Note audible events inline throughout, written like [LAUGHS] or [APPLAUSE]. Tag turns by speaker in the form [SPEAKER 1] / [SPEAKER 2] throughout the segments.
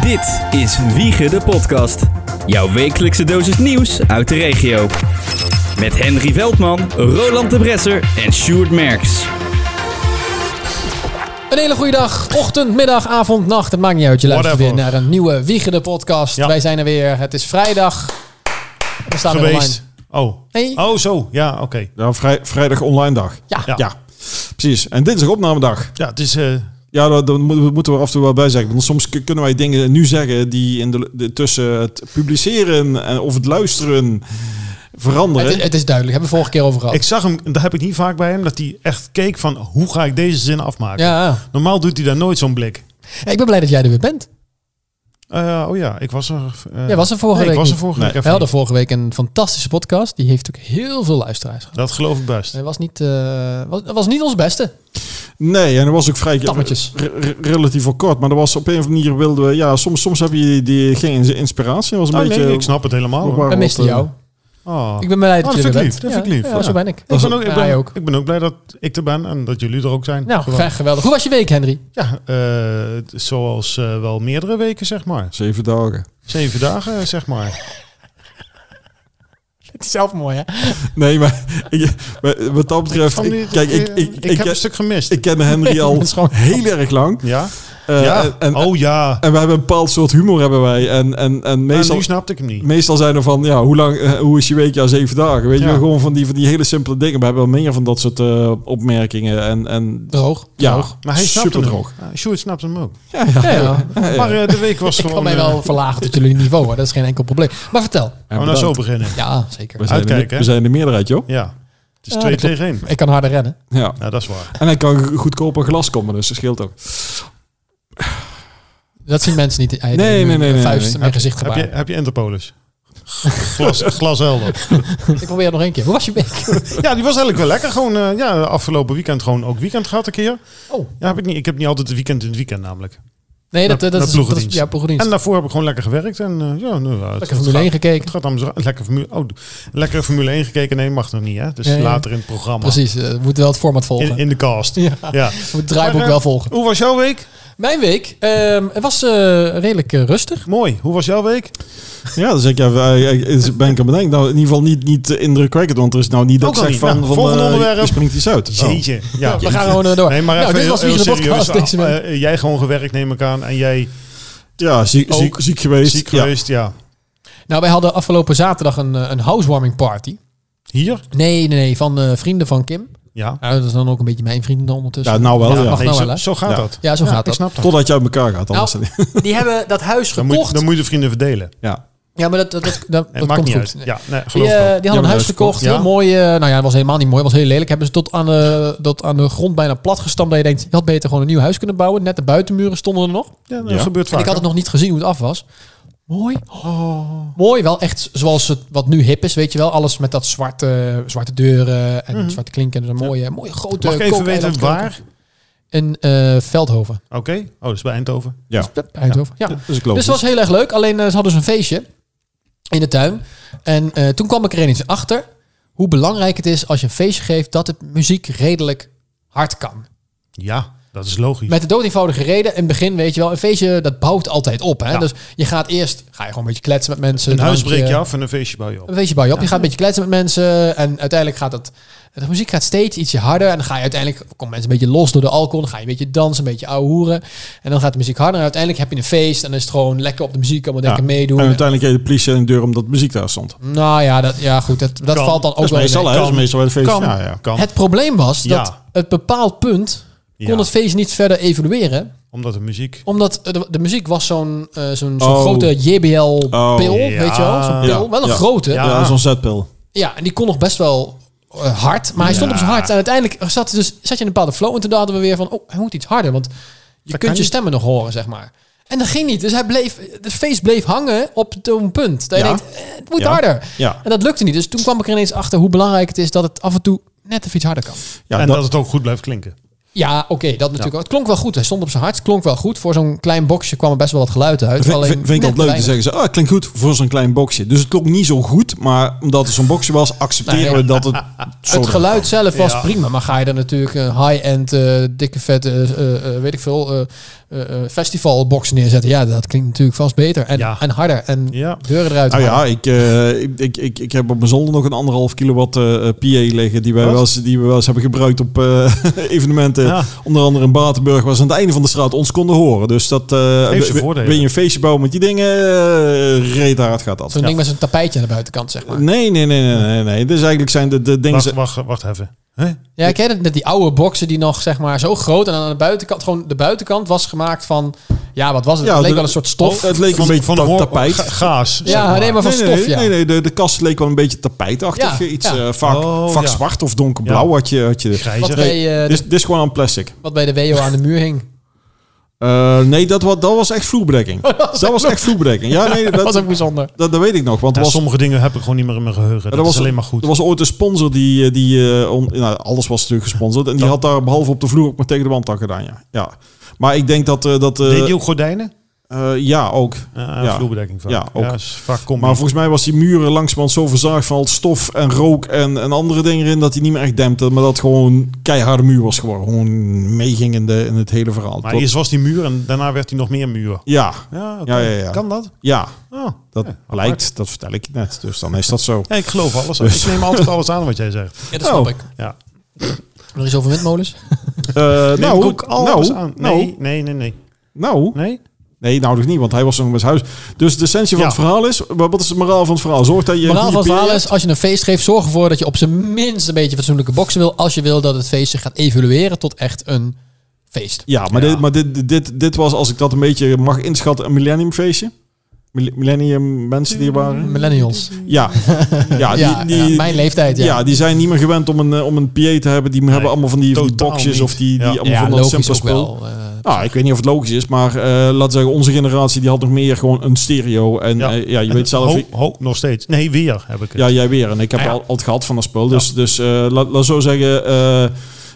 [SPEAKER 1] Dit is Wiegen de Podcast. Jouw wekelijkse dosis nieuws uit de regio. Met Henry Veldman, Roland de Bresser en Sjoerd Merks.
[SPEAKER 2] Een hele goede dag, ochtend, middag, avond, nacht. Het maakt niet uit. Je luistert weer
[SPEAKER 3] Whatever.
[SPEAKER 2] naar een nieuwe Wiegende podcast.
[SPEAKER 3] Ja.
[SPEAKER 2] Wij zijn er weer. Het is vrijdag. We staan weer online.
[SPEAKER 3] geweest. Oh.
[SPEAKER 2] Nee.
[SPEAKER 3] oh, zo. Ja, oké.
[SPEAKER 4] Ja, vrij, vrijdag online dag.
[SPEAKER 2] Ja.
[SPEAKER 3] Ja.
[SPEAKER 4] Ja, precies. En dinsdag opnamedag.
[SPEAKER 3] Ja, het is... eh,
[SPEAKER 4] Ja, daar, daar mo- moeten we er af en toe wel bij zeggen. Want soms k- kunnen wij dingen nu zeggen die in de, de- tussen het publiceren en, of het luisteren veranderen.
[SPEAKER 2] Het, is- het is duidelijk. Hebben we vorige keer over gehad.
[SPEAKER 3] ik zag hem, daar heb ik niet vaak bij hem, dat hij echt keek van hoe ga ik deze zin afmaken.
[SPEAKER 2] Ja.
[SPEAKER 3] Normaal doet hij daar nooit zo'n blik.
[SPEAKER 2] Hey, Ik ben blij dat jij er weer bent.
[SPEAKER 3] Eh, oh ja, ik was er... eh,
[SPEAKER 2] Jij was er vorige
[SPEAKER 3] nee,
[SPEAKER 2] week
[SPEAKER 3] ik was er
[SPEAKER 2] niet.
[SPEAKER 3] vorige
[SPEAKER 4] Nee.
[SPEAKER 3] week
[SPEAKER 2] We
[SPEAKER 3] even
[SPEAKER 2] hadden
[SPEAKER 3] niet.
[SPEAKER 2] vorige week een fantastische podcast. Die heeft ook heel veel luisteraars gehad.
[SPEAKER 3] Dat geloof ik best.
[SPEAKER 2] Het was niet, eh, was, was niet ons beste.
[SPEAKER 4] Nee, en dat was ook vrij
[SPEAKER 2] Tammetjes.
[SPEAKER 4] re- re- relatief wel kort. Maar dat was op een of andere manier wilden we. Ja, soms, soms heb je die, die- geen ins- inspiratie. Dat was
[SPEAKER 3] Oh,
[SPEAKER 4] een
[SPEAKER 3] nee,
[SPEAKER 4] beetje.
[SPEAKER 3] ik snap het helemaal.
[SPEAKER 4] ook
[SPEAKER 3] hoor.
[SPEAKER 4] waar
[SPEAKER 2] We
[SPEAKER 4] wat,
[SPEAKER 2] misten
[SPEAKER 4] eh,
[SPEAKER 2] jou.
[SPEAKER 3] Oh.
[SPEAKER 2] Ik ben blij dat
[SPEAKER 3] Oh,
[SPEAKER 2] je er
[SPEAKER 3] dat vind ik
[SPEAKER 2] bent.
[SPEAKER 3] lief, dat vind ik
[SPEAKER 2] Ja,
[SPEAKER 3] lief.
[SPEAKER 2] Ja, zo
[SPEAKER 3] Ja.
[SPEAKER 2] ben ik.
[SPEAKER 3] Ik ben, ook, ik,
[SPEAKER 2] Ja,
[SPEAKER 3] ben,
[SPEAKER 2] jij ook.
[SPEAKER 3] ik ben ook blij dat ik er ben en dat jullie er ook zijn.
[SPEAKER 2] Nou,
[SPEAKER 3] Gewoon.
[SPEAKER 2] graag geweldig. Hoe was je week, Henry?
[SPEAKER 3] Ja, eh, zoals eh, wel meerdere weken, zeg maar.
[SPEAKER 4] Zeven dagen.
[SPEAKER 3] Zeven dagen, zeg maar.
[SPEAKER 2] [LAUGHS] Het is zelf mooi, hè?
[SPEAKER 4] Nee, maar, [LAUGHS] ik- maar wat dat betreft.
[SPEAKER 3] Van die-
[SPEAKER 4] ik- kijk, ik, ik, ik,
[SPEAKER 3] ik heb een stuk gemist.
[SPEAKER 4] ik ken Henry al
[SPEAKER 2] Het is gewoon-
[SPEAKER 4] heel erg lang.
[SPEAKER 3] ja?
[SPEAKER 4] Eh,
[SPEAKER 3] ja?
[SPEAKER 4] en,
[SPEAKER 3] oh ja.
[SPEAKER 4] en we hebben een bepaald soort humor hebben wij. En, en, en
[SPEAKER 3] Nou,
[SPEAKER 4] meestal,
[SPEAKER 3] nu snapte ik hem niet.
[SPEAKER 4] meestal zijn er van, ja, hoe, lang, eh, hoe is je week? Ja, zeven dagen. Weet je
[SPEAKER 3] Ja.
[SPEAKER 4] wel, gewoon van die, van die hele simpele dingen. We hebben wel meer van dat soort eh, opmerkingen. En, en
[SPEAKER 2] Droog.
[SPEAKER 4] ja,
[SPEAKER 2] Droog.
[SPEAKER 3] Maar hij snapte hem.
[SPEAKER 4] superdroog.
[SPEAKER 3] Droog. Sjoerd snapte hem ook.
[SPEAKER 4] Ja, ja.
[SPEAKER 2] Ja, ja.
[SPEAKER 4] Ja, ja.
[SPEAKER 3] Maar eh, de week
[SPEAKER 2] [LAUGHS]
[SPEAKER 3] was
[SPEAKER 2] Ik
[SPEAKER 3] gewoon...
[SPEAKER 2] kan mij
[SPEAKER 3] eh,
[SPEAKER 2] wel verlagen tot jullie niveau, hoor. dat is geen enkel probleem. Maar vertel.
[SPEAKER 4] En
[SPEAKER 3] oh, nou zo
[SPEAKER 4] bedankt.
[SPEAKER 3] beginnen.
[SPEAKER 2] Ja, zeker.
[SPEAKER 4] we zijn,
[SPEAKER 3] Uitkijk,
[SPEAKER 4] de,
[SPEAKER 3] hè?
[SPEAKER 4] we zijn de meerderheid, joh.
[SPEAKER 3] Ja. Het is
[SPEAKER 2] Ja,
[SPEAKER 3] twee
[SPEAKER 2] dat klopt.
[SPEAKER 3] tegen één.
[SPEAKER 2] Ik kan harder rennen.
[SPEAKER 4] Ja.
[SPEAKER 3] Ja, dat is waar.
[SPEAKER 4] En hij kan goedkoop een glas komen, dus dat scheelt ook.
[SPEAKER 2] Dat zien mensen niet. Hij
[SPEAKER 4] Nee,
[SPEAKER 2] deed nu
[SPEAKER 4] nee, nee,
[SPEAKER 2] een
[SPEAKER 4] nee,
[SPEAKER 2] Vuist
[SPEAKER 4] nee.
[SPEAKER 2] en mijn gezicht
[SPEAKER 3] Heb je,
[SPEAKER 2] gebaar.
[SPEAKER 3] heb je Interpolis? glas, glas helder.
[SPEAKER 2] Ik probeer het nog één keer. Hoe was je week?
[SPEAKER 3] Ja, die was eigenlijk wel lekker. Gewoon, eh, ja, afgelopen weekend gewoon ook weekend gehad een keer.
[SPEAKER 2] Oh,
[SPEAKER 3] Ja, heb ik, niet, ik heb niet altijd het weekend in het weekend namelijk.
[SPEAKER 2] nee, dat,
[SPEAKER 3] Naar-
[SPEAKER 2] dat,
[SPEAKER 3] naar
[SPEAKER 2] is, dat is
[SPEAKER 3] ploegendienst.
[SPEAKER 2] ja, ploegendienst.
[SPEAKER 3] En daarvoor heb ik gewoon lekker gewerkt. En eh, ja, nou, ja, het-
[SPEAKER 2] Lekker
[SPEAKER 3] het
[SPEAKER 2] Formule
[SPEAKER 3] gaat-
[SPEAKER 2] 1
[SPEAKER 3] Het
[SPEAKER 2] gekeken.
[SPEAKER 3] gaat allemaal zo- lekker Formule, oh, lekker Formule 1 gekeken. Nee, mag nog niet, hè? Dus
[SPEAKER 2] Ja, ja.
[SPEAKER 3] later in het programma.
[SPEAKER 2] Precies, eh, we moeten wel het format volgen.
[SPEAKER 3] In, in de
[SPEAKER 2] [LAUGHS]
[SPEAKER 3] cast.
[SPEAKER 2] Ja.
[SPEAKER 3] Ja.
[SPEAKER 2] We moeten het draaiboek
[SPEAKER 3] Maar, eh,
[SPEAKER 2] wel volgen.
[SPEAKER 3] Hoe was jouw week?
[SPEAKER 2] Mijn week ehm, het was eh, redelijk eh, rustig.
[SPEAKER 3] Mooi. Hoe was jouw week?
[SPEAKER 2] Oh.
[SPEAKER 4] Ja, dus ik, ja, ik- ik- ik ben ik aan bedenken. Nou, in ieder geval niet, niet eh, indrukwekkend, want er is nou niet dat
[SPEAKER 3] Ook
[SPEAKER 4] ik
[SPEAKER 3] al
[SPEAKER 4] zeg
[SPEAKER 3] niet.
[SPEAKER 4] van...
[SPEAKER 3] Nou,
[SPEAKER 4] van
[SPEAKER 3] volgende
[SPEAKER 4] eh, je
[SPEAKER 3] onderwerp.
[SPEAKER 4] springt iets uit. Oh.
[SPEAKER 3] Jeetje. Ja.
[SPEAKER 2] We gaan gewoon eh, door.
[SPEAKER 3] Nee, maar
[SPEAKER 2] nou,
[SPEAKER 3] even
[SPEAKER 2] dit was
[SPEAKER 3] heel,
[SPEAKER 2] weer de
[SPEAKER 3] heel serieus.
[SPEAKER 2] podcast deze week.
[SPEAKER 3] Eh, eh, jij gewoon gewerkt, neem ik aan. En jij
[SPEAKER 4] Ja, ziek,
[SPEAKER 3] Ook
[SPEAKER 4] ziek, ziek geweest.
[SPEAKER 3] ziek
[SPEAKER 4] Ja.
[SPEAKER 3] geweest, ja.
[SPEAKER 2] Nou, wij hadden afgelopen zaterdag een, eh, een housewarming party.
[SPEAKER 3] Hier?
[SPEAKER 2] Nee, nee, nee, van eh, vrienden van Kim.
[SPEAKER 3] Ja.
[SPEAKER 2] Nou, dat is dan ook een beetje mijn vrienden dan ondertussen.
[SPEAKER 4] Ja, nou wel.
[SPEAKER 2] Ja,
[SPEAKER 4] Ja,
[SPEAKER 2] mag-
[SPEAKER 3] nee,
[SPEAKER 2] nou
[SPEAKER 3] zo,
[SPEAKER 2] wel, hè?
[SPEAKER 3] zo gaat
[SPEAKER 4] Ja.
[SPEAKER 3] dat.
[SPEAKER 2] Ja, zo gaat
[SPEAKER 3] ik
[SPEAKER 2] dat.
[SPEAKER 3] snap dat.
[SPEAKER 4] Totdat je uit elkaar gaat. Anders
[SPEAKER 2] Nou, [LAUGHS] Die hebben dat huis
[SPEAKER 3] Dan moet, dan moet je de vrienden verdelen.
[SPEAKER 4] [LAUGHS] ja.
[SPEAKER 2] Ja, maar dat, dat, dat, dat,
[SPEAKER 3] Het
[SPEAKER 2] dat
[SPEAKER 3] maakt
[SPEAKER 2] komt
[SPEAKER 3] niet
[SPEAKER 2] goed.
[SPEAKER 3] uit. Ja, nee,
[SPEAKER 2] Die,
[SPEAKER 3] geloof
[SPEAKER 2] eh,
[SPEAKER 3] ik ook.
[SPEAKER 2] die hadden een huis gekocht,
[SPEAKER 3] ja.
[SPEAKER 2] heel mooi. eh, nou ja, dat was helemaal niet mooi, dat was heel lelijk. Hebben ze tot aan, eh tot aan de grond bijna plat gestampt. Dat je denkt, je had beter gewoon een nieuw huis kunnen bouwen. Net de buitenmuren stonden er nog.
[SPEAKER 3] Ja, dat
[SPEAKER 4] Ja.
[SPEAKER 3] gebeurt
[SPEAKER 2] En
[SPEAKER 3] vaak.
[SPEAKER 2] ik had het nog niet gezien hoe het af was. Mooi.
[SPEAKER 3] Oh.
[SPEAKER 2] Mooi, wel echt zoals het wat nu hip is, weet je wel. Alles met dat zwarte, zwarte deuren en zwarte klinken. En een mooie, mooie grote
[SPEAKER 3] Mhm. Mag ik even
[SPEAKER 2] kookeiland-
[SPEAKER 3] weten waar?
[SPEAKER 2] In eh, Veldhoven.
[SPEAKER 3] Oké. Oh, dat is bij Eindhoven.
[SPEAKER 4] ja.
[SPEAKER 2] Eindhoven. Ja.
[SPEAKER 4] Dus ik loop.
[SPEAKER 2] Dus het was heel erg leuk. Alleen eh, ze hadden dus een feestje in de tuin. En eh, toen kwam ik er ineens achter hoe belangrijk het is als je een feestje geeft dat de muziek redelijk hard kan.
[SPEAKER 3] Ja, dat is logisch.
[SPEAKER 2] Met de dood eenvoudige reden. In het begin weet je wel, een feestje dat bouwt altijd op. Hè?
[SPEAKER 3] Ja.
[SPEAKER 2] Dus je gaat eerst, ga je gewoon een beetje kletsen met mensen.
[SPEAKER 3] een huis
[SPEAKER 2] drankje.
[SPEAKER 3] breek je af en een feestje bouw je op.
[SPEAKER 2] Een feestje bouw je op. Je gaat een beetje kletsen met mensen. En uiteindelijk gaat dat. De muziek gaat steeds ietsje harder. En dan ga je uiteindelijk. Komt mensen een beetje los door de alcohol. Dan ga je een beetje dansen, een beetje ouwehoeren. En dan gaat de muziek harder. En uiteindelijk heb je een feest. En dan is het gewoon lekker op de muziek. Allemaal lekker meedoen.
[SPEAKER 4] En uiteindelijk deed de politie aan de deur omdat muziek daar stond. Dat
[SPEAKER 2] Nou ja, dat, ja goed, dat, dat
[SPEAKER 3] Kan.
[SPEAKER 2] valt dan ook wel
[SPEAKER 4] is
[SPEAKER 2] weer
[SPEAKER 4] meestal,
[SPEAKER 2] mee.
[SPEAKER 4] hè? Dat is meestal bij de feest.
[SPEAKER 3] Kan.
[SPEAKER 4] Ja, ja.
[SPEAKER 3] kan.
[SPEAKER 2] Het probleem was dat
[SPEAKER 3] Ja.
[SPEAKER 2] het bepaald punt kon
[SPEAKER 3] Ja.
[SPEAKER 2] het feest niet verder evolueren.
[SPEAKER 3] Omdat de muziek...
[SPEAKER 2] Omdat eh, de, de muziek was zo'n eh, zo'n zo'n
[SPEAKER 4] Oh.
[SPEAKER 2] grote JBL-pil,
[SPEAKER 4] Oh.
[SPEAKER 2] weet je wel? Zo'n pil,
[SPEAKER 4] Ja.
[SPEAKER 2] wel een
[SPEAKER 4] Ja.
[SPEAKER 2] grote. Ja.
[SPEAKER 3] Ja.
[SPEAKER 4] Ja, zo'n zetpil.
[SPEAKER 2] en die kon nog best wel eh, hard. Maar hij stond
[SPEAKER 3] Ja.
[SPEAKER 2] op zijn hart. En uiteindelijk zat, er dus, zat je in een bepaalde flow. En toen hadden we weer van, oh, hij moet iets harder. Want je
[SPEAKER 3] Dat kan
[SPEAKER 2] kunt je
[SPEAKER 3] niet.
[SPEAKER 2] stemmen nog horen, zeg maar. En dat ging niet. Dus hij bleef, het feest bleef hangen op zo'n punt. Dat je
[SPEAKER 4] Ja.
[SPEAKER 2] denkt, eh, het moet
[SPEAKER 4] Ja.
[SPEAKER 2] harder.
[SPEAKER 4] Ja.
[SPEAKER 2] En dat lukte niet. Dus toen kwam ik er ineens achter hoe belangrijk het is dat het af en toe net even iets harder kan.
[SPEAKER 4] Ja,
[SPEAKER 3] en
[SPEAKER 4] dat-
[SPEAKER 3] dat, het ook goed blijft klinken.
[SPEAKER 2] Ja, oké, dat natuurlijk. ook. Het klonk wel goed. Hij stond op zijn hart. Het klonk wel goed. Voor zo'n klein boxje kwam er best wel wat geluid uit.
[SPEAKER 4] Vind,
[SPEAKER 2] Alleen
[SPEAKER 4] vind, vind ik
[SPEAKER 2] net
[SPEAKER 4] altijd leuk.
[SPEAKER 2] te
[SPEAKER 4] Dan zeggen ze, ah, het klinkt goed voor zo'n klein boxje. Dus het klonk niet zo goed, maar omdat het zo'n boxje was, accepteren
[SPEAKER 2] Nou ja.
[SPEAKER 4] we dat het... zo
[SPEAKER 2] weinig. Het geluid zelf was
[SPEAKER 3] Ja.
[SPEAKER 2] prima. Maar ga je er natuurlijk een high-end, eh, dikke vet, eh, eh, eh, weet ik veel, eh, eh, eh, festivalbox neerzetten. Ja, dat klinkt natuurlijk vast beter. En,
[SPEAKER 3] Ja.
[SPEAKER 2] en harder. En
[SPEAKER 3] Ja.
[SPEAKER 2] deuren eruit.
[SPEAKER 4] Nou
[SPEAKER 2] halen.
[SPEAKER 4] ja, ik, eh, ik, ik, ik, ik heb op mijn zolder nog een anderhalf kilowatt eh, eh, PA liggen die, wij
[SPEAKER 3] Wat?
[SPEAKER 4] wel eens, die we wel eens hebben gebruikt op eh, [LAUGHS] evenementen.
[SPEAKER 3] Ja.
[SPEAKER 4] Onder andere in Batenburg, waar ze aan het einde van de straat ons konden horen. Dus dat eh
[SPEAKER 3] Heeft zijn
[SPEAKER 4] w- w-
[SPEAKER 3] voordelen.
[SPEAKER 4] wil je een feestje bouwen met die dingen, eh reet hard gaat dat.
[SPEAKER 2] Zo'n ding met zo'n tapijtje aan de buitenkant, zeg maar.
[SPEAKER 4] Nee, nee, nee, nee, nee, nee. Dus eigenlijk zijn de, de
[SPEAKER 3] Wacht,
[SPEAKER 4] dingen...
[SPEAKER 3] wacht, wacht even. Hè?
[SPEAKER 2] Ja, ik ken het met die oude boxen die nog, zeg maar, zo groot. En aan de buitenkant, gewoon de buitenkant was gemaakt van... Ja, wat was het?
[SPEAKER 4] Ja,
[SPEAKER 2] het leek
[SPEAKER 4] de- Oh,
[SPEAKER 2] wel een soort stof.
[SPEAKER 4] het leek een beetje van
[SPEAKER 3] hoor- Oh,
[SPEAKER 4] tapijt.
[SPEAKER 3] ga- gaas. zeg
[SPEAKER 2] ja, nee, maar van
[SPEAKER 4] nee,
[SPEAKER 2] stof,
[SPEAKER 4] nee,
[SPEAKER 2] ja.
[SPEAKER 4] nee, nee, de, de kast leek wel een beetje tapijtachtig.
[SPEAKER 2] Ja,
[SPEAKER 4] iets
[SPEAKER 2] ja.
[SPEAKER 4] eh, vaak,
[SPEAKER 3] Oh,
[SPEAKER 4] vaak
[SPEAKER 3] ja.
[SPEAKER 4] zwart of donkerblauw
[SPEAKER 3] Ja.
[SPEAKER 4] had je. Had je dit.
[SPEAKER 3] Grijzer.
[SPEAKER 2] Wat bij, eh,
[SPEAKER 4] dit, is- dit is gewoon aan plastic.
[SPEAKER 2] Wat bij de WO aan de muur hing.
[SPEAKER 4] Eh, nee, dat, wa- dat was echt vloerbedekking. dat was echt vloerbedekking. Ja, nee, dat,
[SPEAKER 2] Dat was
[SPEAKER 4] dat,
[SPEAKER 2] ook bijzonder.
[SPEAKER 4] dat weet ik nog. Want
[SPEAKER 3] Ja,
[SPEAKER 4] er was,
[SPEAKER 3] sommige dingen heb ik gewoon niet meer in mijn geheugen. Dat,
[SPEAKER 4] er was-
[SPEAKER 3] is alleen maar goed.
[SPEAKER 4] er was ooit een sponsor die... eh, die eh, on- nou, alles was natuurlijk gesponsord. En die
[SPEAKER 3] Ja.
[SPEAKER 4] had daar behalve op de vloer ook maar tegen de wandtak gedaan, ja. ja. Maar ik denk dat... eh, dat eh,
[SPEAKER 3] Deed die ook gordijnen?
[SPEAKER 4] eh, ja, ook.
[SPEAKER 3] Ja,
[SPEAKER 4] Ja.
[SPEAKER 3] vloerbedekking vaak.
[SPEAKER 4] Ja, ook.
[SPEAKER 3] is vaak kom
[SPEAKER 4] Maar volgens mij was die muren langzamerhand zo verzaagd van al het stof en rook en, en andere dingen erin... dat die niet meer echt dempte. Maar dat gewoon keiharde muur was geworden. Gewoon meeging in, de, in het hele verhaal.
[SPEAKER 3] maar
[SPEAKER 4] Tot-
[SPEAKER 3] eerst was die muur en daarna werd hij nog meer muur.
[SPEAKER 4] ja,
[SPEAKER 3] Ja, oké.
[SPEAKER 4] Ja, ja, ja.
[SPEAKER 3] Kan dat?
[SPEAKER 4] ja,
[SPEAKER 3] Oh.
[SPEAKER 4] dat
[SPEAKER 3] Ja,
[SPEAKER 4] lijkt. Dat vertel ik net. Dus dan is dat zo.
[SPEAKER 3] [LAUGHS] Ja, ik geloof alles. aan.
[SPEAKER 4] Dus-
[SPEAKER 3] Ik neem altijd alles aan wat jij zegt.
[SPEAKER 2] Ja, dat snap
[SPEAKER 4] Oh.
[SPEAKER 2] ik.
[SPEAKER 3] Ja.
[SPEAKER 2] Er is over windmolens.
[SPEAKER 4] Eh,
[SPEAKER 3] Neem
[SPEAKER 4] nou,
[SPEAKER 3] ik ook alles
[SPEAKER 4] nou,
[SPEAKER 3] aan.
[SPEAKER 4] nou,
[SPEAKER 3] Nee, nee, nee, nee.
[SPEAKER 4] nou,
[SPEAKER 3] Nee?
[SPEAKER 4] Nee, nou nog niet, want hij was nog met zijn huis. Dus de essentie van
[SPEAKER 3] Ja.
[SPEAKER 4] het verhaal is... wa- Wat is het moraal van het verhaal? Zorg dat je...
[SPEAKER 2] Moraal van het
[SPEAKER 4] goede
[SPEAKER 2] verhaal
[SPEAKER 4] peer
[SPEAKER 2] is, als je een feest geeft, zorg ervoor dat je op zijn minst een beetje fatsoenlijke boksen wil. Als je wil dat het feest zich gaat evolueren tot echt een feest.
[SPEAKER 4] Ja, maar,
[SPEAKER 3] Ja.
[SPEAKER 4] Dit, maar dit, dit, dit was, als ik dat een beetje mag inschatten, een millenniumfeestje. Mil- Millennium mensen die er waren.
[SPEAKER 2] Millennials.
[SPEAKER 3] [LAUGHS]
[SPEAKER 4] Ja, ja,
[SPEAKER 2] Ja,
[SPEAKER 4] Ah, die, die,
[SPEAKER 2] ja, mijn leeftijd, ja.
[SPEAKER 4] ja, die zijn niet meer gewend om een, eh, om een PA te hebben. Die hebben allemaal van die, van die
[SPEAKER 3] totaal
[SPEAKER 4] boxjes
[SPEAKER 3] niet.
[SPEAKER 4] of die, die
[SPEAKER 3] Ja.
[SPEAKER 4] allemaal
[SPEAKER 2] Ja,
[SPEAKER 4] van dat
[SPEAKER 2] logisch
[SPEAKER 4] simpele
[SPEAKER 2] ook
[SPEAKER 4] spul.
[SPEAKER 2] wel. eh.
[SPEAKER 4] Nou, ik weet niet of het logisch is, maar eh, laten we zeggen, onze generatie die had nog meer gewoon een stereo. En
[SPEAKER 3] Ja.
[SPEAKER 4] ja, ja je weet zelf...
[SPEAKER 3] Ho, ho, nog steeds. Nee, weer heb ik het.
[SPEAKER 4] Ja, jij weer. En ik heb
[SPEAKER 3] Ja.
[SPEAKER 4] al, al het gehad van dat spul. Dus, dus eh, laat, laat zo zeggen. eh, eh,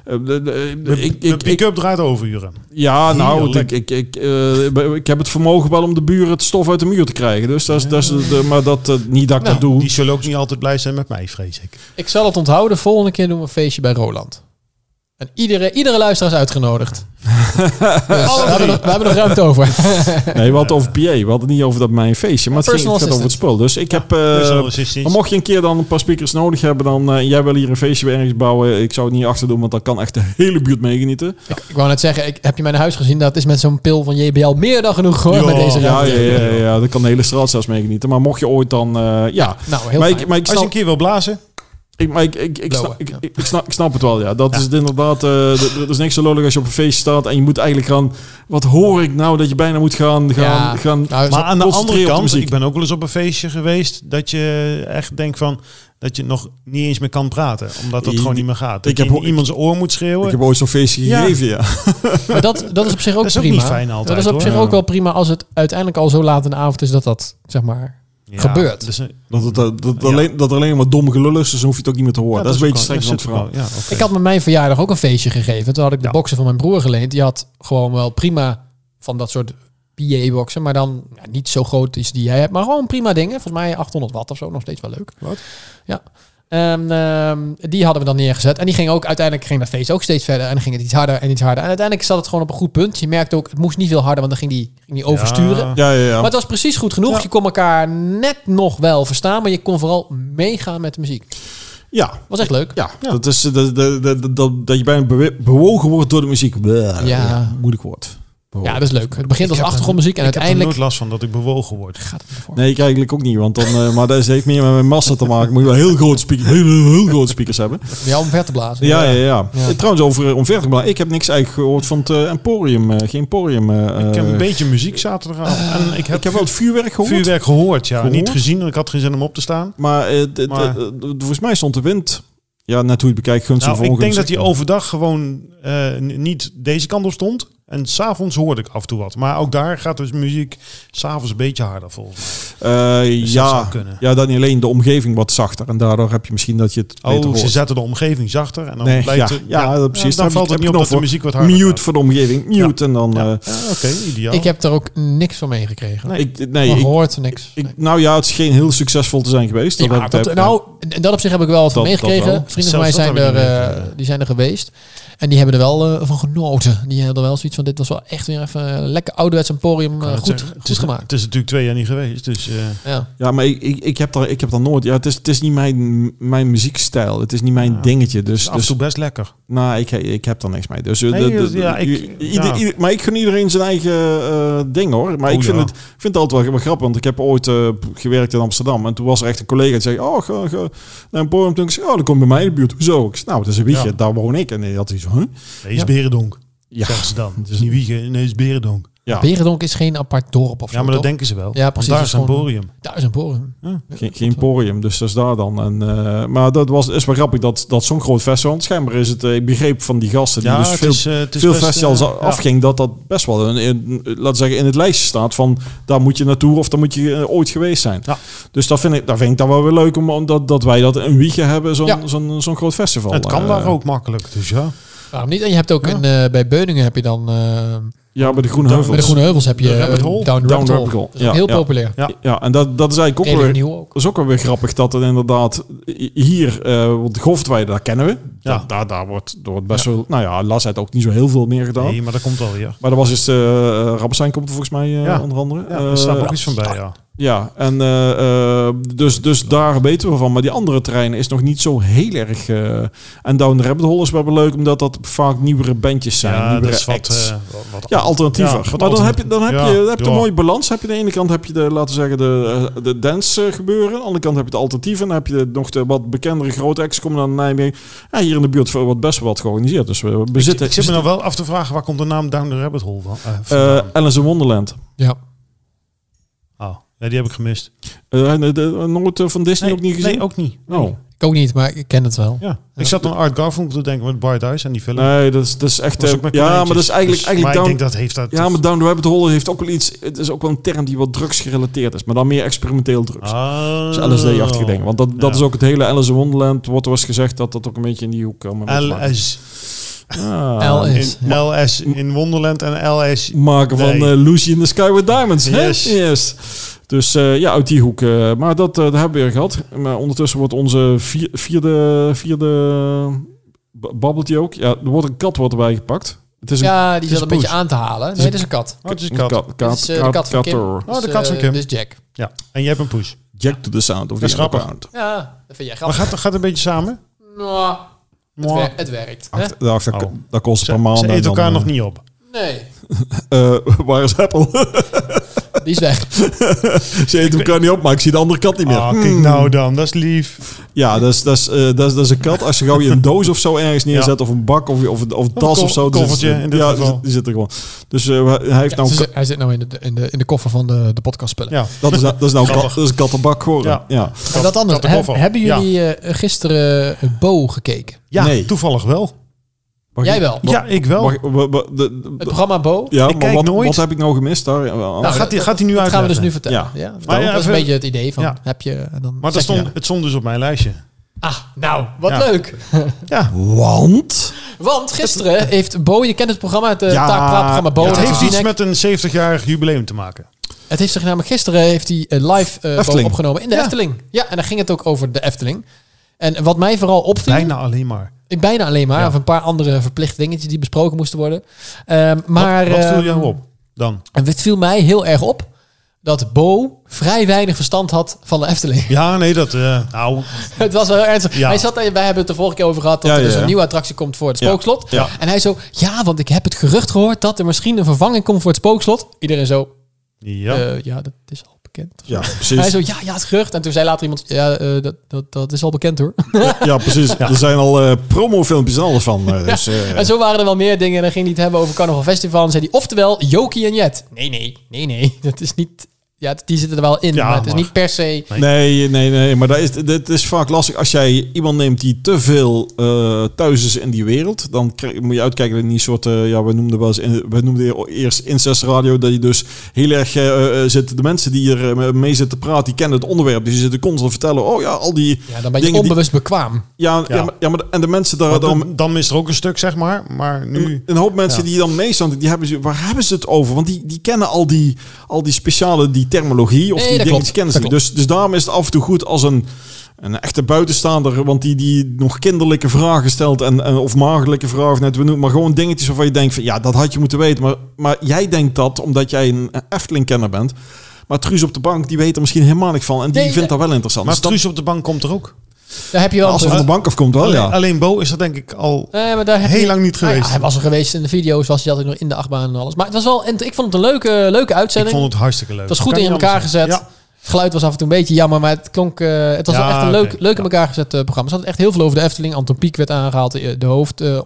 [SPEAKER 4] de- de- ik,
[SPEAKER 3] De
[SPEAKER 4] ik, ik,
[SPEAKER 3] pick-up draait overuren.
[SPEAKER 4] ja, nou,
[SPEAKER 3] Heerlijk.
[SPEAKER 4] ik, ik, ik, eh, ik heb het vermogen wel om de buren het stof uit de muur te krijgen. Dus dat is, dat is de, maar dat, eh, niet dat ik dat doe.
[SPEAKER 3] Die zullen ook niet altijd blij zijn met mij, vrees
[SPEAKER 4] Eh,
[SPEAKER 3] ik. Dus
[SPEAKER 2] Ik zal het onthouden. Volgende keer doen we een feestje bij Roland. En iedere, iedere luisteraar is
[SPEAKER 4] [LAUGHS]
[SPEAKER 2] uitgenodigd. Dus we, hebben nog, we hebben nog ruimte over.
[SPEAKER 4] Nee, we hadden het over PA. We hadden het niet over dat mijn feestje. Maar het, ging,
[SPEAKER 2] Personal
[SPEAKER 4] het gaat over het spul. Dus ik heb... eh,
[SPEAKER 3] Personal assistants.
[SPEAKER 4] maar mocht je een keer dan een paar speakers nodig hebben, dan eh, jij wil hier een feestje bij ergens bouwen. Ik zou het niet achter doen, want dan kan echt de hele buurt meegenieten.
[SPEAKER 2] Ik, ik wou net zeggen, ik, heb je mijn huis gezien? Dat is met zo'n pil van JBL meer dan genoeg hoor,
[SPEAKER 3] Ja,
[SPEAKER 2] met deze
[SPEAKER 4] Ja,
[SPEAKER 2] ruimte.
[SPEAKER 4] ja, ja, ja, ja, dat kan de hele straat zelfs meegenieten. Maar mocht je ooit dan, eh, ja.
[SPEAKER 2] Nou, heel
[SPEAKER 4] maar,
[SPEAKER 2] fijn.
[SPEAKER 4] ik, maar ik
[SPEAKER 3] Als je
[SPEAKER 4] snap,
[SPEAKER 3] een keer wil blazen,
[SPEAKER 4] Ik, maar ik, ik, ik,
[SPEAKER 2] Blauwe,
[SPEAKER 4] snap, ik,
[SPEAKER 2] ja.
[SPEAKER 4] ik, ik snap, ik snap het wel, ja. Dat is het inderdaad... eh, d- d- er is niks zo lullig als je op een feest staat en je moet eigenlijk gaan... Wat hoor ik nou dat je bijna moet gaan... gaan,
[SPEAKER 2] Ja.
[SPEAKER 4] gaan
[SPEAKER 2] Nou,
[SPEAKER 3] maar aan de andere
[SPEAKER 4] concentreer op de
[SPEAKER 3] kant,
[SPEAKER 4] muziek.
[SPEAKER 3] ik ben ook wel eens op een feestje geweest dat je echt denkt van dat je nog niet eens meer kan praten, omdat dat
[SPEAKER 4] Ik-
[SPEAKER 3] gewoon niet meer gaat. Dat
[SPEAKER 4] ik
[SPEAKER 3] je
[SPEAKER 4] heb
[SPEAKER 3] in
[SPEAKER 4] ook-
[SPEAKER 3] iemand zijn oor moet schreeuwen.
[SPEAKER 4] ik heb ooit zo'n feestje
[SPEAKER 3] Nou, Ja.
[SPEAKER 4] gegeven, ja.
[SPEAKER 2] Maar dat, dat is op zich ook
[SPEAKER 3] Dat is ook
[SPEAKER 2] prima.
[SPEAKER 3] niet fijn altijd,
[SPEAKER 2] dat is op
[SPEAKER 3] hoor.
[SPEAKER 2] zich
[SPEAKER 3] Ja.
[SPEAKER 2] ook wel prima als het uiteindelijk al zo laat in de avond is dat dat, zeg maar...
[SPEAKER 3] Ja,
[SPEAKER 2] gebeurt.
[SPEAKER 3] dus, eh, ja,
[SPEAKER 4] Dat, het- dat, dat,
[SPEAKER 3] Ja.
[SPEAKER 4] alleen, dat er alleen maar dom gelul is, dus dan hoef je het ook niet meer te horen. dat, is een beetje
[SPEAKER 3] ook
[SPEAKER 4] streng van het verhaal.
[SPEAKER 3] wel- Ja, oké.
[SPEAKER 2] Ik had met mijn verjaardag ook een feestje gegeven. Toen had ik de
[SPEAKER 3] Ja.
[SPEAKER 2] boxen van mijn broer geleend. Die had gewoon wel prima van dat soort PA-boxen. Maar dan ja, niet zo groot is die jij hebt. Maar gewoon prima dingen. Volgens mij 800 watt of zo. Nog steeds wel leuk.
[SPEAKER 3] Wat?
[SPEAKER 2] Ja. En, ehm, die hadden we dan neergezet. En die ging ook uiteindelijk ging dat feest ook steeds verder. En dan ging het iets harder en iets harder. En uiteindelijk zat het gewoon op een goed punt. Je merkte ook, het moest niet veel harder, want dan ging die, ging die oversturen.
[SPEAKER 3] Ja.
[SPEAKER 4] Ja, ja, ja.
[SPEAKER 2] Maar het was precies goed genoeg.
[SPEAKER 3] Ja.
[SPEAKER 2] Je kon elkaar net nog wel verstaan. Maar je kon vooral meegaan met de muziek.
[SPEAKER 4] ja.
[SPEAKER 2] Was echt leuk.
[SPEAKER 4] Ja, dat is eh, dat, dat, dat, dat, dat je bijna bewe- bewogen wordt door de muziek. Bleh,
[SPEAKER 2] Ja.
[SPEAKER 4] Moeilijk woord.
[SPEAKER 2] Ja, dat is leuk. Het begint als
[SPEAKER 3] heb
[SPEAKER 2] achtergrondmuziek en
[SPEAKER 3] ik heb er
[SPEAKER 2] uiteindelijk
[SPEAKER 3] nooit last van dat ik bewogen word.
[SPEAKER 2] gaat het ervoor.
[SPEAKER 4] Nee, ik eigenlijk ook niet, want dan, eh, maar dat heeft meer met mijn massa te maken. Moet je wel heel grote speakers, heel, heel, heel grote speakers hebben.
[SPEAKER 2] Om jou omver te blazen.
[SPEAKER 4] Ja, ja, ja.
[SPEAKER 2] Ja.
[SPEAKER 4] Eh, Trouwens, over eh, omvertig maar ik heb niks eigenlijk gehoord van het eh, Emporium. eh, geen Emporium. eh,
[SPEAKER 3] Ik heb
[SPEAKER 4] eh,
[SPEAKER 3] een beetje muziek zaterdagavond. En ik heb,
[SPEAKER 4] ik heb wel het vuurwerk gehoord.
[SPEAKER 3] vuurwerk gehoord, ja.
[SPEAKER 4] Gehoord?
[SPEAKER 3] Niet gezien, want ik had geen zin om op te staan.
[SPEAKER 4] Maar, eh, d- d-
[SPEAKER 3] Maar-
[SPEAKER 4] d- d- volgens mij stond de wind. Ja, net hoe je het bekijkt, gunstig
[SPEAKER 3] Nou,
[SPEAKER 4] voor
[SPEAKER 3] ik denk
[SPEAKER 4] ongunstig.
[SPEAKER 3] dat hij overdag gewoon eh, n- niet deze kant op stond. En s'avonds hoorde ik af en toe wat. Maar ook daar gaat dus muziek s'avonds een beetje harder volgens mij.
[SPEAKER 4] Eh,
[SPEAKER 3] Dus dat zou
[SPEAKER 4] ja,
[SPEAKER 3] kunnen.
[SPEAKER 4] ja, dan alleen de omgeving wat zachter. En daardoor heb je misschien dat je het beter
[SPEAKER 3] Oh, ze
[SPEAKER 4] hoort.
[SPEAKER 3] zetten de omgeving zachter. En dan
[SPEAKER 4] Nee, ja,
[SPEAKER 3] blijkt
[SPEAKER 4] ja,
[SPEAKER 3] het-
[SPEAKER 4] dat precies.
[SPEAKER 3] Dan,
[SPEAKER 4] Daar
[SPEAKER 3] valt
[SPEAKER 4] heb
[SPEAKER 3] het
[SPEAKER 4] ik-
[SPEAKER 3] niet op
[SPEAKER 4] heb ik
[SPEAKER 3] dat de
[SPEAKER 4] nog
[SPEAKER 3] muziek wat harder
[SPEAKER 4] Mute
[SPEAKER 3] gaat.
[SPEAKER 4] voor de omgeving, mute. En dan...
[SPEAKER 3] Ja.
[SPEAKER 4] eh,
[SPEAKER 3] Ah, Oké, ideaal.
[SPEAKER 2] Ik heb er ook niks van meegekregen. Nee,
[SPEAKER 3] Nee.
[SPEAKER 4] ik, nee,
[SPEAKER 2] ik
[SPEAKER 4] ik,
[SPEAKER 2] hoort niks.
[SPEAKER 4] ik- nou ja, het is geen heel succesvol te zijn geweest. Dat
[SPEAKER 2] Ja,
[SPEAKER 4] heb ik-
[SPEAKER 2] dat- nou, in dat op zich heb ik wel wat van
[SPEAKER 4] Dat- dat
[SPEAKER 2] meegekregen.
[SPEAKER 4] wel.
[SPEAKER 2] Vrienden
[SPEAKER 3] Zelfs
[SPEAKER 2] van mij
[SPEAKER 3] dat
[SPEAKER 2] zijn
[SPEAKER 3] heb ik
[SPEAKER 2] er,
[SPEAKER 3] niet
[SPEAKER 2] eh,
[SPEAKER 3] meegekregen.
[SPEAKER 2] die zijn er geweest. En die hebben er wel eh, van genoten. Die hadden wel zoiets van, dit was wel echt weer even eh, lekker ouderwets Emporium eh,
[SPEAKER 3] Maar het
[SPEAKER 2] goed,
[SPEAKER 3] is- het
[SPEAKER 2] goed
[SPEAKER 3] is,
[SPEAKER 2] gemaakt.
[SPEAKER 3] Het is natuurlijk twee jaar niet geweest, dus... eh,
[SPEAKER 2] Ja.
[SPEAKER 4] Ja, maar ik, ik, ik, heb, daar, ik heb daar nooit... Ja, het, is, het is niet mijn, mijn muziekstijl. Het is niet mijn
[SPEAKER 3] Ja.
[SPEAKER 4] dingetje. Dus,
[SPEAKER 3] af en
[SPEAKER 4] dus
[SPEAKER 3] toe best lekker.
[SPEAKER 4] nou, ik, ik heb daar niks mee. Dus, eh,
[SPEAKER 3] Nee,
[SPEAKER 4] de- de- de-
[SPEAKER 3] ja, ik-
[SPEAKER 4] i- ieder-
[SPEAKER 3] ja.
[SPEAKER 4] ieder- maar ik gun iedereen zijn eigen eh, ding, hoor. Maar
[SPEAKER 3] Oh,
[SPEAKER 4] ik vind,
[SPEAKER 3] ja.
[SPEAKER 4] het, ik vind het altijd wel, wel grappig. Want ik heb ooit eh, gewerkt in Amsterdam. En toen was er echt een collega die zei... Oh, ga, ga naar een podium. Toen ik zei, oh, dat komt bij mij in de buurt. Hoezo? Ik zei, nou, dat is een wiegje.
[SPEAKER 3] Ja.
[SPEAKER 4] Daar woon ik. En die had iets van... huh?
[SPEAKER 3] Nee, is Berendonk,
[SPEAKER 4] Ja,
[SPEAKER 3] zeggen ze dan.
[SPEAKER 4] [LAUGHS]
[SPEAKER 3] Het is niet Wiegen, nee, het is Berendonk.
[SPEAKER 4] ja.
[SPEAKER 2] Berendonk is geen apart dorp of zo,
[SPEAKER 3] Ja, maar dat
[SPEAKER 2] toch?
[SPEAKER 3] denken ze wel.
[SPEAKER 2] Ja,
[SPEAKER 3] Want
[SPEAKER 2] precies,
[SPEAKER 3] daar
[SPEAKER 2] het
[SPEAKER 3] is
[SPEAKER 2] is
[SPEAKER 3] een
[SPEAKER 2] gewoon-
[SPEAKER 3] porium.
[SPEAKER 2] Daar is Emporium.
[SPEAKER 4] Geen, geen podium, dus dat is daar dan. En, eh, maar dat was, is wel grappig dat, dat zo'n groot festival... want Schijnbaar is het, eh, ik begreep van die gasten... die
[SPEAKER 3] Ja,
[SPEAKER 4] dus
[SPEAKER 3] het
[SPEAKER 4] veel,
[SPEAKER 3] is, eh, het is
[SPEAKER 4] veel
[SPEAKER 3] best,
[SPEAKER 4] festivals
[SPEAKER 3] eh,
[SPEAKER 4] a-
[SPEAKER 3] ja.
[SPEAKER 4] afging... dat dat best wel, een, een- laten we zeggen, in het lijstje staat... van daar moet je naartoe of daar moet je eh, ooit geweest zijn.
[SPEAKER 3] Ja.
[SPEAKER 4] Dus dat vind ik, dat vind ik dan wel weer leuk... Om, omdat, dat wij dat een wiegje hebben, zo'n
[SPEAKER 2] Ja.
[SPEAKER 4] zo'n zo'n groot festival.
[SPEAKER 3] Het kan
[SPEAKER 4] Eh,
[SPEAKER 3] daar ook makkelijk, dus ja.
[SPEAKER 2] Waarom niet? En je hebt ook een, eh, bij Beuningen heb je dan... eh,
[SPEAKER 4] Ja, bij de Groene Heuvels.
[SPEAKER 2] bij de Groene Heuvels heb je
[SPEAKER 3] De
[SPEAKER 2] eh,
[SPEAKER 3] Rabbit Hole.
[SPEAKER 2] Down the Rabbit
[SPEAKER 4] Down the
[SPEAKER 2] Hole.
[SPEAKER 4] Rabbit Hole.
[SPEAKER 2] Dat is ook
[SPEAKER 4] Ja,
[SPEAKER 2] heel
[SPEAKER 4] ja.
[SPEAKER 2] populair.
[SPEAKER 4] Ja, en dat, dat is eigenlijk ook
[SPEAKER 2] Redelijk
[SPEAKER 4] weer...
[SPEAKER 2] nieuw ook.
[SPEAKER 4] Dat is ook wel weer grappig dat het inderdaad i- hier, eh want de golfweide, daar kennen we.
[SPEAKER 3] Ja.
[SPEAKER 4] Ja. Daar, daar wordt, er wordt best wel, nou ja, Las heeft ook niet zo heel veel meer gedaan.
[SPEAKER 3] Nee, maar dat komt wel weer.
[SPEAKER 4] Maar er was dus, eh eh, Rabbestein komt er volgens mij eh,
[SPEAKER 3] Ja.
[SPEAKER 4] onder andere.
[SPEAKER 3] Ja,
[SPEAKER 4] Eh,
[SPEAKER 3] daar staat nog iets van bij, ja.
[SPEAKER 4] ja, en eh, eh, dus, dus daar weten we van. Maar die andere terreinen is nog niet zo heel erg... eh, en Down the Rabbit Hole is wel weer leuk, omdat dat vaak nieuwere bandjes zijn.
[SPEAKER 3] Ja,
[SPEAKER 4] nieuwere
[SPEAKER 3] dat is wat...
[SPEAKER 4] acts.
[SPEAKER 3] eh, wat- wat-
[SPEAKER 4] Ja, alternatiever.
[SPEAKER 3] Ja, wat
[SPEAKER 4] maar dan heb je, dan heb je,
[SPEAKER 3] alternatief.
[SPEAKER 4] dan
[SPEAKER 3] Ja,
[SPEAKER 4] heb je
[SPEAKER 3] ja.
[SPEAKER 4] een mooie balans. Heb je aan de ene kant heb je de, laten we zeggen, de, eh, de dance eh, gebeuren. Aan de andere kant heb je de alternatieven. Dan heb je de- nog de wat bekendere grote acts komen naar Nijmegen. Ja, hier in de buurt wordt best wel wat georganiseerd. Dus we, we zitten...
[SPEAKER 3] Ik zit me nou wel af te vragen, waar komt de naam Down the Rabbit Hole van? Eh,
[SPEAKER 4] eh,
[SPEAKER 3] vandaan?
[SPEAKER 4] Alice in Wonderland.
[SPEAKER 2] Ja.
[SPEAKER 3] oh, nee, die heb ik gemist.
[SPEAKER 4] Eh, de, de, nooit eh, van Disney ook niet gezien?
[SPEAKER 3] Nee, ook niet.
[SPEAKER 4] Oh.
[SPEAKER 2] Ik ook niet, maar ik ken het wel.
[SPEAKER 3] Ja. Ik zat aan Art Garfunkel te denken met Bright Eyes en die film.
[SPEAKER 4] Nee, dat is, dat is echt...
[SPEAKER 3] Was
[SPEAKER 4] eh,
[SPEAKER 3] ook met
[SPEAKER 4] ja,
[SPEAKER 3] konijntjes.
[SPEAKER 4] maar dat is eigenlijk...
[SPEAKER 3] Dus-
[SPEAKER 4] eigenlijk
[SPEAKER 3] maar
[SPEAKER 4] down,
[SPEAKER 3] ik denk dat heeft dat...
[SPEAKER 4] ja, maar Down the Rabbit Hole heeft ook wel iets... Het is ook wel een term die wat drugs gerelateerd is. Maar dan meer experimenteel drugs.
[SPEAKER 3] Ah.
[SPEAKER 4] Dat is LSD-achtige dingen. Want dat, dat
[SPEAKER 3] Ja.
[SPEAKER 4] is ook het hele Alice in Wonderland. Wordt er was gezegd dat dat ook een beetje in die hoek kwam.
[SPEAKER 3] LS.
[SPEAKER 4] Ah.
[SPEAKER 2] LS.
[SPEAKER 3] In, LS in Wonderland en LS...
[SPEAKER 4] Maken van
[SPEAKER 3] Nee.
[SPEAKER 4] eh, Lucy in the Sky with Diamonds. hè?
[SPEAKER 3] Yes.
[SPEAKER 4] yes. Dus eh, ja, uit die hoek. eh, maar dat, eh, dat hebben we weer gehad. Maar ondertussen wordt onze vier- vierde... vierde b- babbelt hij ook? Ja, er wordt een kat wordt erbij gepakt. Het is een
[SPEAKER 2] Ja, die
[SPEAKER 4] is
[SPEAKER 2] zat een
[SPEAKER 4] poes.
[SPEAKER 2] beetje aan te halen. Nee,
[SPEAKER 4] is
[SPEAKER 2] dit is een kat.
[SPEAKER 3] Oh, het is een
[SPEAKER 4] een
[SPEAKER 3] kat.
[SPEAKER 4] kat.
[SPEAKER 2] Dit
[SPEAKER 4] kat,
[SPEAKER 2] is eh, de kat van Kim.
[SPEAKER 4] katter.
[SPEAKER 3] Oh, de
[SPEAKER 2] Dus,
[SPEAKER 3] kat van
[SPEAKER 2] eh,
[SPEAKER 3] Kim.
[SPEAKER 2] Dit is Jack.
[SPEAKER 3] Ja. En jij hebt een poes.
[SPEAKER 4] Jack to the sound of
[SPEAKER 3] Dat is
[SPEAKER 4] the
[SPEAKER 3] grappig.
[SPEAKER 4] underground.
[SPEAKER 2] Ja, dat vind jij
[SPEAKER 3] Maar
[SPEAKER 2] grappig.
[SPEAKER 3] gaat, gaat een beetje samen?
[SPEAKER 2] Nou, het,
[SPEAKER 3] Mwah.
[SPEAKER 2] wer- het werkt. hè?
[SPEAKER 4] Ach, dat, nou, dat,
[SPEAKER 3] Oh.
[SPEAKER 4] dat kost per
[SPEAKER 3] Ze,
[SPEAKER 4] maand.
[SPEAKER 3] ze
[SPEAKER 4] en
[SPEAKER 3] eten
[SPEAKER 4] dan,
[SPEAKER 3] elkaar
[SPEAKER 4] eh,
[SPEAKER 3] nog niet op.
[SPEAKER 2] Nee,
[SPEAKER 4] eh, [LAUGHS] waar is Apple?
[SPEAKER 3] [LAUGHS]
[SPEAKER 2] die is
[SPEAKER 4] [LAUGHS]
[SPEAKER 2] weg.
[SPEAKER 4] Ze eten elkaar niet op, maar ik zie de andere kat niet meer.
[SPEAKER 3] Ah, kijk nou dan, dat is lief.
[SPEAKER 4] Ja, dat is, dat, is, eh, dat, is, dat is een kat. Als je gauw je een doos of zo ergens neerzet, of een bak of, of, of een
[SPEAKER 3] een
[SPEAKER 4] tas
[SPEAKER 3] ko-
[SPEAKER 4] of zo. dan
[SPEAKER 3] koffertje
[SPEAKER 4] zit-
[SPEAKER 3] in dit
[SPEAKER 4] ja,
[SPEAKER 3] geval.
[SPEAKER 4] die zit- die zit er gewoon. Dus eh, hij heeft nou...
[SPEAKER 2] Ze
[SPEAKER 4] een
[SPEAKER 2] zit- hij zit nou in de, in de, in de koffer van de, de podcastspullen.
[SPEAKER 3] Ja.
[SPEAKER 4] ka- Dat is, dat is nou een kat,
[SPEAKER 3] Grappig.
[SPEAKER 4] dat is een kattenbak geworden.
[SPEAKER 3] Ja.
[SPEAKER 4] Ja.
[SPEAKER 2] Maar wat anders.
[SPEAKER 3] Kat- katten-
[SPEAKER 2] Heb- hebben
[SPEAKER 3] Ja.
[SPEAKER 2] jullie eh, gisteren eh, Bo gekeken?
[SPEAKER 3] Ja,
[SPEAKER 4] Nee.
[SPEAKER 3] toevallig wel.
[SPEAKER 4] Mag
[SPEAKER 2] Jij
[SPEAKER 4] ik-
[SPEAKER 2] wel?
[SPEAKER 4] mag-
[SPEAKER 3] Ja, ik wel.
[SPEAKER 4] mag ik- wa- wa- de- de-
[SPEAKER 2] Het programma Bo?
[SPEAKER 4] ja,
[SPEAKER 3] Ik
[SPEAKER 4] maar
[SPEAKER 3] kijk
[SPEAKER 4] wat,
[SPEAKER 3] nooit.
[SPEAKER 4] wat heb ik nou gemist daar? Ja,
[SPEAKER 3] Nou, gaat die-
[SPEAKER 2] dat-
[SPEAKER 3] gaat die nu
[SPEAKER 2] dat gaan we dus
[SPEAKER 3] uitleggen?
[SPEAKER 2] nu vertellen.
[SPEAKER 4] Ja.
[SPEAKER 2] Ja.
[SPEAKER 3] Maar
[SPEAKER 2] maar
[SPEAKER 3] ja,
[SPEAKER 2] dat is een
[SPEAKER 3] even-
[SPEAKER 2] beetje het idee van,
[SPEAKER 3] ja.
[SPEAKER 2] heb je... En dan zeg
[SPEAKER 3] Maar dat
[SPEAKER 2] je
[SPEAKER 3] stond, het stond dus op mijn lijstje.
[SPEAKER 2] dat. Ah, nou, wat
[SPEAKER 3] Ja.
[SPEAKER 2] leuk.
[SPEAKER 3] Ja,
[SPEAKER 4] Want?
[SPEAKER 2] Want gisteren heeft Bo, je kent het programma, het eh,
[SPEAKER 4] Ja,
[SPEAKER 2] taakpraatprogramma Bo.
[SPEAKER 4] ja.
[SPEAKER 3] het
[SPEAKER 2] dat is
[SPEAKER 3] heeft iets
[SPEAKER 2] Jinek.
[SPEAKER 3] met een 70-jarig jubileum te maken.
[SPEAKER 2] Het heeft zich namelijk gisteren heeft hij eh, live eh,
[SPEAKER 4] Efteling.
[SPEAKER 2] opgenomen in de
[SPEAKER 3] Ja.
[SPEAKER 2] Efteling. Ja, en dan ging het ook over de Efteling. En wat mij vooral opviel, bijna,
[SPEAKER 3] Bijna alleen maar.
[SPEAKER 2] bijna alleen maar,
[SPEAKER 3] Ja.
[SPEAKER 2] of een paar andere verplicht dingetjes die besproken moesten worden. Ehm, maar
[SPEAKER 3] wat, wat viel
[SPEAKER 2] ehm,
[SPEAKER 3] jou op dan?
[SPEAKER 2] En het viel mij heel erg op dat Bo vrij weinig verstand had van de Efteling.
[SPEAKER 3] Ja, nee, dat... eh, nou,
[SPEAKER 2] [LAUGHS] het was wel heel ernstig.
[SPEAKER 3] Ja.
[SPEAKER 2] Hij zat, daar- wij hebben het de vorige keer over gehad dat
[SPEAKER 4] Ja,
[SPEAKER 2] er
[SPEAKER 4] ja,
[SPEAKER 2] dus
[SPEAKER 4] ja.
[SPEAKER 2] een nieuwe attractie komt voor het
[SPEAKER 4] Ja.
[SPEAKER 2] spookslot.
[SPEAKER 4] Ja.
[SPEAKER 2] En hij zo, ja, want ik heb het gerucht gehoord dat er misschien een vervanging komt voor het spookslot. Iedereen zo,
[SPEAKER 3] ja.
[SPEAKER 2] ja, ja dat is al bekend.
[SPEAKER 4] Ja,
[SPEAKER 2] Hij
[SPEAKER 4] precies.
[SPEAKER 2] zo, ja, ja, het gerucht. En toen zei later iemand, ja, eh, dat, dat, dat is al bekend hoor.
[SPEAKER 4] Ja, precies. Er zijn al eh, promofilmpjes en alles van. eh, dus, eh,
[SPEAKER 2] En zo waren er wel meer dingen. En dan ging hij het hebben over Carnaval Festival. En zei hij, oftewel, Jokie en Jet. Nee, nee, nee, nee. [LAUGHS] Dat is niet... Ja, die zitten er wel in,
[SPEAKER 3] Ja,
[SPEAKER 2] maar het is
[SPEAKER 3] maar-
[SPEAKER 2] niet per se...
[SPEAKER 4] Nee, nee, nee. Maar dat is, dit is vaak lastig. Als jij iemand neemt die te veel eh, thuis is in die wereld, dan kri- moet je uitkijken dat je niet soort, eh, ja, we noemden wel eens, in- we noemden eerst incest radio, dat je dus heel erg eh, eh, zit, de mensen die hier eh, mee zitten praten, die kennen het onderwerp, dus die zitten constant te vertellen, oh ja, al die
[SPEAKER 2] Ja, dan ben je
[SPEAKER 4] dingen die-
[SPEAKER 2] onbewust bekwaam.
[SPEAKER 4] ja, ja.
[SPEAKER 3] Ja.
[SPEAKER 4] maar, ja, maar de- en de mensen daar
[SPEAKER 3] Want
[SPEAKER 4] dan
[SPEAKER 3] dan, dan is er ook een stuk, zeg maar. Maar nu...
[SPEAKER 4] een hoop mensen
[SPEAKER 3] Ja.
[SPEAKER 4] die dan meestaan, die hebben ze, waar hebben ze het over? Want die, die kennen al die, al die speciale die terminologie of
[SPEAKER 2] Nee,
[SPEAKER 4] die
[SPEAKER 2] dat
[SPEAKER 4] dingen
[SPEAKER 2] klopt.
[SPEAKER 4] die kennen ze.
[SPEAKER 2] Dat
[SPEAKER 4] niet. Dus, dus daarom is het af en toe goed als een, een echte buitenstaander, want die, die nog kinderlijke vragen stelt en, en of maagdelijke vragen, net, we noemen, maar gewoon dingetjes waarvan je denkt van ja, dat had je moeten weten. Maar, maar jij denkt dat omdat jij een Efteling-kenner bent. Maar Truus op de bank, die weet er misschien helemaal niks van en die
[SPEAKER 2] Nee,
[SPEAKER 4] vindt dat wel interessant.
[SPEAKER 3] Maar
[SPEAKER 4] Dus dat-
[SPEAKER 3] Truus op de bank komt er ook.
[SPEAKER 2] Daar heb je wel
[SPEAKER 4] Nou, als
[SPEAKER 2] een
[SPEAKER 4] hij van
[SPEAKER 2] punt.
[SPEAKER 4] de bank afkomt wel,
[SPEAKER 3] alleen,
[SPEAKER 4] ja.
[SPEAKER 3] alleen Bo is dat denk ik al...
[SPEAKER 2] Nee, maar daar heb
[SPEAKER 3] Heel
[SPEAKER 2] je-
[SPEAKER 3] lang niet
[SPEAKER 2] Nou ja,
[SPEAKER 3] geweest.
[SPEAKER 2] hij was er geweest in de video's, was hij altijd nog in de achtbaan en alles. Maar het was wel, en ik vond het een leuke, leuke
[SPEAKER 3] Ik
[SPEAKER 2] uitzending.
[SPEAKER 3] vond het hartstikke leuk.
[SPEAKER 2] Het was
[SPEAKER 3] Dat
[SPEAKER 2] goed
[SPEAKER 3] kan
[SPEAKER 2] in
[SPEAKER 3] niet
[SPEAKER 2] elkaar
[SPEAKER 3] anders zeggen.
[SPEAKER 2] gezet. Het geluid was af en toe een beetje jammer, maar het klonk. eh, het was
[SPEAKER 3] Ja,
[SPEAKER 2] wel echt een
[SPEAKER 3] oké.
[SPEAKER 2] leuk, leuk in
[SPEAKER 3] Ja.
[SPEAKER 2] elkaar gezet eh, programma. Ze hadden echt heel veel over de Efteling. Anton Pieck werd aangehaald, eh, de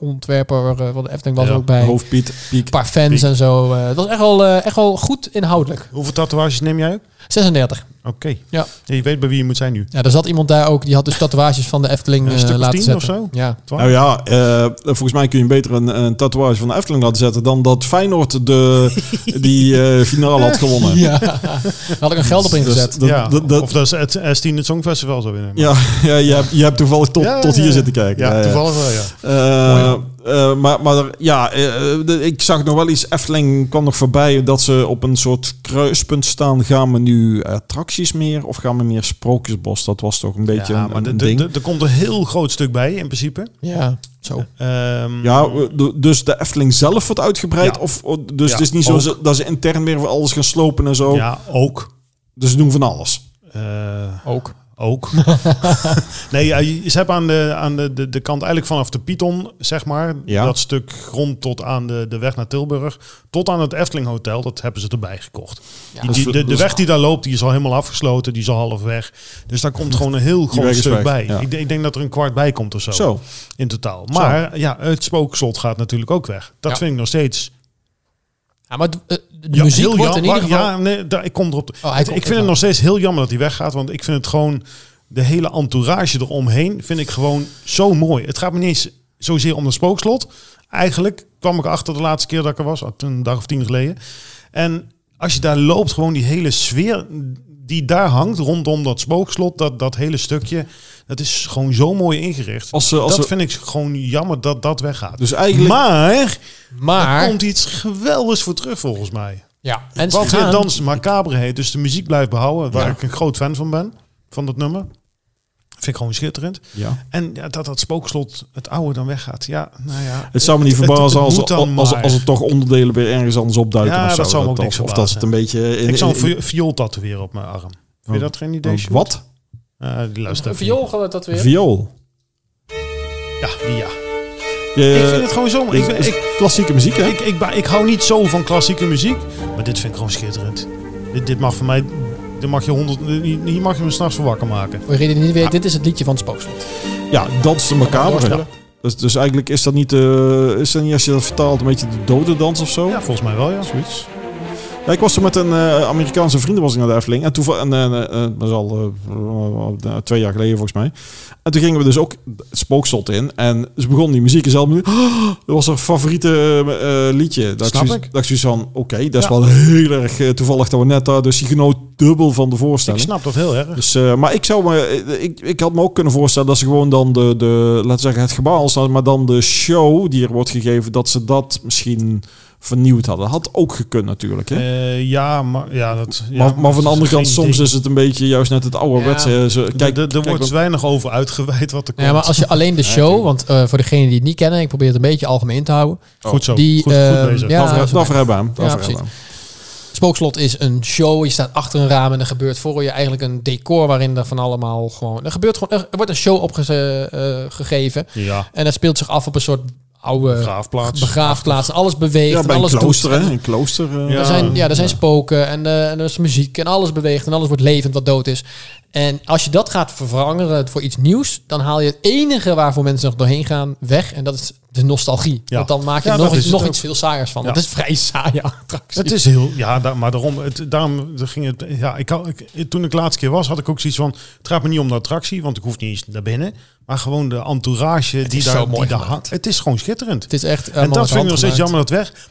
[SPEAKER 2] hoofdontwerper eh, van de Efteling was
[SPEAKER 3] Ja,
[SPEAKER 2] er ook bij. Een
[SPEAKER 4] Hoofdpiet, piek.
[SPEAKER 2] paar fans en zo. eh, het was echt wel, eh, echt wel goed inhoudelijk.
[SPEAKER 3] Ja. Hoeveel tatoeages neem jij ook?
[SPEAKER 2] 36.
[SPEAKER 3] Oké.
[SPEAKER 2] Ja.
[SPEAKER 3] Je weet bij wie je moet zijn nu.
[SPEAKER 2] Ja, er zat iemand daar ook, die had dus tatoeages van de Efteling
[SPEAKER 3] Een
[SPEAKER 2] eh,
[SPEAKER 3] stuk of
[SPEAKER 2] laten
[SPEAKER 3] 10 of
[SPEAKER 2] zetten.
[SPEAKER 3] zo?
[SPEAKER 2] Ja.
[SPEAKER 4] Nou ja, eh, volgens mij kun je beter een, een tatoeage van de Efteling laten zetten dan dat Feyenoord de,
[SPEAKER 3] [LAUGHS]
[SPEAKER 4] die eh, finale had gewonnen.
[SPEAKER 2] ja. [LAUGHS] Daar had ik een geld op ingezet.
[SPEAKER 4] Dus dat-
[SPEAKER 3] ja,
[SPEAKER 4] dat- dat-
[SPEAKER 3] of dat is het S10 het Songfestival zo winnen.
[SPEAKER 4] ja, ja, je hebt, je hebt toevallig tot,
[SPEAKER 3] Ja,
[SPEAKER 4] tot
[SPEAKER 3] ja,
[SPEAKER 4] hier
[SPEAKER 3] ja.
[SPEAKER 4] zitten kijken.
[SPEAKER 3] Ja, toevallig wel, ja.
[SPEAKER 4] Eh, eh, maar, maar er- ja, eh, de- ik zag nog wel iets. Efteling kwam nog voorbij dat ze op een soort kruispunt staan. Gaan we nu attracties meer of gaan we meer Sprookjesbos? Dat was toch een beetje
[SPEAKER 3] ja,
[SPEAKER 4] een,
[SPEAKER 3] maar
[SPEAKER 4] een
[SPEAKER 3] de- de-
[SPEAKER 4] ding.
[SPEAKER 3] de- er komt een heel groot stuk bij in principe.
[SPEAKER 2] Ja, zo.
[SPEAKER 3] Ehm,
[SPEAKER 4] Ja, de- dus de Efteling zelf wordt uitgebreid.
[SPEAKER 3] Ja.
[SPEAKER 4] Of, of- dus
[SPEAKER 3] Ja,
[SPEAKER 4] het is niet zo
[SPEAKER 3] ook.
[SPEAKER 4] ze- dat ze intern weer voor alles gaan slopen en zo.
[SPEAKER 3] ja, ook.
[SPEAKER 4] Dus ze doen van alles.
[SPEAKER 3] Eh,
[SPEAKER 2] Ook.
[SPEAKER 4] [LAUGHS]
[SPEAKER 3] ook. nee, ja, je- ze hebben aan, de, aan de, de, de kant eigenlijk vanaf de Python, zeg maar,
[SPEAKER 4] Ja.
[SPEAKER 3] dat stuk grond tot aan de, de weg naar Tilburg, tot aan het Efteling Hotel, dat hebben ze erbij gekocht. Die-
[SPEAKER 4] Dus
[SPEAKER 3] die- de, de
[SPEAKER 4] dus-
[SPEAKER 3] weg die daar loopt, die is al helemaal afgesloten, die is al half weg. Dus daar komt gewoon een heel groot
[SPEAKER 4] weg is
[SPEAKER 3] stuk
[SPEAKER 4] weg,
[SPEAKER 3] bij.
[SPEAKER 4] ja.
[SPEAKER 3] Ik, denk- ik denk dat er een kwart bij komt of zo,
[SPEAKER 4] Zo.
[SPEAKER 3] in totaal. Maar ja, het spookslot gaat natuurlijk ook weg. Dat
[SPEAKER 2] Ja.
[SPEAKER 3] vind ik nog steeds
[SPEAKER 2] Ja, maar d- eh, de
[SPEAKER 3] ja,
[SPEAKER 2] muziek
[SPEAKER 3] heel
[SPEAKER 2] wordt
[SPEAKER 3] jam-
[SPEAKER 2] in ieder
[SPEAKER 3] maar-
[SPEAKER 2] geval... Oh,
[SPEAKER 3] Ja, nee, daar, ik kom erop.
[SPEAKER 2] hij komt
[SPEAKER 3] ik
[SPEAKER 2] erop
[SPEAKER 3] vind
[SPEAKER 2] aan.
[SPEAKER 3] het nog steeds heel jammer dat hij weggaat. Want ik vind het gewoon... De hele entourage eromheen vind ik gewoon zo mooi. Het gaat me niet eens zozeer om de spookslot. Eigenlijk kwam ik achter de laatste keer dat ik er was. oh, Een dag of tien geleden. En als je daar loopt, gewoon die hele sfeer die daar hangt rondom dat spookslot, dat, dat hele stukje, dat is gewoon zo mooi ingericht.
[SPEAKER 4] Als ze, als
[SPEAKER 3] dat
[SPEAKER 4] ze,
[SPEAKER 3] vind ik gewoon jammer dat dat weggaat.
[SPEAKER 4] dus eigenlijk...
[SPEAKER 3] maar er
[SPEAKER 2] maar...
[SPEAKER 3] komt iets geweldigs voor terug volgens mij.
[SPEAKER 2] ja, en ze
[SPEAKER 3] Wat
[SPEAKER 2] gaan-
[SPEAKER 3] weer dans macabre heet, dus de muziek blijft behouden, waar
[SPEAKER 4] Ja.
[SPEAKER 3] ik een groot fan van ben, van dat nummer. Vind ik gewoon schitterend.
[SPEAKER 4] ja.
[SPEAKER 3] En ja, dat dat spookslot, het oude, dan weggaat. Ja, nou ja.
[SPEAKER 4] Het zou me niet
[SPEAKER 3] Het-
[SPEAKER 4] verbazen
[SPEAKER 3] het-
[SPEAKER 4] als,
[SPEAKER 3] het moet
[SPEAKER 4] als,
[SPEAKER 3] dan
[SPEAKER 4] als,
[SPEAKER 3] maar.
[SPEAKER 4] als er toch onderdelen weer ergens anders opduiken.
[SPEAKER 3] Ja,
[SPEAKER 4] of zo.
[SPEAKER 3] dat zou me ook
[SPEAKER 4] of-
[SPEAKER 3] niks
[SPEAKER 4] Of dat
[SPEAKER 3] verbazen.
[SPEAKER 4] het een beetje... in-
[SPEAKER 3] ik zou een
[SPEAKER 4] in-
[SPEAKER 3] vi- viool tatoeëren op mijn arm. Vind je dat geen idee? Sjoerd?
[SPEAKER 4] Oh. Wat?
[SPEAKER 3] Eh, die luistert
[SPEAKER 2] Een
[SPEAKER 3] even
[SPEAKER 2] viool gaat dat weer.
[SPEAKER 4] Viool.
[SPEAKER 3] niet. Ja, die ja.
[SPEAKER 4] Je-
[SPEAKER 3] ik vind het gewoon zo. Ik, ben-
[SPEAKER 4] Eh, is-
[SPEAKER 3] ik,
[SPEAKER 4] is klassieke muziek, hè?
[SPEAKER 3] ik, ik, ba- ik hou niet zo van klassieke muziek, maar dit vind ik gewoon schitterend. Dit, dit mag voor mij, dit mag je honderd, hier mag je me s'nachts voor wakker maken.
[SPEAKER 2] We reden niet weer. Dit is het liedje van het spookslot.
[SPEAKER 4] Ja, dans de macabre.
[SPEAKER 2] Doorspelen.
[SPEAKER 4] Dus, dus eigenlijk is dat niet... eh, is dat niet, als je dat vertaalt, een beetje de dode dans of zo?
[SPEAKER 3] Ja, volgens mij wel, ja.
[SPEAKER 4] Zoiets. Ja, ik was er met een eh, Amerikaanse vriend was ik naar de Efteling. En toevallig, en, eh, eh, eh, dat is al eh, eh, twee jaar geleden volgens mij. En toen gingen we dus ook het spookslot in. En ze begon die muziek en zelf nu. dat was haar favoriete eh, eh, liedje. Dat
[SPEAKER 3] Snap
[SPEAKER 4] zoiets-
[SPEAKER 3] ik.
[SPEAKER 4] Dat ik zoiets van, oké, dat is
[SPEAKER 3] Ja.
[SPEAKER 4] wel heel erg eh, toevallig dat we net daar... Dus je genoot dubbel van de
[SPEAKER 3] Ik
[SPEAKER 4] voorstelling.
[SPEAKER 3] snap dat heel erg.
[SPEAKER 4] Dus, eh, maar ik zou me, eh, ik, ik had me ook kunnen voorstellen dat ze gewoon dan de, de laten we zeggen, het gebouw al staan, maar dan de show die er wordt gegeven, dat ze dat misschien vernieuwd hadden. Had ook gekund natuurlijk. Hè?
[SPEAKER 3] Eh, ja, maar, ja, dat, ja,
[SPEAKER 4] maar, maar van de andere
[SPEAKER 3] geen
[SPEAKER 4] kant, soms
[SPEAKER 3] ding.
[SPEAKER 4] is het een beetje juist net het ouderwetse.
[SPEAKER 2] Ja.
[SPEAKER 4] hè. Ze-
[SPEAKER 3] Er-
[SPEAKER 4] Kijk,
[SPEAKER 3] er- er
[SPEAKER 4] kijk,
[SPEAKER 3] wordt
[SPEAKER 4] want-
[SPEAKER 3] weinig over uitgeweid wat er komt.
[SPEAKER 2] Ja, maar als je alleen de show,
[SPEAKER 4] tuurlijk.
[SPEAKER 2] want eh, voor degenen die het niet kennen, ik probeer het een beetje algemeen te houden.
[SPEAKER 3] Oh. goed zo.
[SPEAKER 2] die,
[SPEAKER 3] goed, goed
[SPEAKER 2] ehm,
[SPEAKER 3] bezig.
[SPEAKER 2] ja.
[SPEAKER 4] daarvoor-
[SPEAKER 2] zo-
[SPEAKER 4] daarvoor hebben we hem.
[SPEAKER 2] Ja,
[SPEAKER 4] Daarvoor
[SPEAKER 2] precies.
[SPEAKER 4] hebben we
[SPEAKER 2] Spookslot is een show. Je staat achter een raam en er gebeurt voor je eigenlijk een decor waarin er van allemaal gewoon. Er gebeurt gewoon. Er, er wordt een show opgegeven.
[SPEAKER 3] Ja,
[SPEAKER 2] en dat speelt zich af op een soort oude
[SPEAKER 3] graafplaats.
[SPEAKER 2] begraafplaats. Alles
[SPEAKER 4] hem.
[SPEAKER 2] beweegt.
[SPEAKER 4] Ja, bij
[SPEAKER 2] en
[SPEAKER 4] een
[SPEAKER 2] alles
[SPEAKER 4] klooster.
[SPEAKER 2] doet.
[SPEAKER 4] Hè? Een klooster eh,
[SPEAKER 3] Ja.
[SPEAKER 2] Er zijn, ja, er zijn spoken en, eh, en er is muziek en alles beweegt en alles wordt levend wat dood is. En als je dat gaat veranderen voor iets nieuws, dan haal je het enige waarvoor mensen nog doorheen gaan weg. En dat is de nostalgie.
[SPEAKER 3] Ja.
[SPEAKER 2] Want dan maak je
[SPEAKER 3] Ja,
[SPEAKER 2] er
[SPEAKER 3] dat
[SPEAKER 2] nog,
[SPEAKER 3] is
[SPEAKER 2] iets,
[SPEAKER 3] het
[SPEAKER 2] nog
[SPEAKER 3] ook.
[SPEAKER 2] iets veel saaiers van.
[SPEAKER 3] Ja.
[SPEAKER 2] Dat is vrij saaie attractie.
[SPEAKER 3] Het [LAUGHS] is heel, ja, da- maar daarom, het, daarom ging het, ja, ik, had- ik, toen ik de laatste keer was, had ik ook zoiets van, het gaat me niet om de attractie, want ik hoef niet eens naar binnen, maar gewoon de entourage die
[SPEAKER 2] is
[SPEAKER 3] daar,
[SPEAKER 2] zo
[SPEAKER 3] die
[SPEAKER 2] mooi
[SPEAKER 3] daar
[SPEAKER 2] gemaakt.
[SPEAKER 3] hangt. Het is gewoon schitterend.
[SPEAKER 2] Het is echt
[SPEAKER 3] en
[SPEAKER 2] allemaal
[SPEAKER 3] dat
[SPEAKER 2] met
[SPEAKER 3] vind ik
[SPEAKER 2] hand
[SPEAKER 3] nog steeds
[SPEAKER 2] gemaakt.
[SPEAKER 3] jammer dat weg,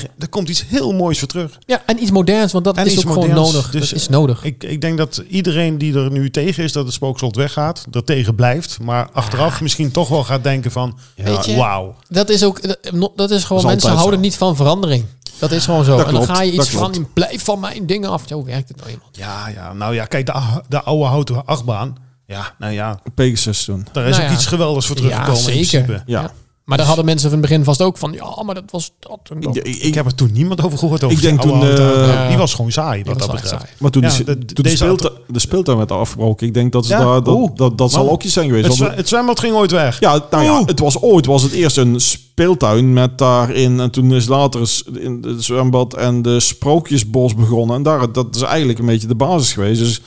[SPEAKER 3] maar er komt iets heel moois voor terug.
[SPEAKER 2] Ja, en iets moderns, want dat
[SPEAKER 3] En
[SPEAKER 2] is
[SPEAKER 3] iets
[SPEAKER 2] ook gewoon
[SPEAKER 3] moderns,
[SPEAKER 2] nodig.
[SPEAKER 3] dus,
[SPEAKER 2] dat is nodig.
[SPEAKER 3] Ik, ik denk dat iedereen die er nu tegen is dat het spookslot weggaat, er tegen blijft, maar achteraf misschien toch wel gaat denken van,
[SPEAKER 2] Ah. Weet je?
[SPEAKER 3] wauw.
[SPEAKER 2] Dat is ook, dat- no- dat is gewoon, mensen
[SPEAKER 4] Dat is altijd
[SPEAKER 2] houden
[SPEAKER 4] zo.
[SPEAKER 2] niet van verandering. Dat is gewoon zo.
[SPEAKER 4] Dat
[SPEAKER 2] en dan
[SPEAKER 4] klopt,
[SPEAKER 2] ga je
[SPEAKER 4] dat
[SPEAKER 2] iets van,
[SPEAKER 4] klopt.
[SPEAKER 2] blijf van mijn dingen af. Zo werkt het nou eenmaal.
[SPEAKER 3] Ja, ja, nou ja, kijk, de, ou- de oude houten achtbaan. Ja, nou ja,
[SPEAKER 4] eh, Pegasus toen.
[SPEAKER 3] daar is
[SPEAKER 2] Nou
[SPEAKER 3] ook
[SPEAKER 2] ja.
[SPEAKER 3] iets geweldigs voor
[SPEAKER 2] Ja,
[SPEAKER 3] teruggekomen in
[SPEAKER 2] zeker.
[SPEAKER 3] principe.
[SPEAKER 4] Ja.
[SPEAKER 2] Ja. Maar daar hadden mensen van het begin vast ook van, ja, maar dat was dat. En dat.
[SPEAKER 4] Ik, ik-
[SPEAKER 3] Ik heb er toen niemand over gehoord. Over
[SPEAKER 4] Ik denk
[SPEAKER 3] die oude
[SPEAKER 4] toen,
[SPEAKER 3] auto.
[SPEAKER 4] eh,
[SPEAKER 3] die was gewoon saai
[SPEAKER 2] Dat was
[SPEAKER 3] wat dat
[SPEAKER 2] wel echt
[SPEAKER 3] betreft.
[SPEAKER 2] saai.
[SPEAKER 4] maar toen,
[SPEAKER 3] Ja,
[SPEAKER 4] de,
[SPEAKER 3] de-
[SPEAKER 4] toen de,
[SPEAKER 3] deze
[SPEAKER 4] speeltu- de speeltuin werd afgebroken. Ik denk dat ze
[SPEAKER 3] Ja?
[SPEAKER 4] daar, dat,
[SPEAKER 3] Oeh.
[SPEAKER 4] dat, dat zal
[SPEAKER 3] Man.
[SPEAKER 4] ook iets zijn geweest.
[SPEAKER 3] Het,
[SPEAKER 4] Want
[SPEAKER 3] zwa- het zwembad ging ooit weg.
[SPEAKER 4] Ja, nou ja,
[SPEAKER 3] Oeh.
[SPEAKER 4] het was ooit was het eerst een speeltuin met daarin en toen is later is in het zwembad en de sprookjesbos begonnen en daar dat is eigenlijk een beetje de basis geweest. Dus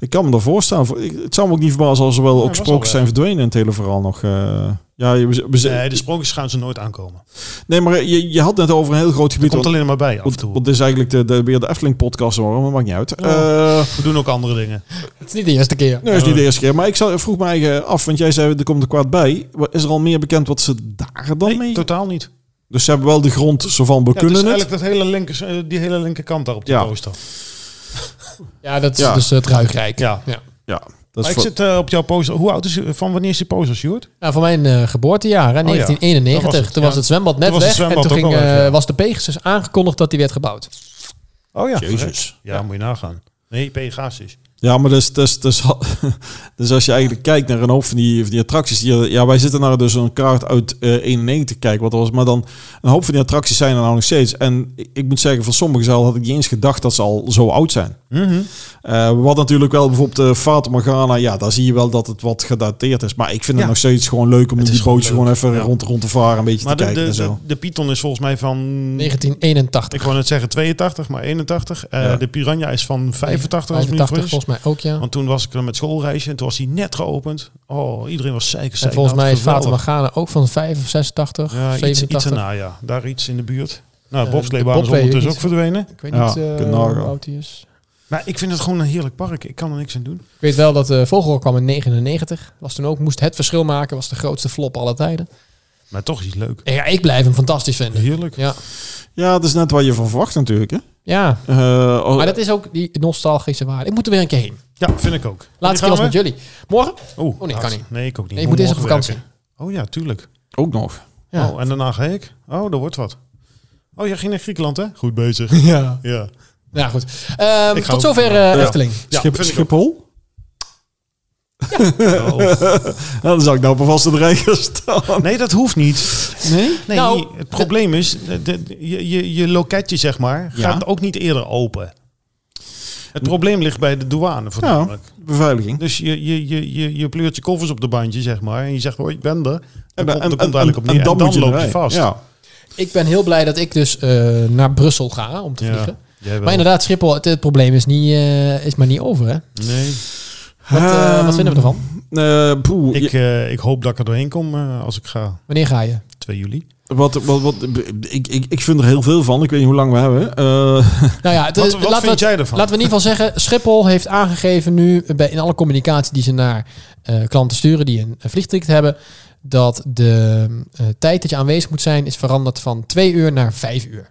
[SPEAKER 4] ik kan me daar voorstellen. Voor- ik- Het zou me ook niet verbazen als er wel ook
[SPEAKER 3] was al
[SPEAKER 4] sprookjes
[SPEAKER 3] weg.
[SPEAKER 4] zijn verdwenen in het hele verhaal nog. eh. ja, je, we- we-
[SPEAKER 3] Nee, dus- de sprookjes gaan ze nooit aankomen.
[SPEAKER 4] nee, maar je, je had net over een heel groot
[SPEAKER 3] Er
[SPEAKER 4] gebied.
[SPEAKER 3] komt
[SPEAKER 4] Want,
[SPEAKER 3] alleen maar bij af en
[SPEAKER 4] want,
[SPEAKER 3] toe.
[SPEAKER 4] want dit is eigenlijk de, de, weer de Efteling podcast hoor, maar dat maakt niet uit. Eh
[SPEAKER 3] We doen ook andere dingen.
[SPEAKER 2] Het is niet de eerste keer.
[SPEAKER 4] nee, dat is niet de eerste keer. Maar ik zou- vroeg me eigen af, want jij zei er komt er kwaad bij. Is er al meer bekend wat ze daar dan mee
[SPEAKER 3] Totaal niet.
[SPEAKER 4] Dus ze hebben wel de grond zo van, we
[SPEAKER 3] Ja,
[SPEAKER 4] kunnen
[SPEAKER 3] het is
[SPEAKER 4] het.
[SPEAKER 3] eigenlijk dat hele linker, eh, die hele linkerkant daar op de
[SPEAKER 4] Ja.
[SPEAKER 3] poster.
[SPEAKER 2] Ja, dat is
[SPEAKER 4] Ja.
[SPEAKER 2] dus het Ruigrijk.
[SPEAKER 3] Ja.
[SPEAKER 2] ja.
[SPEAKER 4] Ja, dat
[SPEAKER 3] Maar
[SPEAKER 4] is
[SPEAKER 3] ik zit eh, op jouw poster. Hoe oud is van wanneer is die poster, Sjoerd?
[SPEAKER 2] Nou, van mijn eh, geboortejaar, hè,
[SPEAKER 3] Oh ja.
[SPEAKER 2] 1991.
[SPEAKER 3] Dat was het,
[SPEAKER 2] toen
[SPEAKER 3] ja.
[SPEAKER 2] was het zwembad net
[SPEAKER 3] Toen was
[SPEAKER 2] weg.
[SPEAKER 3] het zwembad
[SPEAKER 2] en toen
[SPEAKER 3] ook
[SPEAKER 2] ging,
[SPEAKER 3] al weg,
[SPEAKER 2] eh,
[SPEAKER 3] ja.
[SPEAKER 2] was de Pegasus aangekondigd dat die werd gebouwd.
[SPEAKER 3] Oh ja.
[SPEAKER 4] Jezus.
[SPEAKER 3] Ja, moet je nagaan. Nee, Pegasus.
[SPEAKER 4] Ja, maar dus, dus, dus, [LAUGHS] dus als je eigenlijk kijkt naar een hoop van die, van die attracties. Die, ja, wij zitten naar dus een kaart uit eh 91 te kijken wat er was. Maar dan een hoop van die attracties zijn er nou nog steeds. En ik, ik moet zeggen, van sommige zelf had ik niet eens gedacht dat ze al zo oud zijn.
[SPEAKER 3] Mhm.
[SPEAKER 4] Eh, wat natuurlijk wel bijvoorbeeld de Fata Morgana. Ja, daar zie je wel dat het wat gedateerd is. Maar ik vind
[SPEAKER 3] Ja.
[SPEAKER 4] het nog steeds gewoon leuk om in
[SPEAKER 3] is
[SPEAKER 4] die
[SPEAKER 3] gewoon
[SPEAKER 4] bootjes
[SPEAKER 3] leuk,
[SPEAKER 4] gewoon even
[SPEAKER 3] ja.
[SPEAKER 4] rond, rond te varen. Een beetje
[SPEAKER 3] Maar
[SPEAKER 4] te
[SPEAKER 3] de,
[SPEAKER 4] kijken
[SPEAKER 3] de,
[SPEAKER 4] en zo.
[SPEAKER 3] de, de Python is volgens mij van... Ik
[SPEAKER 2] 1981.
[SPEAKER 3] wou net zeggen 82, maar 81. Eh,
[SPEAKER 4] Ja.
[SPEAKER 3] De Piranha is van 85, als ik me niet
[SPEAKER 2] 85
[SPEAKER 3] vergis.
[SPEAKER 2] volgens mij ook, ja.
[SPEAKER 3] Want toen was ik er met schoolreisje en toen was hij net geopend. Oh, iedereen was zeker
[SPEAKER 2] en
[SPEAKER 3] zeker.
[SPEAKER 2] volgens mij is Fata
[SPEAKER 3] Geweldig.
[SPEAKER 2] Morgana ook van 5 of 86,
[SPEAKER 3] Ja, iets, iets
[SPEAKER 2] 87.
[SPEAKER 3] erna, ja. Daar iets in de buurt. Nou,
[SPEAKER 2] Eh,
[SPEAKER 3] de
[SPEAKER 2] de
[SPEAKER 3] bobsleebaan is
[SPEAKER 2] Bobslee,
[SPEAKER 3] ondertussen
[SPEAKER 2] weet
[SPEAKER 3] ook
[SPEAKER 2] ik
[SPEAKER 3] verdwenen.
[SPEAKER 2] Ik weet
[SPEAKER 4] Ja,
[SPEAKER 2] niet eh,
[SPEAKER 4] kunnen
[SPEAKER 2] hoe
[SPEAKER 4] nagaan.
[SPEAKER 2] oud die is.
[SPEAKER 3] Maar ik vind het gewoon een heerlijk park. Ik kan er niks aan doen.
[SPEAKER 2] Ik weet wel dat eh Vogelrok kwam in 99. Was toen ook, moest het verschil maken. Was de grootste flop alle tijden.
[SPEAKER 3] Maar toch is het leuk.
[SPEAKER 2] En ja, ik blijf hem fantastisch vinden.
[SPEAKER 3] Heerlijk.
[SPEAKER 2] Ja,
[SPEAKER 4] Ja, dat is net wat je van verwacht natuurlijk. Hè?
[SPEAKER 2] ja.
[SPEAKER 4] Eh, als-
[SPEAKER 2] maar dat is ook die nostalgische waarde. Ik moet er weer een keer heen.
[SPEAKER 3] Ja, vind ik ook.
[SPEAKER 2] Laatste keer was met jullie. Morgen?
[SPEAKER 3] Oh,
[SPEAKER 2] nee, kan niet.
[SPEAKER 3] Nee, ik ook niet.
[SPEAKER 2] Nee, ik moet eerst op
[SPEAKER 3] morgen
[SPEAKER 2] vakantie.
[SPEAKER 3] werken. Oh ja, tuurlijk.
[SPEAKER 4] ook nog.
[SPEAKER 2] Ja.
[SPEAKER 3] Oh, en daarna ga ik. Oh, dat wordt wat. Oh, jij ging naar Griekenland, hè? Goed [LAUGHS] bezig.
[SPEAKER 2] Ja.
[SPEAKER 3] [LAUGHS] ja.
[SPEAKER 2] Nou goed. Ehm,
[SPEAKER 3] Ik ga
[SPEAKER 2] tot
[SPEAKER 3] ook-
[SPEAKER 2] zover eh,
[SPEAKER 4] Ja.
[SPEAKER 2] Efteling.
[SPEAKER 3] Ja,
[SPEAKER 4] Schip,
[SPEAKER 3] vind ik
[SPEAKER 4] Schiphol?
[SPEAKER 2] [LAUGHS]
[SPEAKER 3] Oh.
[SPEAKER 4] Nou, dan zou ik nou maar vast in de rij gaan staan.
[SPEAKER 3] Nee, dat hoeft niet.
[SPEAKER 4] Nee?
[SPEAKER 3] Nee,
[SPEAKER 2] Oh. Nou,
[SPEAKER 3] het probleem is, de, de- je, je, je loketje, zeg maar,
[SPEAKER 4] Ja.
[SPEAKER 3] gaat ook niet eerder open. Het probleem ligt bij de douane
[SPEAKER 4] Ja,
[SPEAKER 3] voornamelijk.
[SPEAKER 4] beveiliging.
[SPEAKER 3] Dus je, je, je, je, je pleurt je koffers op de bandje, zeg maar. En je zegt, hoi, ik ben er. En, dan komt- dan komt eigenlijk op neer. En dan,
[SPEAKER 4] moet in de
[SPEAKER 3] loop je
[SPEAKER 4] rij.
[SPEAKER 3] vast.
[SPEAKER 4] Ja.
[SPEAKER 2] Ik ben heel blij dat ik dus eh, naar Brussel ga om te
[SPEAKER 3] Ja,
[SPEAKER 2] vliegen.
[SPEAKER 3] jij wel.
[SPEAKER 2] Maar inderdaad, Schiphol, het, het probleem is, niet, eh, is maar niet over. Hè?
[SPEAKER 3] Nee.
[SPEAKER 2] Wat, eh,
[SPEAKER 4] Ehm,
[SPEAKER 2] wat vinden we ervan?
[SPEAKER 4] eh, poeh,
[SPEAKER 3] Ik,
[SPEAKER 4] je-
[SPEAKER 3] eh, ik hoop dat ik er doorheen kom eh, als ik ga.
[SPEAKER 2] Wanneer ga je?
[SPEAKER 3] 2 juli.
[SPEAKER 4] wat, wat, wat, ik, ik, ik vind er heel veel van. Ik weet niet hoe lang we hebben. Eh,
[SPEAKER 2] Nou ja, het,
[SPEAKER 3] Wat,
[SPEAKER 2] eh,
[SPEAKER 3] wat
[SPEAKER 2] laten,
[SPEAKER 3] vind
[SPEAKER 2] we,
[SPEAKER 3] jij ervan?
[SPEAKER 2] laten we in ieder geval zeggen, Schiphol heeft aangegeven nu bij, in alle communicatie die ze naar eh, klanten sturen die een, een vliegticket hebben, dat de eh, tijd dat je aanwezig moet zijn is veranderd van twee uur naar vijf uur.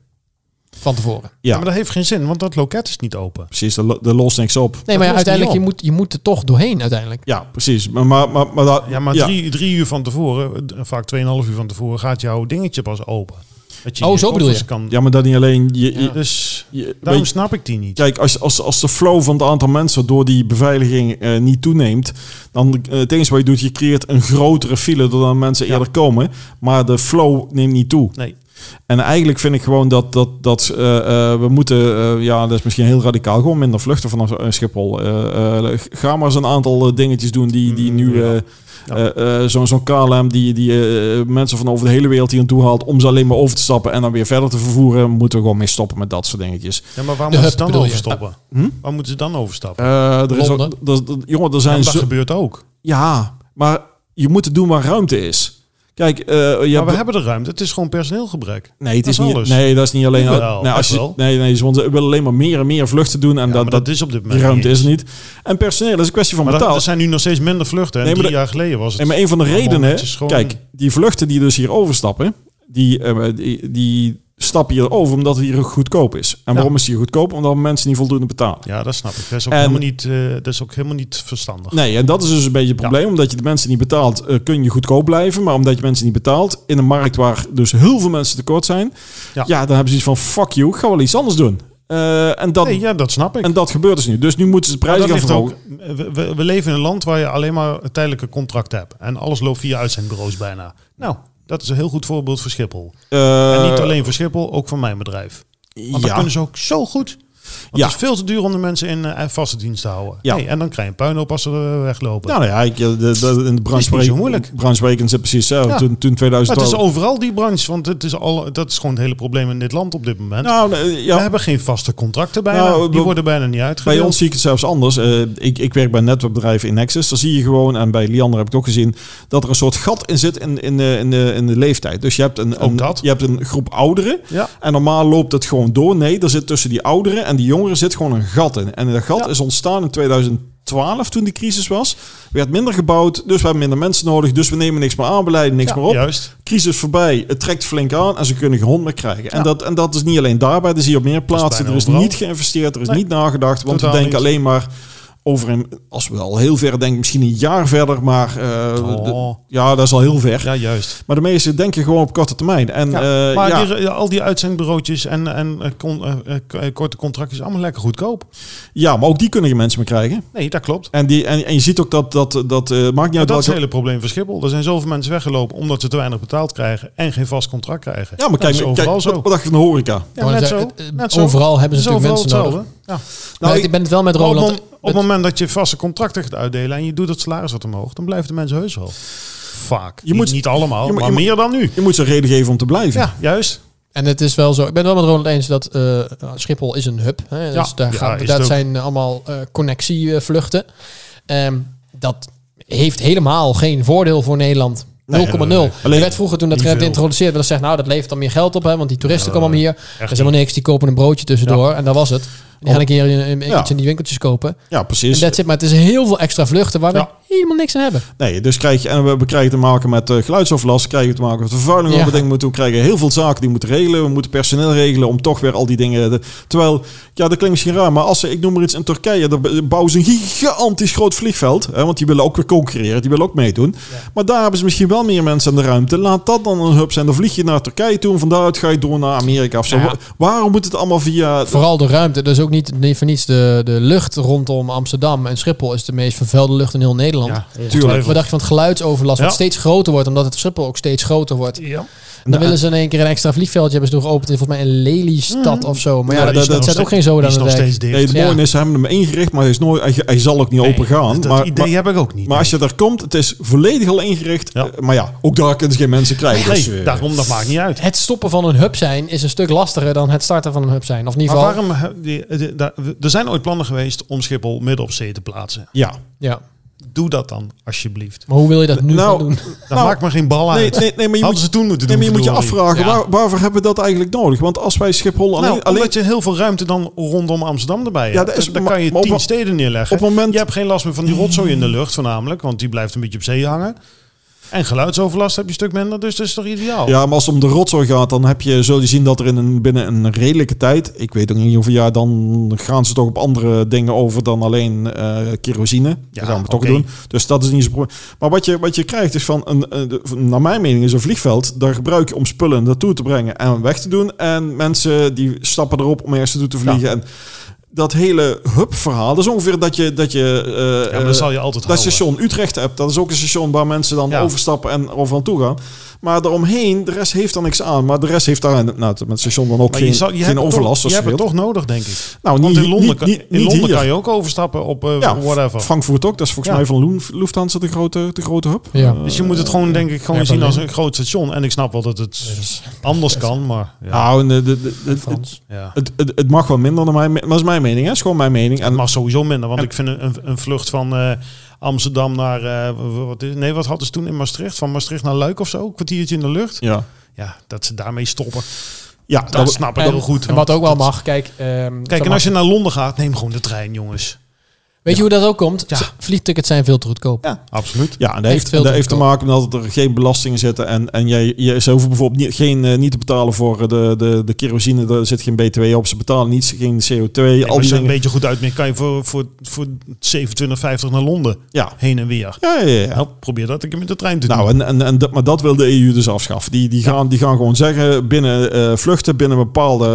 [SPEAKER 2] Van tevoren.
[SPEAKER 3] Ja,
[SPEAKER 4] ja,
[SPEAKER 3] maar dat heeft geen zin, want dat loket is niet open.
[SPEAKER 4] precies. Er lo- er lost niks op.
[SPEAKER 2] Nee, maar ja,
[SPEAKER 3] lost niet
[SPEAKER 2] uiteindelijk, je
[SPEAKER 3] op.
[SPEAKER 2] moet, je moet er toch doorheen uiteindelijk.
[SPEAKER 4] Ja, precies. Maar, maar, maar, maar, dat-
[SPEAKER 3] Ja, maar Drie, drie uur van tevoren, eh, vaak tweeënhalf uur van tevoren, gaat jouw dingetje pas open. Dat je
[SPEAKER 2] Oh, zo bedoel
[SPEAKER 3] koffers
[SPEAKER 2] je.
[SPEAKER 3] Kan,
[SPEAKER 4] Ja, maar dat niet alleen... Je, je-
[SPEAKER 3] Dus
[SPEAKER 4] je-
[SPEAKER 3] daarom
[SPEAKER 4] weet-
[SPEAKER 3] snap ik die niet.
[SPEAKER 4] Kijk, als, als, als de flow van het aantal mensen door die beveiliging eh, niet toeneemt, dan eh, het enige wat je doet, je creëert een grotere file doordat mensen
[SPEAKER 3] Ja.
[SPEAKER 4] eerder komen, maar de flow neemt niet toe.
[SPEAKER 3] Nee,
[SPEAKER 4] En eigenlijk vind ik gewoon dat, dat, dat eh, eh, we moeten, eh, ja, dat is misschien heel radicaal, gewoon minder vluchten vanaf eh, Schiphol. Eh, eh, ga maar eens een aantal eh, dingetjes doen die, die nu... eh,
[SPEAKER 3] Mm, Ja.
[SPEAKER 4] eh, eh, Zo'n zo'n KLM die, die eh, mensen van over de hele wereld hier naartoe haalt om ze alleen maar over te stappen en dan weer verder te vervoeren, moeten we gewoon mee stoppen met dat soort dingetjes.
[SPEAKER 3] ja, maar waar
[SPEAKER 2] De
[SPEAKER 3] moeten
[SPEAKER 2] hub
[SPEAKER 3] ze dan
[SPEAKER 2] bedoel je?
[SPEAKER 3] overstappen?
[SPEAKER 4] Hm?
[SPEAKER 3] Waar moeten ze dan overstappen?
[SPEAKER 4] Eh, er is ook,
[SPEAKER 2] Londen.
[SPEAKER 4] dat- dat- jongen, er
[SPEAKER 3] Ja,
[SPEAKER 4] zijn
[SPEAKER 3] maar dat
[SPEAKER 4] zo,
[SPEAKER 3] gebeurt ook.
[SPEAKER 4] ja, maar je moet het doen waar ruimte is. Kijk, eh, je
[SPEAKER 3] maar we
[SPEAKER 4] hebt-
[SPEAKER 3] hebben de ruimte. Het is gewoon personeelgebrek.
[SPEAKER 4] nee, het
[SPEAKER 3] dat
[SPEAKER 4] is
[SPEAKER 3] is
[SPEAKER 4] niet,
[SPEAKER 3] alles.
[SPEAKER 4] nee, dat is niet alleen.
[SPEAKER 3] Jawel,
[SPEAKER 4] nee, als
[SPEAKER 3] echt
[SPEAKER 4] je,
[SPEAKER 3] wel.
[SPEAKER 4] nee, nee, want ze willen alleen maar meer en meer vluchten doen en
[SPEAKER 3] Ja,
[SPEAKER 4] dat,
[SPEAKER 3] maar
[SPEAKER 4] dat,
[SPEAKER 3] dat, is op dit
[SPEAKER 4] die
[SPEAKER 3] moment
[SPEAKER 4] ruimte
[SPEAKER 3] niet.
[SPEAKER 4] is er niet. En personeel dat is een kwestie van
[SPEAKER 3] Maar dat,
[SPEAKER 4] betaal.
[SPEAKER 3] er zijn nu nog steeds minder vluchten. En
[SPEAKER 4] Nee, maar
[SPEAKER 3] drie
[SPEAKER 4] dat-
[SPEAKER 3] jaar geleden was het...
[SPEAKER 4] Nee, maar een van de
[SPEAKER 3] allemaal
[SPEAKER 4] redenen,
[SPEAKER 3] netjes gewoon-
[SPEAKER 4] kijk, die vluchten die dus hier overstappen, die, eh, die, die stappen hier over omdat het hier goedkoop is. En waarom is het hier goedkoop? Omdat mensen niet voldoende betalen.
[SPEAKER 3] Ja, dat snap ik. Dat is ook,
[SPEAKER 4] En-
[SPEAKER 3] helemaal, niet, eh, dat is ook helemaal niet verstandig.
[SPEAKER 4] Nee, en dat is dus een beetje het probleem. Omdat je de mensen niet betaalt, eh, kun je goedkoop blijven. Maar omdat je mensen niet betaalt, in een markt waar dus heel veel mensen tekort zijn, ja,
[SPEAKER 3] Ja.
[SPEAKER 4] dan hebben ze iets van fuck you, ik ga wel iets anders doen. Eh, en, dat,
[SPEAKER 3] Nee, ja, dat snap ik.
[SPEAKER 4] [LAUGHS] en dat gebeurt dus nu. Dus nu moeten ze de
[SPEAKER 3] Maar
[SPEAKER 4] prijzen
[SPEAKER 3] dat
[SPEAKER 4] gaan
[SPEAKER 3] ligt ook,
[SPEAKER 4] verhogen.
[SPEAKER 3] we, we- we leven in een land waar je alleen maar een tijdelijke contract hebt. En alles loopt via uitzendbureaus bijna. Nou, dat is een heel goed voorbeeld voor Schiphol.
[SPEAKER 4] Eh,
[SPEAKER 3] en niet alleen voor Schiphol, ook voor mijn bedrijf. Want dat
[SPEAKER 4] ja.
[SPEAKER 3] kunnen ze ook zo goed. Want
[SPEAKER 4] Ja.
[SPEAKER 3] het is veel te duur om de mensen in eh, vaste dienst te houden.
[SPEAKER 4] Ja.
[SPEAKER 3] Hey, en dan krijg je een puinhoop als ze eh, weglopen.
[SPEAKER 4] Nou, nou ja, ik, ja, de, de- in de branche
[SPEAKER 3] niet
[SPEAKER 4] waar
[SPEAKER 3] zo
[SPEAKER 4] ik-
[SPEAKER 3] moeilijk.
[SPEAKER 4] branche waar ik in zit precies zo.
[SPEAKER 3] Ja.
[SPEAKER 4] Toen, toen
[SPEAKER 3] maar
[SPEAKER 4] 2012.
[SPEAKER 3] het is overal die branche, want het is al, dat is gewoon het hele probleem in dit land op dit moment.
[SPEAKER 4] nou, nee,
[SPEAKER 3] We
[SPEAKER 4] ja,
[SPEAKER 3] hebben geen vaste contracten bijna.
[SPEAKER 4] Nou,
[SPEAKER 3] die
[SPEAKER 4] we-
[SPEAKER 3] worden bijna niet uitgedeeld.
[SPEAKER 4] Bij ons zie ik het zelfs anders. Eh, ik, ik werk bij een netwerkbedrijf in Nexus. Daar zie je gewoon, en bij Liander heb ik het ook gezien, dat er een soort gat in zit in, in, de- in, de, in de leeftijd. Dus je hebt een,
[SPEAKER 3] Ook
[SPEAKER 4] een,
[SPEAKER 3] dat.
[SPEAKER 4] je hebt een groep ouderen.
[SPEAKER 3] Ja.
[SPEAKER 4] En normaal loopt het gewoon door. Nee, er zit tussen die ouderen en die jongeren zit gewoon een gat in. En dat gat
[SPEAKER 3] Ja.
[SPEAKER 4] is ontstaan in 2012 toen die crisis was. Er werd minder gebouwd, dus we hebben minder mensen nodig. Dus we nemen niks meer aan, we leiden niks
[SPEAKER 3] Ja,
[SPEAKER 4] meer op
[SPEAKER 3] Juist.
[SPEAKER 4] crisis voorbij, het trekt flink aan en ze kunnen geen hond meer krijgen. En,
[SPEAKER 3] Ja.
[SPEAKER 4] dat, en dat is niet alleen daarbij, dat zie je op meer plaatsen.
[SPEAKER 3] bijna
[SPEAKER 4] Er is
[SPEAKER 3] overal.
[SPEAKER 4] niet geïnvesteerd, er is
[SPEAKER 3] Nee,
[SPEAKER 4] niet nagedacht, want we
[SPEAKER 3] totaal
[SPEAKER 4] denken
[SPEAKER 3] niet.
[SPEAKER 4] alleen maar over een, als we al heel ver denken, misschien een jaar verder, maar eh,
[SPEAKER 3] Oh.
[SPEAKER 4] de- ja, dat is al heel ver.
[SPEAKER 3] Ja, juist.
[SPEAKER 4] Maar de meesten denken gewoon op korte termijn. En
[SPEAKER 3] Ja,
[SPEAKER 4] eh,
[SPEAKER 3] maar
[SPEAKER 4] ja,
[SPEAKER 3] die- al die uitzendbureautjes en, en eh, con- eh, eh, k- eh, korte contractjes, allemaal lekker goedkoop.
[SPEAKER 4] ja, maar ook die kunnen geen mensen meer krijgen.
[SPEAKER 3] Nee, dat klopt.
[SPEAKER 4] En, die, en, en je ziet ook dat, dat, dat eh, maakt niet
[SPEAKER 3] Maar
[SPEAKER 4] uit
[SPEAKER 3] dat is het
[SPEAKER 4] welke...
[SPEAKER 3] hele probleem van Schiphol. Er zijn zoveel mensen weggelopen omdat ze te weinig betaald krijgen en geen vast contract krijgen.
[SPEAKER 4] Ja, maar kijk,
[SPEAKER 3] dat is
[SPEAKER 4] kijk
[SPEAKER 3] overal
[SPEAKER 4] wat,
[SPEAKER 3] zo.
[SPEAKER 4] wat dacht je van de horeca?
[SPEAKER 3] Ja, net zo.
[SPEAKER 2] Het- het-
[SPEAKER 3] Net zo.
[SPEAKER 2] Overal hebben
[SPEAKER 3] Dat is
[SPEAKER 2] ze natuurlijk
[SPEAKER 3] overal
[SPEAKER 2] mensen nodig.
[SPEAKER 3] hetzelfde. Ja.
[SPEAKER 4] Nou,
[SPEAKER 2] maar
[SPEAKER 4] ik-
[SPEAKER 2] ik ben het wel met
[SPEAKER 3] Maar op,
[SPEAKER 2] Roland.
[SPEAKER 3] mom- op het moment dat je vaste contracten gaat uitdelen en je doet het salaris wat omhoog, dan blijven de mensen heus wel. Vaak.
[SPEAKER 4] Je
[SPEAKER 3] Je
[SPEAKER 4] moet-
[SPEAKER 3] moet, niet allemaal,
[SPEAKER 4] je moet-
[SPEAKER 3] maar
[SPEAKER 4] je moet-
[SPEAKER 3] meer dan nu.
[SPEAKER 4] Je moet ze een reden geven om te blijven.
[SPEAKER 3] Ja, juist.
[SPEAKER 2] En het is wel zo. Ik ben het wel met Ronald eens dat eh, Schiphol is een hub. Hè? Dus
[SPEAKER 3] Ja,
[SPEAKER 2] daar
[SPEAKER 3] ja,
[SPEAKER 2] gaan,
[SPEAKER 3] is
[SPEAKER 2] dat
[SPEAKER 3] het ook.
[SPEAKER 2] zijn allemaal eh, connectievluchten. Ehm, dat heeft helemaal geen voordeel voor Nederland. 0,0.
[SPEAKER 4] Nee,
[SPEAKER 3] nee.
[SPEAKER 2] Er werd vroeger toen dat
[SPEAKER 3] Niet
[SPEAKER 2] werd
[SPEAKER 3] veel.
[SPEAKER 2] introduceerd, werd er gezegd, nou dat levert dan meer geld op, hè, want die toeristen
[SPEAKER 3] Ja,
[SPEAKER 2] komen hier. Dat is
[SPEAKER 3] Echt
[SPEAKER 2] helemaal niks, die kopen een broodje tussendoor en dat was het. Die gaan een keer een- een-
[SPEAKER 4] Ja.
[SPEAKER 2] iets in die winkeltjes kopen.
[SPEAKER 4] Ja,
[SPEAKER 2] En
[SPEAKER 4] precies.
[SPEAKER 2] dat zit, maar het is heel veel extra vluchten waar
[SPEAKER 3] Ja.
[SPEAKER 2] we helemaal niks aan hebben.
[SPEAKER 4] Nee, dus krijg je, en we, we krijgen te maken met eh, geluidsoverlast, krijgen we te maken met vervuiling,
[SPEAKER 2] Ja.
[SPEAKER 4] wat we dingen moeten doen, we krijgen heel veel zaken die moeten regelen, we moeten personeel regelen om toch weer al die dingen. te- terwijl, ja, dat klinkt misschien raar, maar als ze, ik noem maar iets in Turkije, daar b- bouwen ze een gigantisch groot vliegveld, hè, want die willen ook weer concurreren, die willen ook meedoen. Maar daar hebben ze misschien wel meer mensen in de ruimte. Laat dat dan een hub zijn. Dan vlieg je naar Turkije toe en van daaruit ga je door naar Amerika of zo.
[SPEAKER 2] Ja.
[SPEAKER 4] Wa- Waarom moet het allemaal via?
[SPEAKER 2] Vooral de ruimte. Dus ook niet, niet voor niets de, de lucht rondom Amsterdam en Schiphol is de meest vervuilde lucht in heel Nederland.
[SPEAKER 3] Ja,
[SPEAKER 4] Tuurlijk.
[SPEAKER 2] Wat dacht je van het geluidsoverlast, wat
[SPEAKER 3] Ja.
[SPEAKER 2] steeds groter wordt, omdat het Schiphol ook steeds groter wordt. En
[SPEAKER 3] Ja.
[SPEAKER 2] dan
[SPEAKER 4] Nou,
[SPEAKER 2] willen ze in één keer een extra vliegveldje hebben ze toen geopend in volgens mij in Lelystad of zo. Maar ja,
[SPEAKER 4] Ja,
[SPEAKER 2] dat,
[SPEAKER 4] die
[SPEAKER 2] dat,
[SPEAKER 4] is nog
[SPEAKER 2] zet
[SPEAKER 3] steeds-
[SPEAKER 2] ook geen zoden
[SPEAKER 3] Hmm. Die
[SPEAKER 2] aan
[SPEAKER 3] is
[SPEAKER 2] de dijk.
[SPEAKER 3] nog steeds dicht.
[SPEAKER 4] Nee, het
[SPEAKER 2] Ja.
[SPEAKER 4] mooie is, ze hebben hem ingericht, maar hij, is nooit, hij, hij zal ook niet open gaan.
[SPEAKER 3] Dat
[SPEAKER 4] maar,
[SPEAKER 3] idee heb ik ook niet.
[SPEAKER 4] Maar als je daar komt, het is volledig al ingericht.
[SPEAKER 3] Ja.
[SPEAKER 4] Eh, maar ja, ook daar kunnen ze geen mensen krijgen.
[SPEAKER 3] nee,
[SPEAKER 4] dus, eh,
[SPEAKER 3] daarom, dat maakt niet uit.
[SPEAKER 2] Het stoppen van een hub zijn is een stuk lastiger dan het starten van een hub zijn. Of in ieder
[SPEAKER 3] Maar
[SPEAKER 2] geval,
[SPEAKER 3] waarom, he- die- eh, die- daar- er zijn ooit plannen geweest om Schiphol midden op zee te plaatsen.
[SPEAKER 4] Ja.
[SPEAKER 2] ja.
[SPEAKER 3] Doe dat dan, alsjeblieft.
[SPEAKER 2] Maar hoe wil je dat nu
[SPEAKER 4] Nou,
[SPEAKER 2] gaan doen?
[SPEAKER 3] Dat
[SPEAKER 4] Nou,
[SPEAKER 3] maakt me geen bal
[SPEAKER 4] Nee,
[SPEAKER 3] uit.
[SPEAKER 4] nee, nee, maar je
[SPEAKER 3] Hadden
[SPEAKER 4] moet,
[SPEAKER 3] ze toen moeten
[SPEAKER 4] nee,
[SPEAKER 3] doen.
[SPEAKER 4] maar je, moet je
[SPEAKER 3] verdorie.
[SPEAKER 4] afvragen,
[SPEAKER 2] Ja.
[SPEAKER 4] waar- waarvoor hebben we dat eigenlijk nodig? Want als wij Schiphol alleen...
[SPEAKER 3] nou,
[SPEAKER 4] alleen
[SPEAKER 3] omdat je heel veel ruimte dan rondom Amsterdam erbij
[SPEAKER 4] Ja,
[SPEAKER 3] hebt.
[SPEAKER 4] dat is-
[SPEAKER 3] Dus dan
[SPEAKER 4] maar-
[SPEAKER 3] kan je
[SPEAKER 4] maar op-
[SPEAKER 3] tien steden neerleggen.
[SPEAKER 4] op het moment-
[SPEAKER 3] Je hebt geen last meer van die rotzooi in de lucht voornamelijk. Want die blijft een beetje op zee hangen. En geluidsoverlast heb je een stuk minder. Dus dat is toch ideaal?
[SPEAKER 4] ja, maar als het om de rotzooi gaat, dan heb je, zul je zien dat er in een, binnen een redelijke tijd... Ik weet ook niet hoeveel jaar, dan gaan ze toch op andere dingen over dan alleen eh kerosine.
[SPEAKER 3] Ja,
[SPEAKER 4] dat gaan we toch
[SPEAKER 3] oké.
[SPEAKER 4] doen. Dus dat is niet zo'n probleem. Maar wat je, wat je krijgt is van, een, eh, de- naar mijn mening, is een vliegveld. Daar gebruik je om spullen naartoe te brengen en weg te doen. En mensen die stappen erop om ergens naartoe te vliegen. En dat hele hub-verhaal, dat is ongeveer dat je... Dat je eh,
[SPEAKER 3] Ja, maar
[SPEAKER 4] eh,
[SPEAKER 3] dat zal je altijd
[SPEAKER 4] dat
[SPEAKER 3] houden.
[SPEAKER 4] station Utrecht hebt, dat is ook een station waar mensen dan
[SPEAKER 3] Ja.
[SPEAKER 4] overstappen en overal toe gaan. Maar daaromheen, de rest heeft daar niks aan. Maar de rest heeft daar, nou, met het station dan ook
[SPEAKER 3] Maar
[SPEAKER 4] geen,
[SPEAKER 3] je, zal, je
[SPEAKER 4] geen
[SPEAKER 3] hebt het
[SPEAKER 4] overlast.
[SPEAKER 3] toch,
[SPEAKER 4] als
[SPEAKER 3] je
[SPEAKER 4] je
[SPEAKER 3] hebt het
[SPEAKER 4] wilt.
[SPEAKER 3] toch nodig, denk ik.
[SPEAKER 4] Nou,
[SPEAKER 3] Want
[SPEAKER 4] niet,
[SPEAKER 3] in Londen,
[SPEAKER 4] niet,
[SPEAKER 3] kan-
[SPEAKER 4] niet,
[SPEAKER 3] in
[SPEAKER 4] niet
[SPEAKER 3] Londen
[SPEAKER 4] hier.
[SPEAKER 3] kan je ook overstappen op eh,
[SPEAKER 4] Ja,
[SPEAKER 3] whatever.
[SPEAKER 4] Frankfurt ook. Dat is volgens
[SPEAKER 3] Ja.
[SPEAKER 4] mij van Loen- Lufthansa de grote, de grote hub.
[SPEAKER 2] Ja.
[SPEAKER 4] Eh,
[SPEAKER 3] Dus je moet het gewoon, denk ik, gewoon
[SPEAKER 2] Ja,
[SPEAKER 3] zien als
[SPEAKER 2] Berlijn.
[SPEAKER 3] een groot station. En ik snap wel dat het anders kan, maar ja.
[SPEAKER 4] Nou, en de, de, de- de-
[SPEAKER 2] Frans.
[SPEAKER 3] ja.
[SPEAKER 4] het, het, het mag wel minder dan mijn me- maar Dat is mijn mening, hè? Dat is gewoon mijn mening. En,
[SPEAKER 3] Het mag sowieso minder, want ik vind een, een vlucht van eh, Amsterdam naar... eh, w- wat is, nee, wat hadden ze toen in Maastricht? Van Maastricht naar Luik of zo? Een kwartiertje in de lucht?
[SPEAKER 4] ja,
[SPEAKER 3] Ja, dat ze daarmee stoppen.
[SPEAKER 4] ja
[SPEAKER 3] Dat,
[SPEAKER 4] dat-
[SPEAKER 3] snap ik
[SPEAKER 2] En,
[SPEAKER 3] heel goed.
[SPEAKER 2] en
[SPEAKER 3] want
[SPEAKER 2] wat ook wel
[SPEAKER 3] dat-
[SPEAKER 2] mag, kijk... ehm, zeg
[SPEAKER 3] Kijk, en
[SPEAKER 2] maar,
[SPEAKER 3] als je naar Londen gaat, neem gewoon de trein, jongens.
[SPEAKER 2] weet Weet je hoe dat ook komt?
[SPEAKER 4] Ja.
[SPEAKER 2] Z- Vliegtickets zijn veel te goedkoop.
[SPEAKER 4] Ja.
[SPEAKER 3] Absoluut.
[SPEAKER 4] Ja, en dat
[SPEAKER 2] Echt
[SPEAKER 4] heeft,
[SPEAKER 2] veel
[SPEAKER 4] dat
[SPEAKER 2] te
[SPEAKER 4] heeft te
[SPEAKER 2] goedkoop.
[SPEAKER 4] maken met dat er geen belastingen zitten. En, en jij, je, ze hoeven bijvoorbeeld niet, geen, eh, niet te betalen voor eh, de, de, de kerosine. Daar zit geen BTW op. Ze betalen niet, geen CO2.
[SPEAKER 3] Ja, als je er
[SPEAKER 4] al die
[SPEAKER 3] een
[SPEAKER 4] dingen.
[SPEAKER 3] beetje goed uit mee, kan je voor, voor, voor 27,50 naar Londen
[SPEAKER 4] Ja.
[SPEAKER 3] heen en weer.
[SPEAKER 4] Ja, ja, ja.
[SPEAKER 3] Nou, probeer dat een keer met de trein te doen.
[SPEAKER 4] Nou, en, en, en dat, maar dat wil de EU dus afschaffen. Die, die, gaan, die gaan gewoon zeggen, binnen eh, vluchten, binnen een bepaalde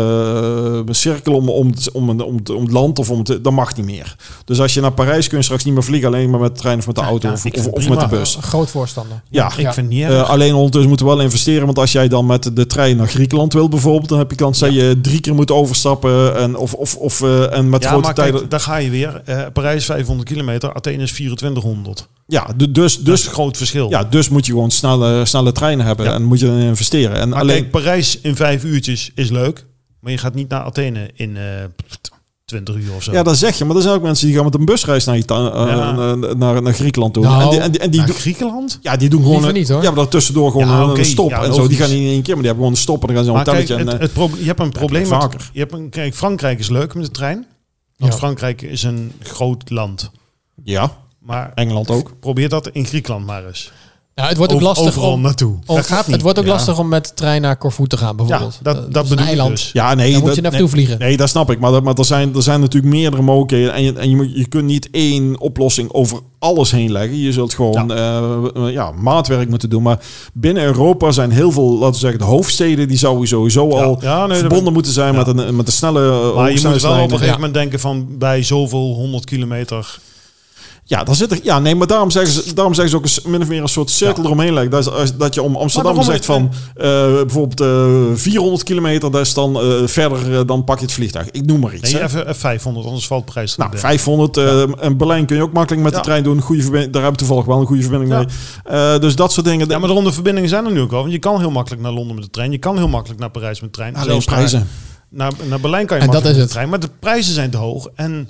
[SPEAKER 4] eh, cirkel om, om, het- om, een- om, het- om het land of om het... Dat mag niet meer. Dus als je naar Parijs kun je straks niet meer vliegen, alleen maar met de trein of met de auto
[SPEAKER 3] ja,
[SPEAKER 4] of,
[SPEAKER 3] ik
[SPEAKER 4] of,
[SPEAKER 3] vind
[SPEAKER 4] of
[SPEAKER 3] het
[SPEAKER 4] met de
[SPEAKER 3] prima.
[SPEAKER 4] bus.
[SPEAKER 2] Een Groot voorstander.
[SPEAKER 4] Ja,
[SPEAKER 3] ik vind het niet
[SPEAKER 4] Eh,
[SPEAKER 3] erg.
[SPEAKER 4] alleen ondertussen moeten we wel investeren. Want als jij dan met de trein naar Griekenland wil bijvoorbeeld, dan heb je kans dat je drie keer moet overstappen. En, of, of, of, eh, en met
[SPEAKER 3] ja,
[SPEAKER 4] grote
[SPEAKER 3] maar kijk,
[SPEAKER 4] tijden.
[SPEAKER 3] daar ga je weer. Eh, Parijs 500 kilometer, Athene is 2400.
[SPEAKER 4] ja, du- dus,
[SPEAKER 3] Dus
[SPEAKER 4] dus,
[SPEAKER 3] een groot verschil.
[SPEAKER 4] ja, dus moet je gewoon snelle, snelle treinen hebben.
[SPEAKER 3] Ja.
[SPEAKER 4] En moet je dan investeren. En
[SPEAKER 3] maar
[SPEAKER 4] alleen.
[SPEAKER 3] kijk, Parijs in vijf uurtjes is leuk. Maar je gaat niet naar Athene in eh 20 uur of zo.
[SPEAKER 4] ja, dat zeg je. Maar er zijn ook mensen die gaan met een busreis naar, Ita- eh,
[SPEAKER 3] Ja.
[SPEAKER 4] naar, naar, naar Griekenland toe.
[SPEAKER 2] Nou,
[SPEAKER 4] en die, en die, en die Nou,
[SPEAKER 3] naar
[SPEAKER 4] doen-
[SPEAKER 3] Griekenland?
[SPEAKER 4] ja, die doen gewoon...
[SPEAKER 2] Liever
[SPEAKER 4] een-
[SPEAKER 2] niet, hoor.
[SPEAKER 4] Ja, maar daar tussendoor gewoon
[SPEAKER 3] Ja,
[SPEAKER 4] een-
[SPEAKER 3] oké.
[SPEAKER 4] een stop
[SPEAKER 3] Ja,
[SPEAKER 4] en zo. Die
[SPEAKER 3] logisch.
[SPEAKER 4] gaan niet in één keer, maar die hebben gewoon een stop. En dan gaan ze een
[SPEAKER 3] Maar kijk,
[SPEAKER 4] telletje. en,
[SPEAKER 3] het,
[SPEAKER 4] eh,
[SPEAKER 3] het probleem- je hebt een probleem.
[SPEAKER 4] heb je
[SPEAKER 3] met-
[SPEAKER 4] vaker.
[SPEAKER 3] je hebt een, kijk, Frankrijk is leuk met de trein. Want
[SPEAKER 2] Ja.
[SPEAKER 3] Frankrijk is een groot land.
[SPEAKER 4] ja,
[SPEAKER 3] Maar
[SPEAKER 4] Engeland ook.
[SPEAKER 3] probeer dat in Griekenland maar eens.
[SPEAKER 2] Nou, het wordt ook
[SPEAKER 3] Over-
[SPEAKER 2] lastig
[SPEAKER 3] overal
[SPEAKER 2] om,
[SPEAKER 3] naartoe.
[SPEAKER 2] om-
[SPEAKER 3] dat gaat niet.
[SPEAKER 2] Het wordt ook
[SPEAKER 4] Ja.
[SPEAKER 2] lastig om met de trein naar Corfu te gaan,
[SPEAKER 3] ja,
[SPEAKER 2] bijvoorbeeld. Eh,
[SPEAKER 3] dat, dat,
[SPEAKER 2] is een
[SPEAKER 3] bedoel ik
[SPEAKER 2] eiland.
[SPEAKER 3] dus.
[SPEAKER 4] Ja, nee.
[SPEAKER 2] Dan moet
[SPEAKER 4] dat-
[SPEAKER 2] je
[SPEAKER 4] nee.
[SPEAKER 2] naartoe vliegen.
[SPEAKER 4] Nee, dat snap ik. Maar, dat, maar er, zijn, er zijn natuurlijk meerdere mogelijkheden. En, je, en je, moet, je kunt niet één oplossing over alles heen leggen. Je zult gewoon eh, eh, ja, maatwerk moeten doen. Maar binnen Europa zijn heel veel, laten we zeggen, de hoofdsteden... die zouden sowieso al
[SPEAKER 3] Ja, nee, dat
[SPEAKER 4] verbonden
[SPEAKER 3] ben-
[SPEAKER 4] moeten zijn met, een, met een snelle eh,
[SPEAKER 3] Maar je moet dus wel op een
[SPEAKER 4] hogesnelheidslijnen.
[SPEAKER 3] gegeven
[SPEAKER 2] Ja.
[SPEAKER 3] moment denken van bij zoveel 100 kilometer.
[SPEAKER 4] Ja, daar zit er, ja, nee, maar daarom zeggen ze, daarom zeggen ze ook een, s- min of meer een soort cirkel eromheen lijkt. Dat, is- als- dat je om Amsterdam
[SPEAKER 3] Maar waarom
[SPEAKER 4] zegt van eh, bijvoorbeeld eh, 400 kilometer, dat is dan eh, verder, eh, dan pak je het vliegtuig. Ik noem maar iets.
[SPEAKER 3] Nee,
[SPEAKER 4] hè.
[SPEAKER 3] even eh, 500, anders valt de prijs.
[SPEAKER 4] Nou,
[SPEAKER 3] erin.
[SPEAKER 4] 500. eh en Berlijn kun je ook makkelijk met de
[SPEAKER 3] Ja.
[SPEAKER 4] trein doen. Goede verbinding, daar hebben we toevallig wel een goede verbinding
[SPEAKER 3] Ja.
[SPEAKER 4] mee. Eh, dus dat soort dingen.
[SPEAKER 3] Ja, maar de ronde verbindingen zijn er nu ook al. Want je kan heel makkelijk naar Londen met de trein. Je kan heel makkelijk naar Parijs met de trein.
[SPEAKER 4] Alleen
[SPEAKER 3] Zelfs naar-
[SPEAKER 4] prijzen.
[SPEAKER 3] Naar, naar Berlijn kan je
[SPEAKER 2] Ah, En dat
[SPEAKER 3] makkelijk met
[SPEAKER 2] is
[SPEAKER 3] de
[SPEAKER 2] het.
[SPEAKER 3] trein. Maar de prijzen zijn te hoog. En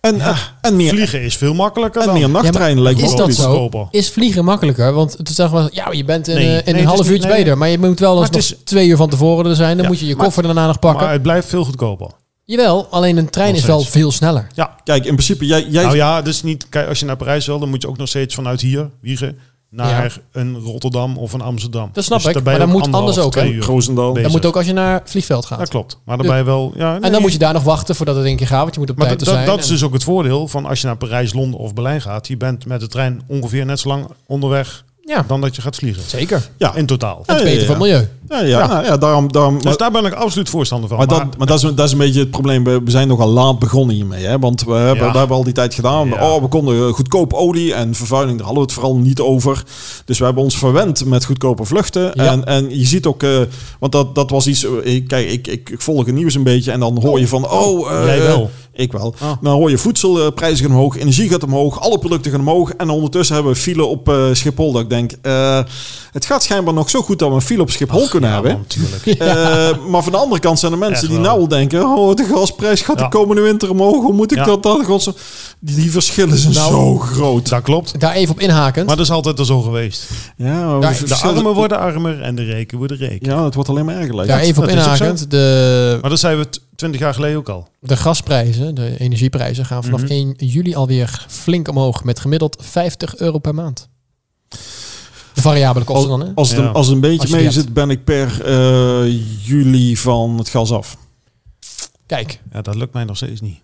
[SPEAKER 4] En, eh, en meer,
[SPEAKER 3] vliegen is veel makkelijker
[SPEAKER 4] en
[SPEAKER 3] dan.
[SPEAKER 4] meer
[SPEAKER 2] Ja, maar
[SPEAKER 4] nachttreinen lijkt me
[SPEAKER 2] is
[SPEAKER 4] ook
[SPEAKER 2] dat
[SPEAKER 4] iets.
[SPEAKER 2] zo?
[SPEAKER 3] goedkoper.
[SPEAKER 2] Is vliegen makkelijker? Want toen zeggen we, ja, je bent in,
[SPEAKER 3] Nee,
[SPEAKER 2] eh, in
[SPEAKER 3] nee, het
[SPEAKER 2] een
[SPEAKER 3] is
[SPEAKER 2] half
[SPEAKER 3] niet-
[SPEAKER 2] uurtje
[SPEAKER 3] nee.
[SPEAKER 2] beter. Maar je moet wel
[SPEAKER 3] Maar
[SPEAKER 2] alsnog
[SPEAKER 3] het is-
[SPEAKER 2] twee uur van tevoren er zijn. Dan
[SPEAKER 3] Ja,
[SPEAKER 2] moet je je
[SPEAKER 3] maar-
[SPEAKER 2] koffer daarna nog pakken.
[SPEAKER 3] Maar het blijft veel goedkoper.
[SPEAKER 2] Jawel, alleen een trein
[SPEAKER 3] Nog
[SPEAKER 2] is wel
[SPEAKER 3] steeds.
[SPEAKER 2] veel sneller.
[SPEAKER 3] Ja.
[SPEAKER 4] Kijk, in principe, jij, jij
[SPEAKER 3] Nou ja, dus niet. Kijk, als je naar Parijs wil, dan moet je ook nog steeds vanuit hier, Wiegen, naar een Rotterdam of een Amsterdam.
[SPEAKER 2] Dat snap
[SPEAKER 3] Dus
[SPEAKER 2] ik,
[SPEAKER 3] daar ben je
[SPEAKER 2] maar dat
[SPEAKER 3] ook
[SPEAKER 2] moet anders ook,
[SPEAKER 3] anderhalf,
[SPEAKER 2] hè?
[SPEAKER 3] twee uur.
[SPEAKER 4] Roosendaal.
[SPEAKER 3] Nee.
[SPEAKER 2] Dat
[SPEAKER 3] Bezig.
[SPEAKER 2] moet ook als je naar het vliegveld gaat.
[SPEAKER 3] Dat klopt. Maar daarbij wel. Ja,
[SPEAKER 2] en dan moet je daar nog wachten voordat het één keer gaat. Want je moet op
[SPEAKER 3] Maar
[SPEAKER 2] tijd
[SPEAKER 3] dat,
[SPEAKER 2] er zijn.
[SPEAKER 3] dat is
[SPEAKER 2] en-
[SPEAKER 3] dus ook het voordeel van als je naar Parijs, Londen of Berlijn gaat. Je bent met de trein ongeveer net zo lang onderweg
[SPEAKER 2] Ja,
[SPEAKER 3] dan dat je gaat vliegen.
[SPEAKER 2] zeker.
[SPEAKER 4] ja,
[SPEAKER 3] In totaal.
[SPEAKER 2] Dat is
[SPEAKER 4] Ja, ja,
[SPEAKER 2] beter voor het milieu.
[SPEAKER 4] ja, ja, ja. nou ja, daarom, daarom,
[SPEAKER 3] Dus daar ben ik absoluut voorstander van.
[SPEAKER 4] Maar, dat, maar dat, is, een- dat is een beetje het probleem. We we zijn nogal laat begonnen hiermee. Hè? Want we hebben,
[SPEAKER 3] Ja.
[SPEAKER 4] we hebben al die tijd gedaan.
[SPEAKER 3] Ja.
[SPEAKER 4] Oh, we konden eh, goedkoop olie en vervuiling. Daar hadden we het vooral niet over. Dus we hebben ons verwend met goedkope vluchten.
[SPEAKER 2] Ja.
[SPEAKER 4] En, en je ziet ook... eh, want dat, dat was iets... eh, ik- kijk, ik, ik, ik volg het nieuws een beetje. En dan hoor je van... Oh, eh,
[SPEAKER 3] Jij wel.
[SPEAKER 4] Ik wel.
[SPEAKER 3] Ah.
[SPEAKER 4] Dan hoor je voedselprijzen gaan omhoog. Energie gaat omhoog. Alle producten gaan omhoog. En ondertussen hebben we file op eh, Schiphol. Dat ik denk... eh, het gaat schijnbaar nog zo goed dat we een file op Schiphol kunnen
[SPEAKER 3] Ja,
[SPEAKER 4] hebben.
[SPEAKER 3] man, natuurlijk.
[SPEAKER 4] Eh, maar van de andere kant zijn er mensen
[SPEAKER 3] Echt
[SPEAKER 4] die
[SPEAKER 3] wel.
[SPEAKER 4] nou al denken: oh, de gasprijs gaat
[SPEAKER 3] Ja.
[SPEAKER 4] de komende winter omhoog. Hoe moet ik
[SPEAKER 3] Ja.
[SPEAKER 4] dat dan? Gods- Die, die verschillen zijn
[SPEAKER 3] Nou.
[SPEAKER 4] zo groot.
[SPEAKER 3] Dat klopt.
[SPEAKER 2] Daar even op inhakend.
[SPEAKER 3] Maar dat is altijd al zo geweest.
[SPEAKER 4] Ja,
[SPEAKER 2] Ja,
[SPEAKER 4] we
[SPEAKER 3] De
[SPEAKER 4] verschillen-
[SPEAKER 3] armen worden armer en de reken worden reken.
[SPEAKER 4] ja, het wordt alleen maar erger. lijkt
[SPEAKER 2] daar
[SPEAKER 4] het.
[SPEAKER 2] even op
[SPEAKER 3] dat is ook
[SPEAKER 2] inhakend. De,
[SPEAKER 3] Maar dat zeiden we twintig jaar geleden ook al.
[SPEAKER 2] de gasprijzen, de energieprijzen, gaan vanaf
[SPEAKER 3] Mhm.
[SPEAKER 2] 1 juli alweer flink omhoog. Met gemiddeld 50 euro per maand. De variabele kosten dan, hè?
[SPEAKER 4] Als het,
[SPEAKER 3] Ja.
[SPEAKER 4] een, als het een beetje
[SPEAKER 2] Als je
[SPEAKER 4] mee
[SPEAKER 2] die hebt.
[SPEAKER 4] zit, ben ik per eh, juli van het gas af.
[SPEAKER 2] Kijk,
[SPEAKER 3] Ja, dat lukt mij nog steeds niet.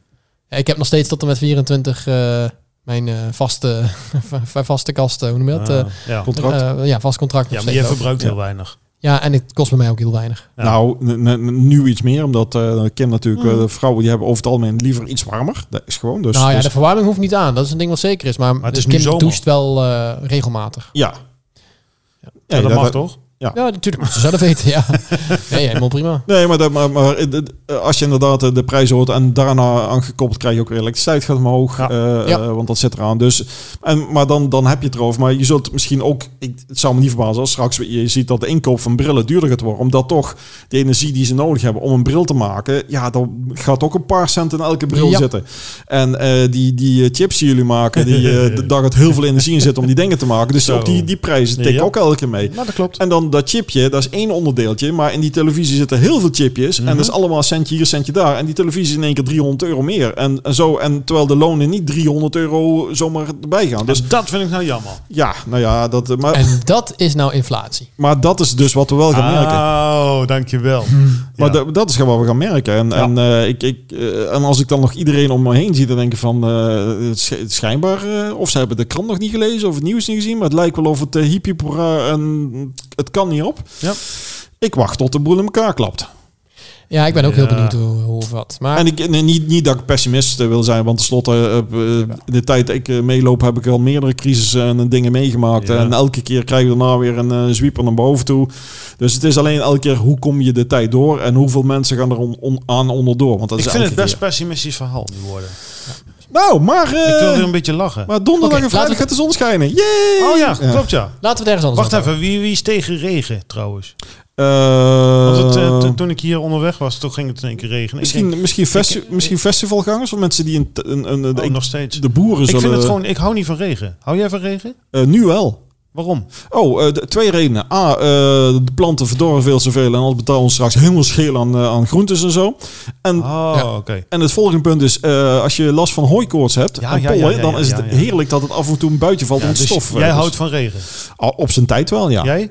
[SPEAKER 2] ik heb nog steeds tot en met 24 eh, mijn eh, vaste, [LAUGHS] vaste kast, eh, hoe noem je dat?
[SPEAKER 3] Ah,
[SPEAKER 2] Eh,
[SPEAKER 3] ja.
[SPEAKER 4] Contract.
[SPEAKER 2] eh, ja, vast contract. nog
[SPEAKER 3] ja, maar
[SPEAKER 2] steeds
[SPEAKER 3] je
[SPEAKER 2] ook.
[SPEAKER 3] verbruikt
[SPEAKER 4] Ja.
[SPEAKER 3] heel weinig.
[SPEAKER 2] Ja, en het kost bij mij ook heel weinig.
[SPEAKER 3] ja.
[SPEAKER 4] Nou, n- n- nu iets meer, omdat eh, Kim natuurlijk, eh, vrouwen die hebben over het algemeen liever iets warmer. Dat is gewoon. Dus,
[SPEAKER 2] Mm. nou ja,
[SPEAKER 4] dus-
[SPEAKER 2] de verwarming hoeft niet aan. Dat is een ding wat zeker is. Maar,
[SPEAKER 3] het is nu
[SPEAKER 2] Kim
[SPEAKER 3] zomer.
[SPEAKER 2] doucht wel eh, regelmatig.
[SPEAKER 4] ja.
[SPEAKER 3] Ja,
[SPEAKER 4] Nee,
[SPEAKER 3] dat mag toch?
[SPEAKER 2] Ja, natuurlijk moet ze
[SPEAKER 3] [LAUGHS]
[SPEAKER 2] zelf weten. Ja. Nee, helemaal prima.
[SPEAKER 4] Nee, maar, dat, maar, maar eh, d- eh, als je inderdaad eh, de prijs hoort en daarna aangekoppeld krijg je ook weer elektriciteit gaat omhoog.
[SPEAKER 3] Ja.
[SPEAKER 4] eh,
[SPEAKER 2] Ja.
[SPEAKER 4] eh, want dat zit eraan. Dus, en, maar dan, dan heb je het erover. Maar je zult misschien ook, ik, het zou me niet verbazen als straks je ziet dat de inkoop van brillen duurder gaat worden. Omdat toch de energie die ze nodig hebben om een bril te maken, ja, dan gaat ook een paar cent in elke bril
[SPEAKER 2] Ja.
[SPEAKER 4] zitten. En eh, die, die eh, chips die jullie maken, die, eh,
[SPEAKER 3] [LAUGHS]
[SPEAKER 4] d- daar gaat heel veel energie in zitten om die dingen te maken. Dus
[SPEAKER 3] Zo.
[SPEAKER 4] ook die, die prijzen tikken
[SPEAKER 3] Ja.
[SPEAKER 4] ook elke keer mee.
[SPEAKER 3] Nou, dat klopt. Mhm.
[SPEAKER 4] En dan dat chipje, dat is één onderdeeltje. Maar in die televisie zitten heel veel chipjes. En dat is allemaal centje hier, centje daar. En die televisie is in één keer 300 euro meer. En, en zo, en terwijl de lonen niet 300 euro zomaar erbij gaan. Dus
[SPEAKER 3] Dus dat vind ik nou jammer.
[SPEAKER 4] ja, nou ja, dat, eh, maar,
[SPEAKER 2] En dat is nou inflatie.
[SPEAKER 4] maar dat is dus wat we wel gaan merken.
[SPEAKER 3] Oh, dankjewel.
[SPEAKER 4] Maar
[SPEAKER 3] Ja.
[SPEAKER 4] dat- dat is gewoon wat we gaan merken. En, en, eh, ik, ik, eh, en als ik dan nog iedereen om me heen zie, dan denk ik van eh, het sch- het schijnbaar, eh, of ze hebben de krant nog niet gelezen of het nieuws niet gezien, maar het lijkt wel of het uh, en het kan niet op.
[SPEAKER 3] Ja.
[SPEAKER 4] Ik wacht tot de boel in elkaar klapt.
[SPEAKER 2] Ja, ik ben ook heel
[SPEAKER 3] Ja.
[SPEAKER 2] benieuwd hoe, hoe of wat. Maar
[SPEAKER 4] En ik, nee, niet, niet dat ik pessimist eh, wil zijn, want tenslotte, eh, eh, in de tijd dat ik eh, meeloop, heb ik al meerdere crisissen en eh, dingen meegemaakt.
[SPEAKER 3] Ja.
[SPEAKER 4] En elke keer krijgen we daarna weer een eh zwieper naar boven toe. Dus het is alleen elke keer hoe kom je de tijd door en hoeveel mensen gaan er on, on- aan onderdoor. Want dat
[SPEAKER 3] Ik
[SPEAKER 4] is
[SPEAKER 3] vind het
[SPEAKER 4] elke
[SPEAKER 3] best
[SPEAKER 4] keer.
[SPEAKER 3] pessimistisch verhaal nu worden.
[SPEAKER 4] Nou, maar, eh,
[SPEAKER 3] Ik wil weer een beetje lachen.
[SPEAKER 4] maar donderdag
[SPEAKER 2] Oké,
[SPEAKER 4] en
[SPEAKER 2] laten
[SPEAKER 4] vrijdag
[SPEAKER 2] we-
[SPEAKER 4] gaat de zon schijnen. Yay!
[SPEAKER 3] Oh ja, klopt ja.
[SPEAKER 2] laten we het ergens anders
[SPEAKER 3] Wacht
[SPEAKER 2] over
[SPEAKER 3] even, wie, wie is tegen regen trouwens?
[SPEAKER 4] Eh,
[SPEAKER 3] Want het, eh, to- toen ik hier onderweg was, toen ging het in één keer regenen. Ik, denk,
[SPEAKER 4] misschien, misschien, festi- misschien festivalgangers of mensen die een, een, een-
[SPEAKER 3] oh,
[SPEAKER 4] ik-
[SPEAKER 3] nog steeds.
[SPEAKER 4] de boeren
[SPEAKER 3] ik
[SPEAKER 4] zullen...
[SPEAKER 3] vind het gewoon, ik hou niet van regen. Hou jij van regen?
[SPEAKER 4] eh, nu wel.
[SPEAKER 3] Waarom?
[SPEAKER 4] Oh, eh, de- twee redenen. A, eh, de planten verdorren veel zoveel en anders betalen we ons straks helemaal scheel aan, eh, aan groentes en zo. En,
[SPEAKER 3] Oh,
[SPEAKER 2] Ja.
[SPEAKER 3] oké.
[SPEAKER 4] en het volgende punt is, eh, als je last van hooikoorts hebt
[SPEAKER 3] Ja,
[SPEAKER 4] en
[SPEAKER 3] ja,
[SPEAKER 4] pollen,
[SPEAKER 3] ja, ja,
[SPEAKER 4] dan
[SPEAKER 3] ja,
[SPEAKER 4] is het
[SPEAKER 3] ja, ja.
[SPEAKER 4] heerlijk dat het af en toe een buitje valt
[SPEAKER 3] Ja,
[SPEAKER 4] om het
[SPEAKER 3] dus
[SPEAKER 4] stof. eh,
[SPEAKER 3] jij
[SPEAKER 4] dus-
[SPEAKER 3] houdt van regen.
[SPEAKER 4] Ah, op zijn tijd wel, ja.
[SPEAKER 3] Jij?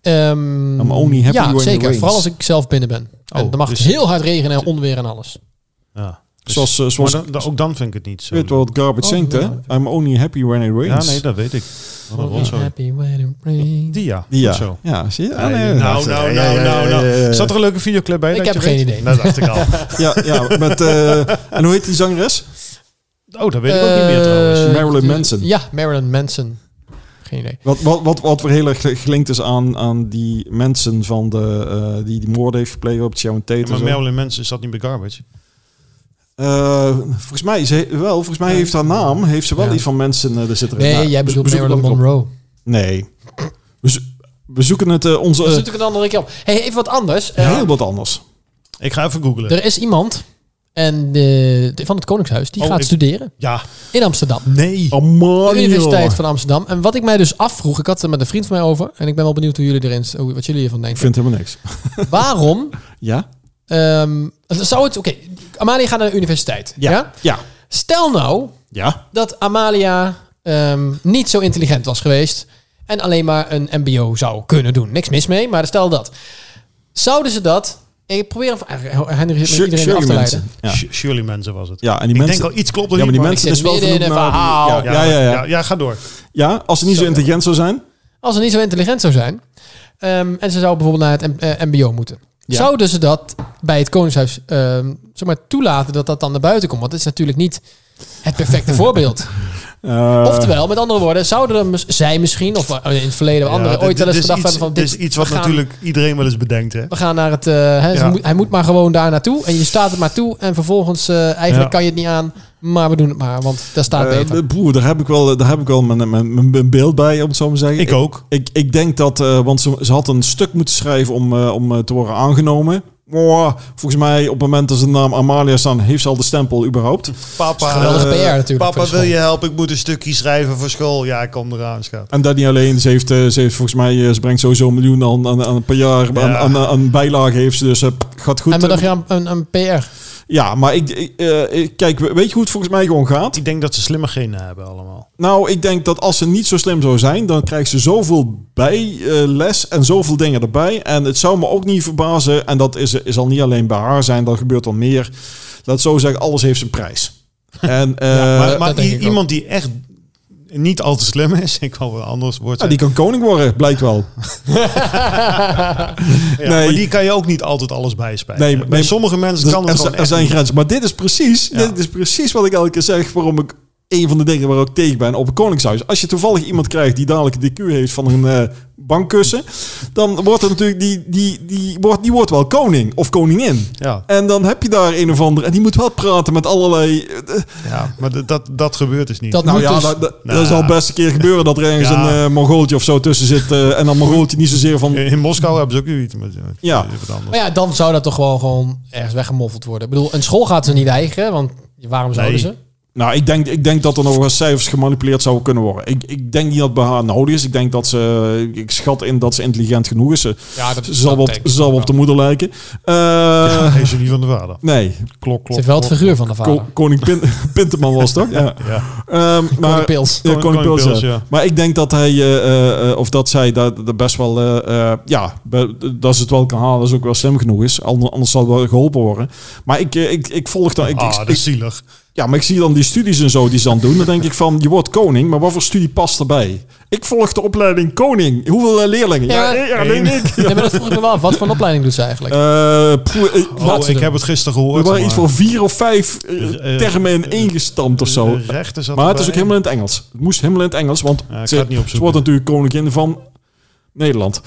[SPEAKER 2] Ehm,
[SPEAKER 4] I'm only happy
[SPEAKER 2] ja,
[SPEAKER 4] when it
[SPEAKER 2] zeker.
[SPEAKER 4] rains.
[SPEAKER 2] Vooral als ik zelf binnen ben. en
[SPEAKER 3] Oh,
[SPEAKER 2] dan mag
[SPEAKER 3] dus-
[SPEAKER 2] het heel hard regenen en onweer en alles.
[SPEAKER 3] Ja. Dus-
[SPEAKER 4] Zoals, eh,
[SPEAKER 3] maar
[SPEAKER 4] zoals
[SPEAKER 3] dan, dan- ook dan vind ik het niet zo.
[SPEAKER 4] weet wat Garbage
[SPEAKER 2] Oh,
[SPEAKER 4] zingt, hè?
[SPEAKER 2] ja.
[SPEAKER 4] I'm only happy when it
[SPEAKER 3] ja,
[SPEAKER 4] rains.
[SPEAKER 3] nee, dat weet ik. Oh, Wat
[SPEAKER 2] Oh,
[SPEAKER 3] een rotzooi.
[SPEAKER 2] Happy when it rains.
[SPEAKER 3] Die ja.
[SPEAKER 4] Die,
[SPEAKER 3] Goed
[SPEAKER 4] ja.
[SPEAKER 3] Zo.
[SPEAKER 4] ja, zie je? Ah,
[SPEAKER 3] Nou,
[SPEAKER 4] nee,
[SPEAKER 3] nou, nou,
[SPEAKER 4] dat-
[SPEAKER 3] nou,
[SPEAKER 4] ja, ja,
[SPEAKER 3] nou, nou,
[SPEAKER 4] ja, ja, ja.
[SPEAKER 3] Zat er een leuke videoclip bij?
[SPEAKER 2] Ik
[SPEAKER 3] dat
[SPEAKER 2] heb
[SPEAKER 3] je
[SPEAKER 2] geen
[SPEAKER 3] weet?
[SPEAKER 2] idee.
[SPEAKER 3] Dat dacht ik al.
[SPEAKER 4] Ja, ja, met... eh, en hoe heet die zangeres?
[SPEAKER 3] Oh, dat weet ik ook niet meer trouwens.
[SPEAKER 2] [LAUGHS] Eh,
[SPEAKER 4] Marilyn Manson.
[SPEAKER 2] Ja, Marilyn Manson. Geen idee.
[SPEAKER 4] Wat, wat, wat, wat weer heel erg gelinkt is aan, aan die mensen van de, eh, die die moorden heeft gepleegd op Sharon Tate. en
[SPEAKER 3] Maar
[SPEAKER 4] zo.
[SPEAKER 3] Marilyn Manson zat niet bij Garbage.
[SPEAKER 4] Eh, volgens mij, is hij- wel, volgens mij heeft haar naam, heeft ze wel
[SPEAKER 2] Ja.
[SPEAKER 4] iets van mensen eh, er zitten.
[SPEAKER 2] Nee,
[SPEAKER 4] Nou,
[SPEAKER 2] jij
[SPEAKER 4] be-
[SPEAKER 2] bedoelt
[SPEAKER 4] bezoek
[SPEAKER 2] Marilyn
[SPEAKER 4] het dan-
[SPEAKER 3] Eh.
[SPEAKER 2] Monroe.
[SPEAKER 4] Nee. We, zo- we zoeken het eh, onze...
[SPEAKER 2] Dat is natuurlijk een andere keer op. Hey, even wat anders.
[SPEAKER 4] eh,
[SPEAKER 2] Eh,
[SPEAKER 4] Heel wat anders.
[SPEAKER 3] Ik ga even googlen.
[SPEAKER 2] er is iemand en de, de- van het Koningshuis die
[SPEAKER 3] Oh,
[SPEAKER 2] gaat
[SPEAKER 3] ik- Oh,
[SPEAKER 2] studeren
[SPEAKER 3] Ja.
[SPEAKER 2] in Amsterdam.
[SPEAKER 3] Nee.
[SPEAKER 2] Oh.
[SPEAKER 4] Amai,
[SPEAKER 2] De Universiteit van Amsterdam. En wat ik mij dus afvroeg, ik had het er met een vriend van mij over. En ik ben wel benieuwd hoe jullie erin, hoe- wat jullie hiervan
[SPEAKER 4] Ik
[SPEAKER 2] denken.
[SPEAKER 4] vind
[SPEAKER 2] [LAUGHS]
[SPEAKER 4] helemaal niks.
[SPEAKER 2] Waarom
[SPEAKER 4] Ja?
[SPEAKER 2] Ehm, zou het... Oké, Amalia gaat naar de universiteit. Ja.
[SPEAKER 4] Ja.
[SPEAKER 2] Stel nou
[SPEAKER 4] Ja.
[SPEAKER 2] dat Amalia ehm, niet zo intelligent was geweest... en alleen maar een mbo zou kunnen doen. Niks mis mee, maar stel dat. Zouden ze dat... Ik probeer hem- Henry zit met
[SPEAKER 4] Shir-
[SPEAKER 2] iedereen
[SPEAKER 4] Shirley
[SPEAKER 2] af te
[SPEAKER 4] Manson.
[SPEAKER 2] leiden.
[SPEAKER 4] Ja.
[SPEAKER 3] Sh- Shirley Manson was het.
[SPEAKER 4] Ja, en
[SPEAKER 3] ik
[SPEAKER 4] die mensen...
[SPEAKER 3] denk al iets klopt er
[SPEAKER 4] ja, maar
[SPEAKER 3] niet,
[SPEAKER 4] die
[SPEAKER 3] maar-
[SPEAKER 4] mensen
[SPEAKER 2] Ik
[SPEAKER 4] is
[SPEAKER 2] zit
[SPEAKER 4] wel
[SPEAKER 2] midden in
[SPEAKER 4] vernoemd
[SPEAKER 2] een
[SPEAKER 4] naar die-
[SPEAKER 3] ja,
[SPEAKER 4] Ja, ja, ja, ja.
[SPEAKER 3] ga door.
[SPEAKER 4] Ja, als ze niet zo
[SPEAKER 3] Zo, ja.
[SPEAKER 4] intelligent zou zijn.
[SPEAKER 2] Als ze niet zo intelligent zou zijn... ehm, en ze zou bijvoorbeeld naar het m- eh, mbo moeten.
[SPEAKER 4] Ja.
[SPEAKER 2] Zouden ze dat bij het Koningshuis ehm zomaar toelaten dat dat dan naar buiten komt? Want het is natuurlijk niet het perfecte voorbeeld.
[SPEAKER 4] eh,
[SPEAKER 2] Oftewel, met andere woorden, zouden er mis- zij misschien, of eh, in het verleden
[SPEAKER 3] Ja,
[SPEAKER 2] anderen,
[SPEAKER 3] dit-
[SPEAKER 2] ooit wel eens
[SPEAKER 3] dit is
[SPEAKER 2] gedacht hebben
[SPEAKER 3] iets-
[SPEAKER 2] van
[SPEAKER 3] dit
[SPEAKER 2] dit...
[SPEAKER 3] is iets wat
[SPEAKER 2] we gaan-
[SPEAKER 3] natuurlijk iedereen wel eens bedenkt, hè?
[SPEAKER 2] We gaan naar het... eh, hè, ze
[SPEAKER 3] Ja.
[SPEAKER 2] moet- hij moet maar gewoon daar naartoe. En je staat het maar toe. En vervolgens, eh, eigenlijk
[SPEAKER 3] Ja.
[SPEAKER 2] kan je het niet aan. Maar we doen het maar, want daar staat
[SPEAKER 4] eh,
[SPEAKER 2] het beter.
[SPEAKER 4] broer, daar heb ik wel, daar heb ik wel mijn, mijn, mijn- mijn beeld bij, om het zo maar te zeggen.
[SPEAKER 3] Ik ook.
[SPEAKER 4] Ik, ik denk dat, eh, want ze, ze had een stuk moeten schrijven om, eh, om eh, te worden aangenomen. Maar volgens mij, op het moment dat ze de naam Amalia staan, heeft ze al de stempel überhaupt.
[SPEAKER 3] Papa,
[SPEAKER 2] Geweldige
[SPEAKER 4] eh,
[SPEAKER 2] PR natuurlijk. voor
[SPEAKER 3] papa
[SPEAKER 2] de
[SPEAKER 3] wil
[SPEAKER 2] school.
[SPEAKER 3] je helpen? Ik moet een stukje schrijven voor school. Ja, ik kom eraan, schat.
[SPEAKER 4] En dat niet alleen. Ze, heeft, eh, ze heeft volgens mij, eh, ze brengt sowieso een miljoen aan, aan, aan per jaar aan,
[SPEAKER 3] Ja.
[SPEAKER 4] aan, aan bijlagen heeft ze. Dus eh, gaat goed.
[SPEAKER 2] En we dachten, ja, een, een PR.
[SPEAKER 4] ja, maar ik, ik, eh, ik- kijk, weet je hoe het volgens mij gewoon gaat?
[SPEAKER 3] Ik denk dat ze slimme genen hebben allemaal.
[SPEAKER 4] Nou, ik denk dat als ze niet zo slim zou zijn, dan krijgt ze zoveel bijles en zoveel dingen erbij. En het zou me ook niet verbazen, en dat is, is al niet alleen bij haar zijn, dat gebeurt al meer. Laat zo zeggen, alles heeft zijn
[SPEAKER 3] [LAUGHS]
[SPEAKER 4] prijs. En eh,
[SPEAKER 3] maar maar
[SPEAKER 2] dat denk
[SPEAKER 3] i-
[SPEAKER 2] ik ook.
[SPEAKER 3] iemand die echt niet al te slim is, [LAUGHS] ik kan wel een anders woord
[SPEAKER 4] ja,
[SPEAKER 3] zijn.
[SPEAKER 4] die kan koning worden, blijkt
[SPEAKER 3] [LAUGHS]
[SPEAKER 4] wel.
[SPEAKER 3] Ja,
[SPEAKER 4] nee.
[SPEAKER 3] Maar die kan je ook niet altijd alles bijspijken.
[SPEAKER 4] Nee,
[SPEAKER 3] Nee,
[SPEAKER 4] maar-
[SPEAKER 3] Bij
[SPEAKER 4] nee,
[SPEAKER 3] sommige mensen
[SPEAKER 4] Dus
[SPEAKER 3] kan
[SPEAKER 4] er,
[SPEAKER 3] het gewoon
[SPEAKER 4] zijn- er
[SPEAKER 3] echt
[SPEAKER 4] zijn
[SPEAKER 3] niet.
[SPEAKER 4] grenzen. Maar dit is precies,
[SPEAKER 3] Ja.
[SPEAKER 4] dit is precies wat ik elke keer zeg, waarom ik een van de dingen waar ik tegen ben op het Koningshuis. Als je toevallig iemand krijgt die dadelijk de DQ heeft van een eh, bankkussen, dan wordt er natuurlijk die, die, die, wordt, die wordt wel koning of koningin.
[SPEAKER 3] Ja,
[SPEAKER 4] En dan heb je daar een of ander. En die moet wel praten met allerlei. eh, eh,
[SPEAKER 3] ja, maar d- dat, dat gebeurt dus niet.
[SPEAKER 2] Dat
[SPEAKER 4] nou
[SPEAKER 2] moet
[SPEAKER 4] ja,
[SPEAKER 2] dus.
[SPEAKER 4] dat, dat,
[SPEAKER 3] Nou.
[SPEAKER 4] dat zal best een keer gebeuren dat er ergens
[SPEAKER 3] Ja.
[SPEAKER 4] een eh Mongooltje of zo tussen zit. eh, en dan Mongooltje niet zozeer van.
[SPEAKER 3] In in Moskou hebben ze ook eh, iets met, met
[SPEAKER 4] Ja.
[SPEAKER 3] met wat
[SPEAKER 2] Maar
[SPEAKER 3] anders.
[SPEAKER 2] ja, dan zou dat toch gewoon, gewoon ergens weggemoffeld worden. Ik bedoel, een school gaat ze niet eigenen, want waarom zouden
[SPEAKER 3] Nee.
[SPEAKER 2] ze?
[SPEAKER 4] Nou, ik denk, ik denk dat er nog wel cijfers gemanipuleerd zouden kunnen worden. Ik, ik denk niet dat bij haar nodig is. Ik denk dat ze... eh, Ik schat in dat ze intelligent genoeg is. Ze
[SPEAKER 2] Ja, dat
[SPEAKER 4] ze zal,
[SPEAKER 2] dat
[SPEAKER 4] wel op,
[SPEAKER 2] denk ik
[SPEAKER 4] ze zal wel
[SPEAKER 2] wel.
[SPEAKER 4] op de moeder lijken. Eh,
[SPEAKER 3] Hij is niet van de vader.
[SPEAKER 4] nee,
[SPEAKER 3] Klok,
[SPEAKER 2] Het
[SPEAKER 3] klok.
[SPEAKER 2] heeft wel het
[SPEAKER 3] klok.
[SPEAKER 2] figuur van de
[SPEAKER 4] Ko-
[SPEAKER 2] vader.
[SPEAKER 4] koning Pin- [LAUGHS] Pinterman was toch? Ja.
[SPEAKER 3] Ja.
[SPEAKER 4] Ehm,
[SPEAKER 2] Maar,
[SPEAKER 4] maar,
[SPEAKER 2] pils.
[SPEAKER 4] Ja, Koning
[SPEAKER 3] Koning
[SPEAKER 4] Pils,
[SPEAKER 3] Pils,
[SPEAKER 4] ja.
[SPEAKER 3] ja.
[SPEAKER 4] Maar ik denk dat hij, eh, eh, eh, of dat zij daar daar best wel, eh, eh, ja, be- dat ze het wel kan halen, dat is ook wel slim genoeg is. Ander- Anders zal het wel geholpen worden. Maar ik, eh, ik, ik volg dan, [LAUGHS] ik,
[SPEAKER 3] Ah,
[SPEAKER 4] ik,
[SPEAKER 3] dat is
[SPEAKER 4] [LAUGHS]
[SPEAKER 3] zielig.
[SPEAKER 4] ja, maar ik zie dan die studies en zo die ze dan doen. Dan denk ik van, je wordt koning, maar wat voor studie past erbij? Ik volg de opleiding koning. Hoeveel eh, leerlingen? Ja,
[SPEAKER 2] Ja,
[SPEAKER 4] ja, denk ik.
[SPEAKER 2] Nee, maar dat vroeg ik me wel af. Wat voor een opleiding doet ze eigenlijk?
[SPEAKER 4] Eh, poeh, eh,
[SPEAKER 2] ze
[SPEAKER 3] Oh, ik
[SPEAKER 2] doen.
[SPEAKER 3] heb het gisteren
[SPEAKER 4] er
[SPEAKER 3] gehoord.
[SPEAKER 4] waren iets
[SPEAKER 3] maar-
[SPEAKER 4] van vier of vijf eh,
[SPEAKER 3] Eh,
[SPEAKER 4] termen in
[SPEAKER 3] eh,
[SPEAKER 4] één gestampt of zo.
[SPEAKER 3] Eh, Rechten zat
[SPEAKER 4] Maar het is ook
[SPEAKER 3] erbij.
[SPEAKER 4] helemaal in het Engels. Het moest helemaal in het Engels, want
[SPEAKER 3] Ja, ik
[SPEAKER 4] ze,
[SPEAKER 3] ga het niet
[SPEAKER 4] ze
[SPEAKER 3] opzoeken.
[SPEAKER 4] wordt natuurlijk koningin van Nederland.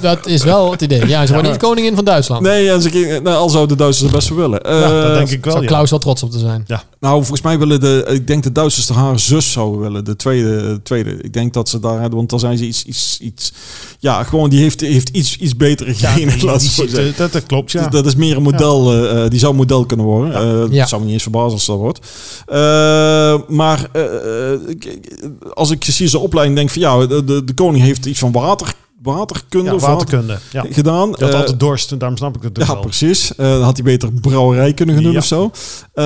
[SPEAKER 2] Dat is wel het idee. Ja, ze wordt niet koningin van Duitsland.
[SPEAKER 4] Nee, en ze ging, nou, al zouden de Duitsers het best wel willen.
[SPEAKER 3] Ja,
[SPEAKER 4] Eh,
[SPEAKER 3] dat denk ik wel.
[SPEAKER 2] Zou
[SPEAKER 3] ja.
[SPEAKER 2] Klaus wel trots op te zijn.
[SPEAKER 4] Nou, volgens mij willen de, ik denk de Duitsers de haar zus zouden willen. De tweede, de tweede. Ik denk dat ze daar hebben, want dan zijn ze iets, iets, iets. Ja, gewoon die heeft, heeft iets, iets betere
[SPEAKER 3] [LAUGHS] Ja,
[SPEAKER 4] [LAUGHS] genen.
[SPEAKER 3] die-
[SPEAKER 4] laat
[SPEAKER 3] die
[SPEAKER 4] ik zo
[SPEAKER 3] zit,
[SPEAKER 4] zeggen.
[SPEAKER 3] eh, dat, dat klopt, ja.
[SPEAKER 4] Dus Dat- Dat is meer een model, eh, eh, die zou model kunnen worden. Eh dat
[SPEAKER 2] Ja.
[SPEAKER 4] zou me niet eens verbazen als dat wordt. Eh, maar eh, eh, ik- ik- als ik zie zijn opleiding denk van ja, de, de, de koning heeft iets van water, waterkunde
[SPEAKER 3] Ja,
[SPEAKER 4] of water-
[SPEAKER 3] waterkunde. Ja. Je
[SPEAKER 4] gedaan.
[SPEAKER 3] had
[SPEAKER 4] Eh,
[SPEAKER 3] altijd dorst, en daarom snap ik het dus
[SPEAKER 4] ja,
[SPEAKER 3] wel.
[SPEAKER 4] precies. Eh, dan had hij beter brouwerij kunnen gaan doen
[SPEAKER 3] Ja.
[SPEAKER 4] of zo. Eh,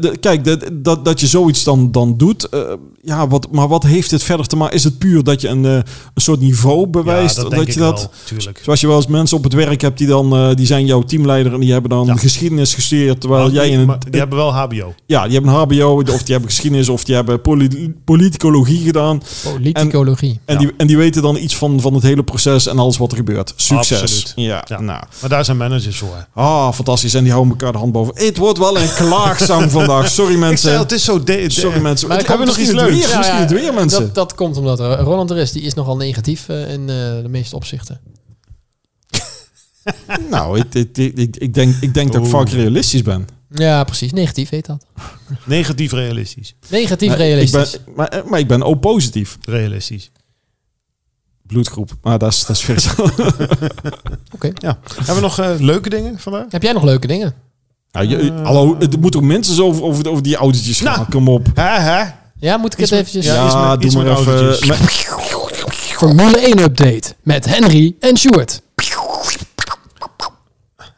[SPEAKER 4] de- kijk, dat, dat, dat je zoiets dan, dan doet. eh, ja, wat, maar wat heeft dit verder te maken? Is het puur dat je een, eh, een soort niveau bewijst?
[SPEAKER 3] ja, dat denk
[SPEAKER 4] je
[SPEAKER 3] ik
[SPEAKER 4] dat.
[SPEAKER 3] wel, tuurlijk.
[SPEAKER 4] Zoals je wel eens mensen op het werk hebt die dan, eh, die zijn jouw teamleider en die hebben dan
[SPEAKER 3] Ja.
[SPEAKER 4] geschiedenis gestudeerd. Terwijl jij in
[SPEAKER 3] Maar
[SPEAKER 4] een,
[SPEAKER 3] die hebben wel HBO.
[SPEAKER 4] ja, die hebben een HBO, of die hebben geschiedenis, of die hebben poli- politicologie gedaan.
[SPEAKER 2] Politicologie.
[SPEAKER 4] En,
[SPEAKER 3] Ja.
[SPEAKER 4] die, en die weten dan iets van, van het hele proces en alles wat er gebeurt. Succes.
[SPEAKER 3] Absoluut.
[SPEAKER 4] Ja,
[SPEAKER 3] Ja.
[SPEAKER 4] nou.
[SPEAKER 3] Maar daar zijn managers voor.
[SPEAKER 4] Ah, fantastisch. En die houden elkaar de hand boven. Het wordt wel een
[SPEAKER 3] [LAUGHS]
[SPEAKER 4] klaagzang vandaag. Sorry
[SPEAKER 3] Ik zei, al,
[SPEAKER 4] mensen.
[SPEAKER 3] het is zo... De, de-
[SPEAKER 4] Sorry mensen.
[SPEAKER 2] Maar
[SPEAKER 4] Het-
[SPEAKER 2] ik heb
[SPEAKER 4] hebben we nog iets
[SPEAKER 2] misschien
[SPEAKER 4] leuks?
[SPEAKER 2] het weer.
[SPEAKER 4] Misschien
[SPEAKER 2] Ja,
[SPEAKER 4] het
[SPEAKER 2] ja,
[SPEAKER 4] weer mensen.
[SPEAKER 2] Dat, dat komt omdat eh, Roland er is. Die is nogal negatief eh, in eh, de meeste opzichten.
[SPEAKER 4] Nou, ik, ik, ik, ik denk, ik denk dat ik
[SPEAKER 3] Oeh.
[SPEAKER 4] vaak realistisch ben.
[SPEAKER 2] Ja, precies. Negatief heet dat.
[SPEAKER 3] Negatief realistisch.
[SPEAKER 2] Negatief
[SPEAKER 4] Maar
[SPEAKER 2] realistisch.
[SPEAKER 4] Ik ben, maar, maar ik ben ook positief.
[SPEAKER 3] Realistisch.
[SPEAKER 4] Bloedgroep. Maar
[SPEAKER 3] [LAUGHS]
[SPEAKER 4] dat is, dat is vers.
[SPEAKER 3] Ja. Hebben we nog eh, leuke dingen vandaag?
[SPEAKER 2] Heb jij nog leuke dingen?
[SPEAKER 4] Nou, je- hallo, het moet toch minstens over, over, over die autootjes gaan.
[SPEAKER 3] Nou.
[SPEAKER 4] Kom op.
[SPEAKER 3] Hè, hè?
[SPEAKER 2] Ja, moet ik
[SPEAKER 3] Iets
[SPEAKER 2] het
[SPEAKER 3] met-
[SPEAKER 2] eventjes...
[SPEAKER 3] ja.
[SPEAKER 4] Ja,
[SPEAKER 3] iets met-
[SPEAKER 4] doe
[SPEAKER 3] iets
[SPEAKER 4] maar
[SPEAKER 3] met
[SPEAKER 4] even.
[SPEAKER 3] autootjes.
[SPEAKER 4] maar-
[SPEAKER 2] Formule 1 update met Henry en Stuart.
[SPEAKER 3] [LAUGHS]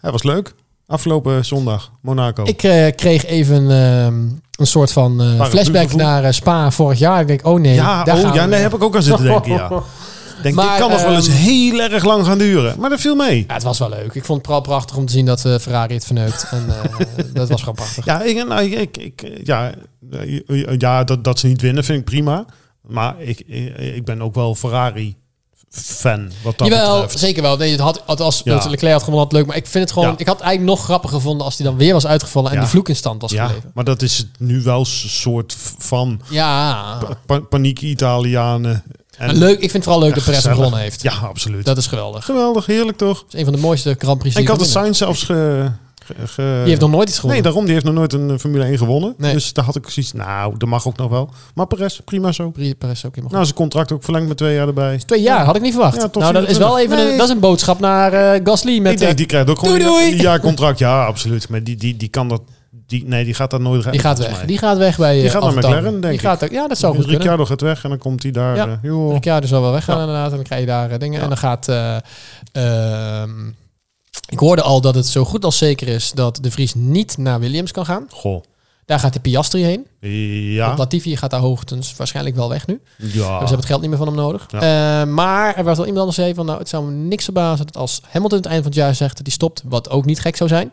[SPEAKER 3] Hij was leuk. Afgelopen zondag, Monaco.
[SPEAKER 2] Ik eh, kreeg even ehm, een soort van eh,
[SPEAKER 3] Paraplu
[SPEAKER 2] flashback
[SPEAKER 3] gevoel.
[SPEAKER 2] naar eh, Spa vorig jaar. Ik denk, oh nee,
[SPEAKER 3] ja,
[SPEAKER 2] daar gaan
[SPEAKER 3] oh, ja,
[SPEAKER 2] we.
[SPEAKER 3] nee, heb ik ook aan
[SPEAKER 2] [LAUGHS]
[SPEAKER 3] zitten denken, ja. Denk,
[SPEAKER 2] Maar,
[SPEAKER 3] dit kan nog wel eens
[SPEAKER 2] ehm,
[SPEAKER 3] heel erg lang gaan duren. Maar dat viel mee.
[SPEAKER 2] Ja, het was wel leuk. Ik vond het vooral prachtig om te zien dat eh, Ferrari het verneukt. En
[SPEAKER 3] [LAUGHS]
[SPEAKER 2] eh, dat was gewoon prachtig.
[SPEAKER 3] Ja, ik, nou, ik, ik- ja, eh, ja dat, dat ze niet winnen vind ik prima. Maar ik, ik, ik ben ook wel Ferrari-fan, wat dat
[SPEAKER 2] Jawel,
[SPEAKER 3] betreft.
[SPEAKER 2] zeker wel. Nee, het had, had- als
[SPEAKER 3] Ja.
[SPEAKER 2] Leclerc had gewonnen, had het leuk. Maar ik vind het gewoon...
[SPEAKER 3] Ja.
[SPEAKER 2] Ik had het eigenlijk nog grappiger gevonden als hij dan weer was uitgevallen en
[SPEAKER 3] Ja.
[SPEAKER 2] de vloek in stand was
[SPEAKER 3] Ja,
[SPEAKER 2] gebleven.
[SPEAKER 3] maar dat is het nu wel een soort van
[SPEAKER 2] Ja.
[SPEAKER 3] pa- paniek Italianen. En,
[SPEAKER 2] Maar leuk, ik vind het vooral leuk dat Perez
[SPEAKER 3] gezellig.
[SPEAKER 2] hem gewonnen heeft.
[SPEAKER 3] Ja, absoluut.
[SPEAKER 2] Dat is geweldig.
[SPEAKER 3] Geweldig, heerlijk toch?
[SPEAKER 2] Dat is een van de mooiste Grand Prix
[SPEAKER 3] En ik
[SPEAKER 2] die
[SPEAKER 3] had het
[SPEAKER 2] je kan winnen.
[SPEAKER 3] Sainz zelfs ge, ge- ge-
[SPEAKER 2] Die heeft nog nooit iets gewonnen.
[SPEAKER 3] Nee, daarom. Die heeft nog nooit een eh, Formule 1 gewonnen.
[SPEAKER 2] Nee.
[SPEAKER 3] Dus daar had ik zoiets... Nou, dat mag ook nog wel. Maar Perez, prima zo.
[SPEAKER 2] Pri- Perez ook helemaal goed.
[SPEAKER 3] Nou, zijn contract ook verlengd met twee jaar erbij.
[SPEAKER 2] Twee jaar, had ik niet verwacht.
[SPEAKER 3] Ja, tot
[SPEAKER 2] nou, dat is wel
[SPEAKER 3] 24.
[SPEAKER 2] even een,
[SPEAKER 3] Nee.
[SPEAKER 2] dat is een boodschap naar eh, Gasly. Met,
[SPEAKER 3] ik denk,
[SPEAKER 2] eh,
[SPEAKER 3] die krijgt ook gewoon
[SPEAKER 2] doei,
[SPEAKER 3] een
[SPEAKER 2] doei.
[SPEAKER 3] ja- jaarcontract. Ja, absoluut. Maar die, die, die kan dat... Die, nee, die gaat dat nooit redden.
[SPEAKER 2] die gaat weg.
[SPEAKER 3] volgens mij.
[SPEAKER 2] Die gaat weg bij eh,
[SPEAKER 3] Die gaat naar
[SPEAKER 2] Alfa
[SPEAKER 3] McLaren,
[SPEAKER 2] Tauri. die
[SPEAKER 3] denk ik.
[SPEAKER 2] Gaat ook, ja, dat zou goed kunnen.
[SPEAKER 3] Ricciardo gaat weg en dan komt hij daar...
[SPEAKER 2] Ja.
[SPEAKER 3] eh, joh.
[SPEAKER 2] Ricciardo zal wel weggaan inderdaad. En dan krijg je daar eh, dingen. En dan gaat... eh, ehm, ik hoorde al dat het zo goed als zeker is dat De Vries niet naar Williams kan gaan.
[SPEAKER 3] Goh.
[SPEAKER 2] Daar gaat de Piastri heen. Want
[SPEAKER 3] Ja. Ah.
[SPEAKER 2] Latifi gaat daar hoogtens waarschijnlijk wel weg nu.
[SPEAKER 3] Ja.
[SPEAKER 2] Dus ze hebben het geld niet meer van hem nodig. Eh, maar er werd wel iemand anders zei van... Nou, het zou me niks verbazen dat als Hamilton het eind van het jaar zegt dat hij stopt... wat ook niet gek zou zijn...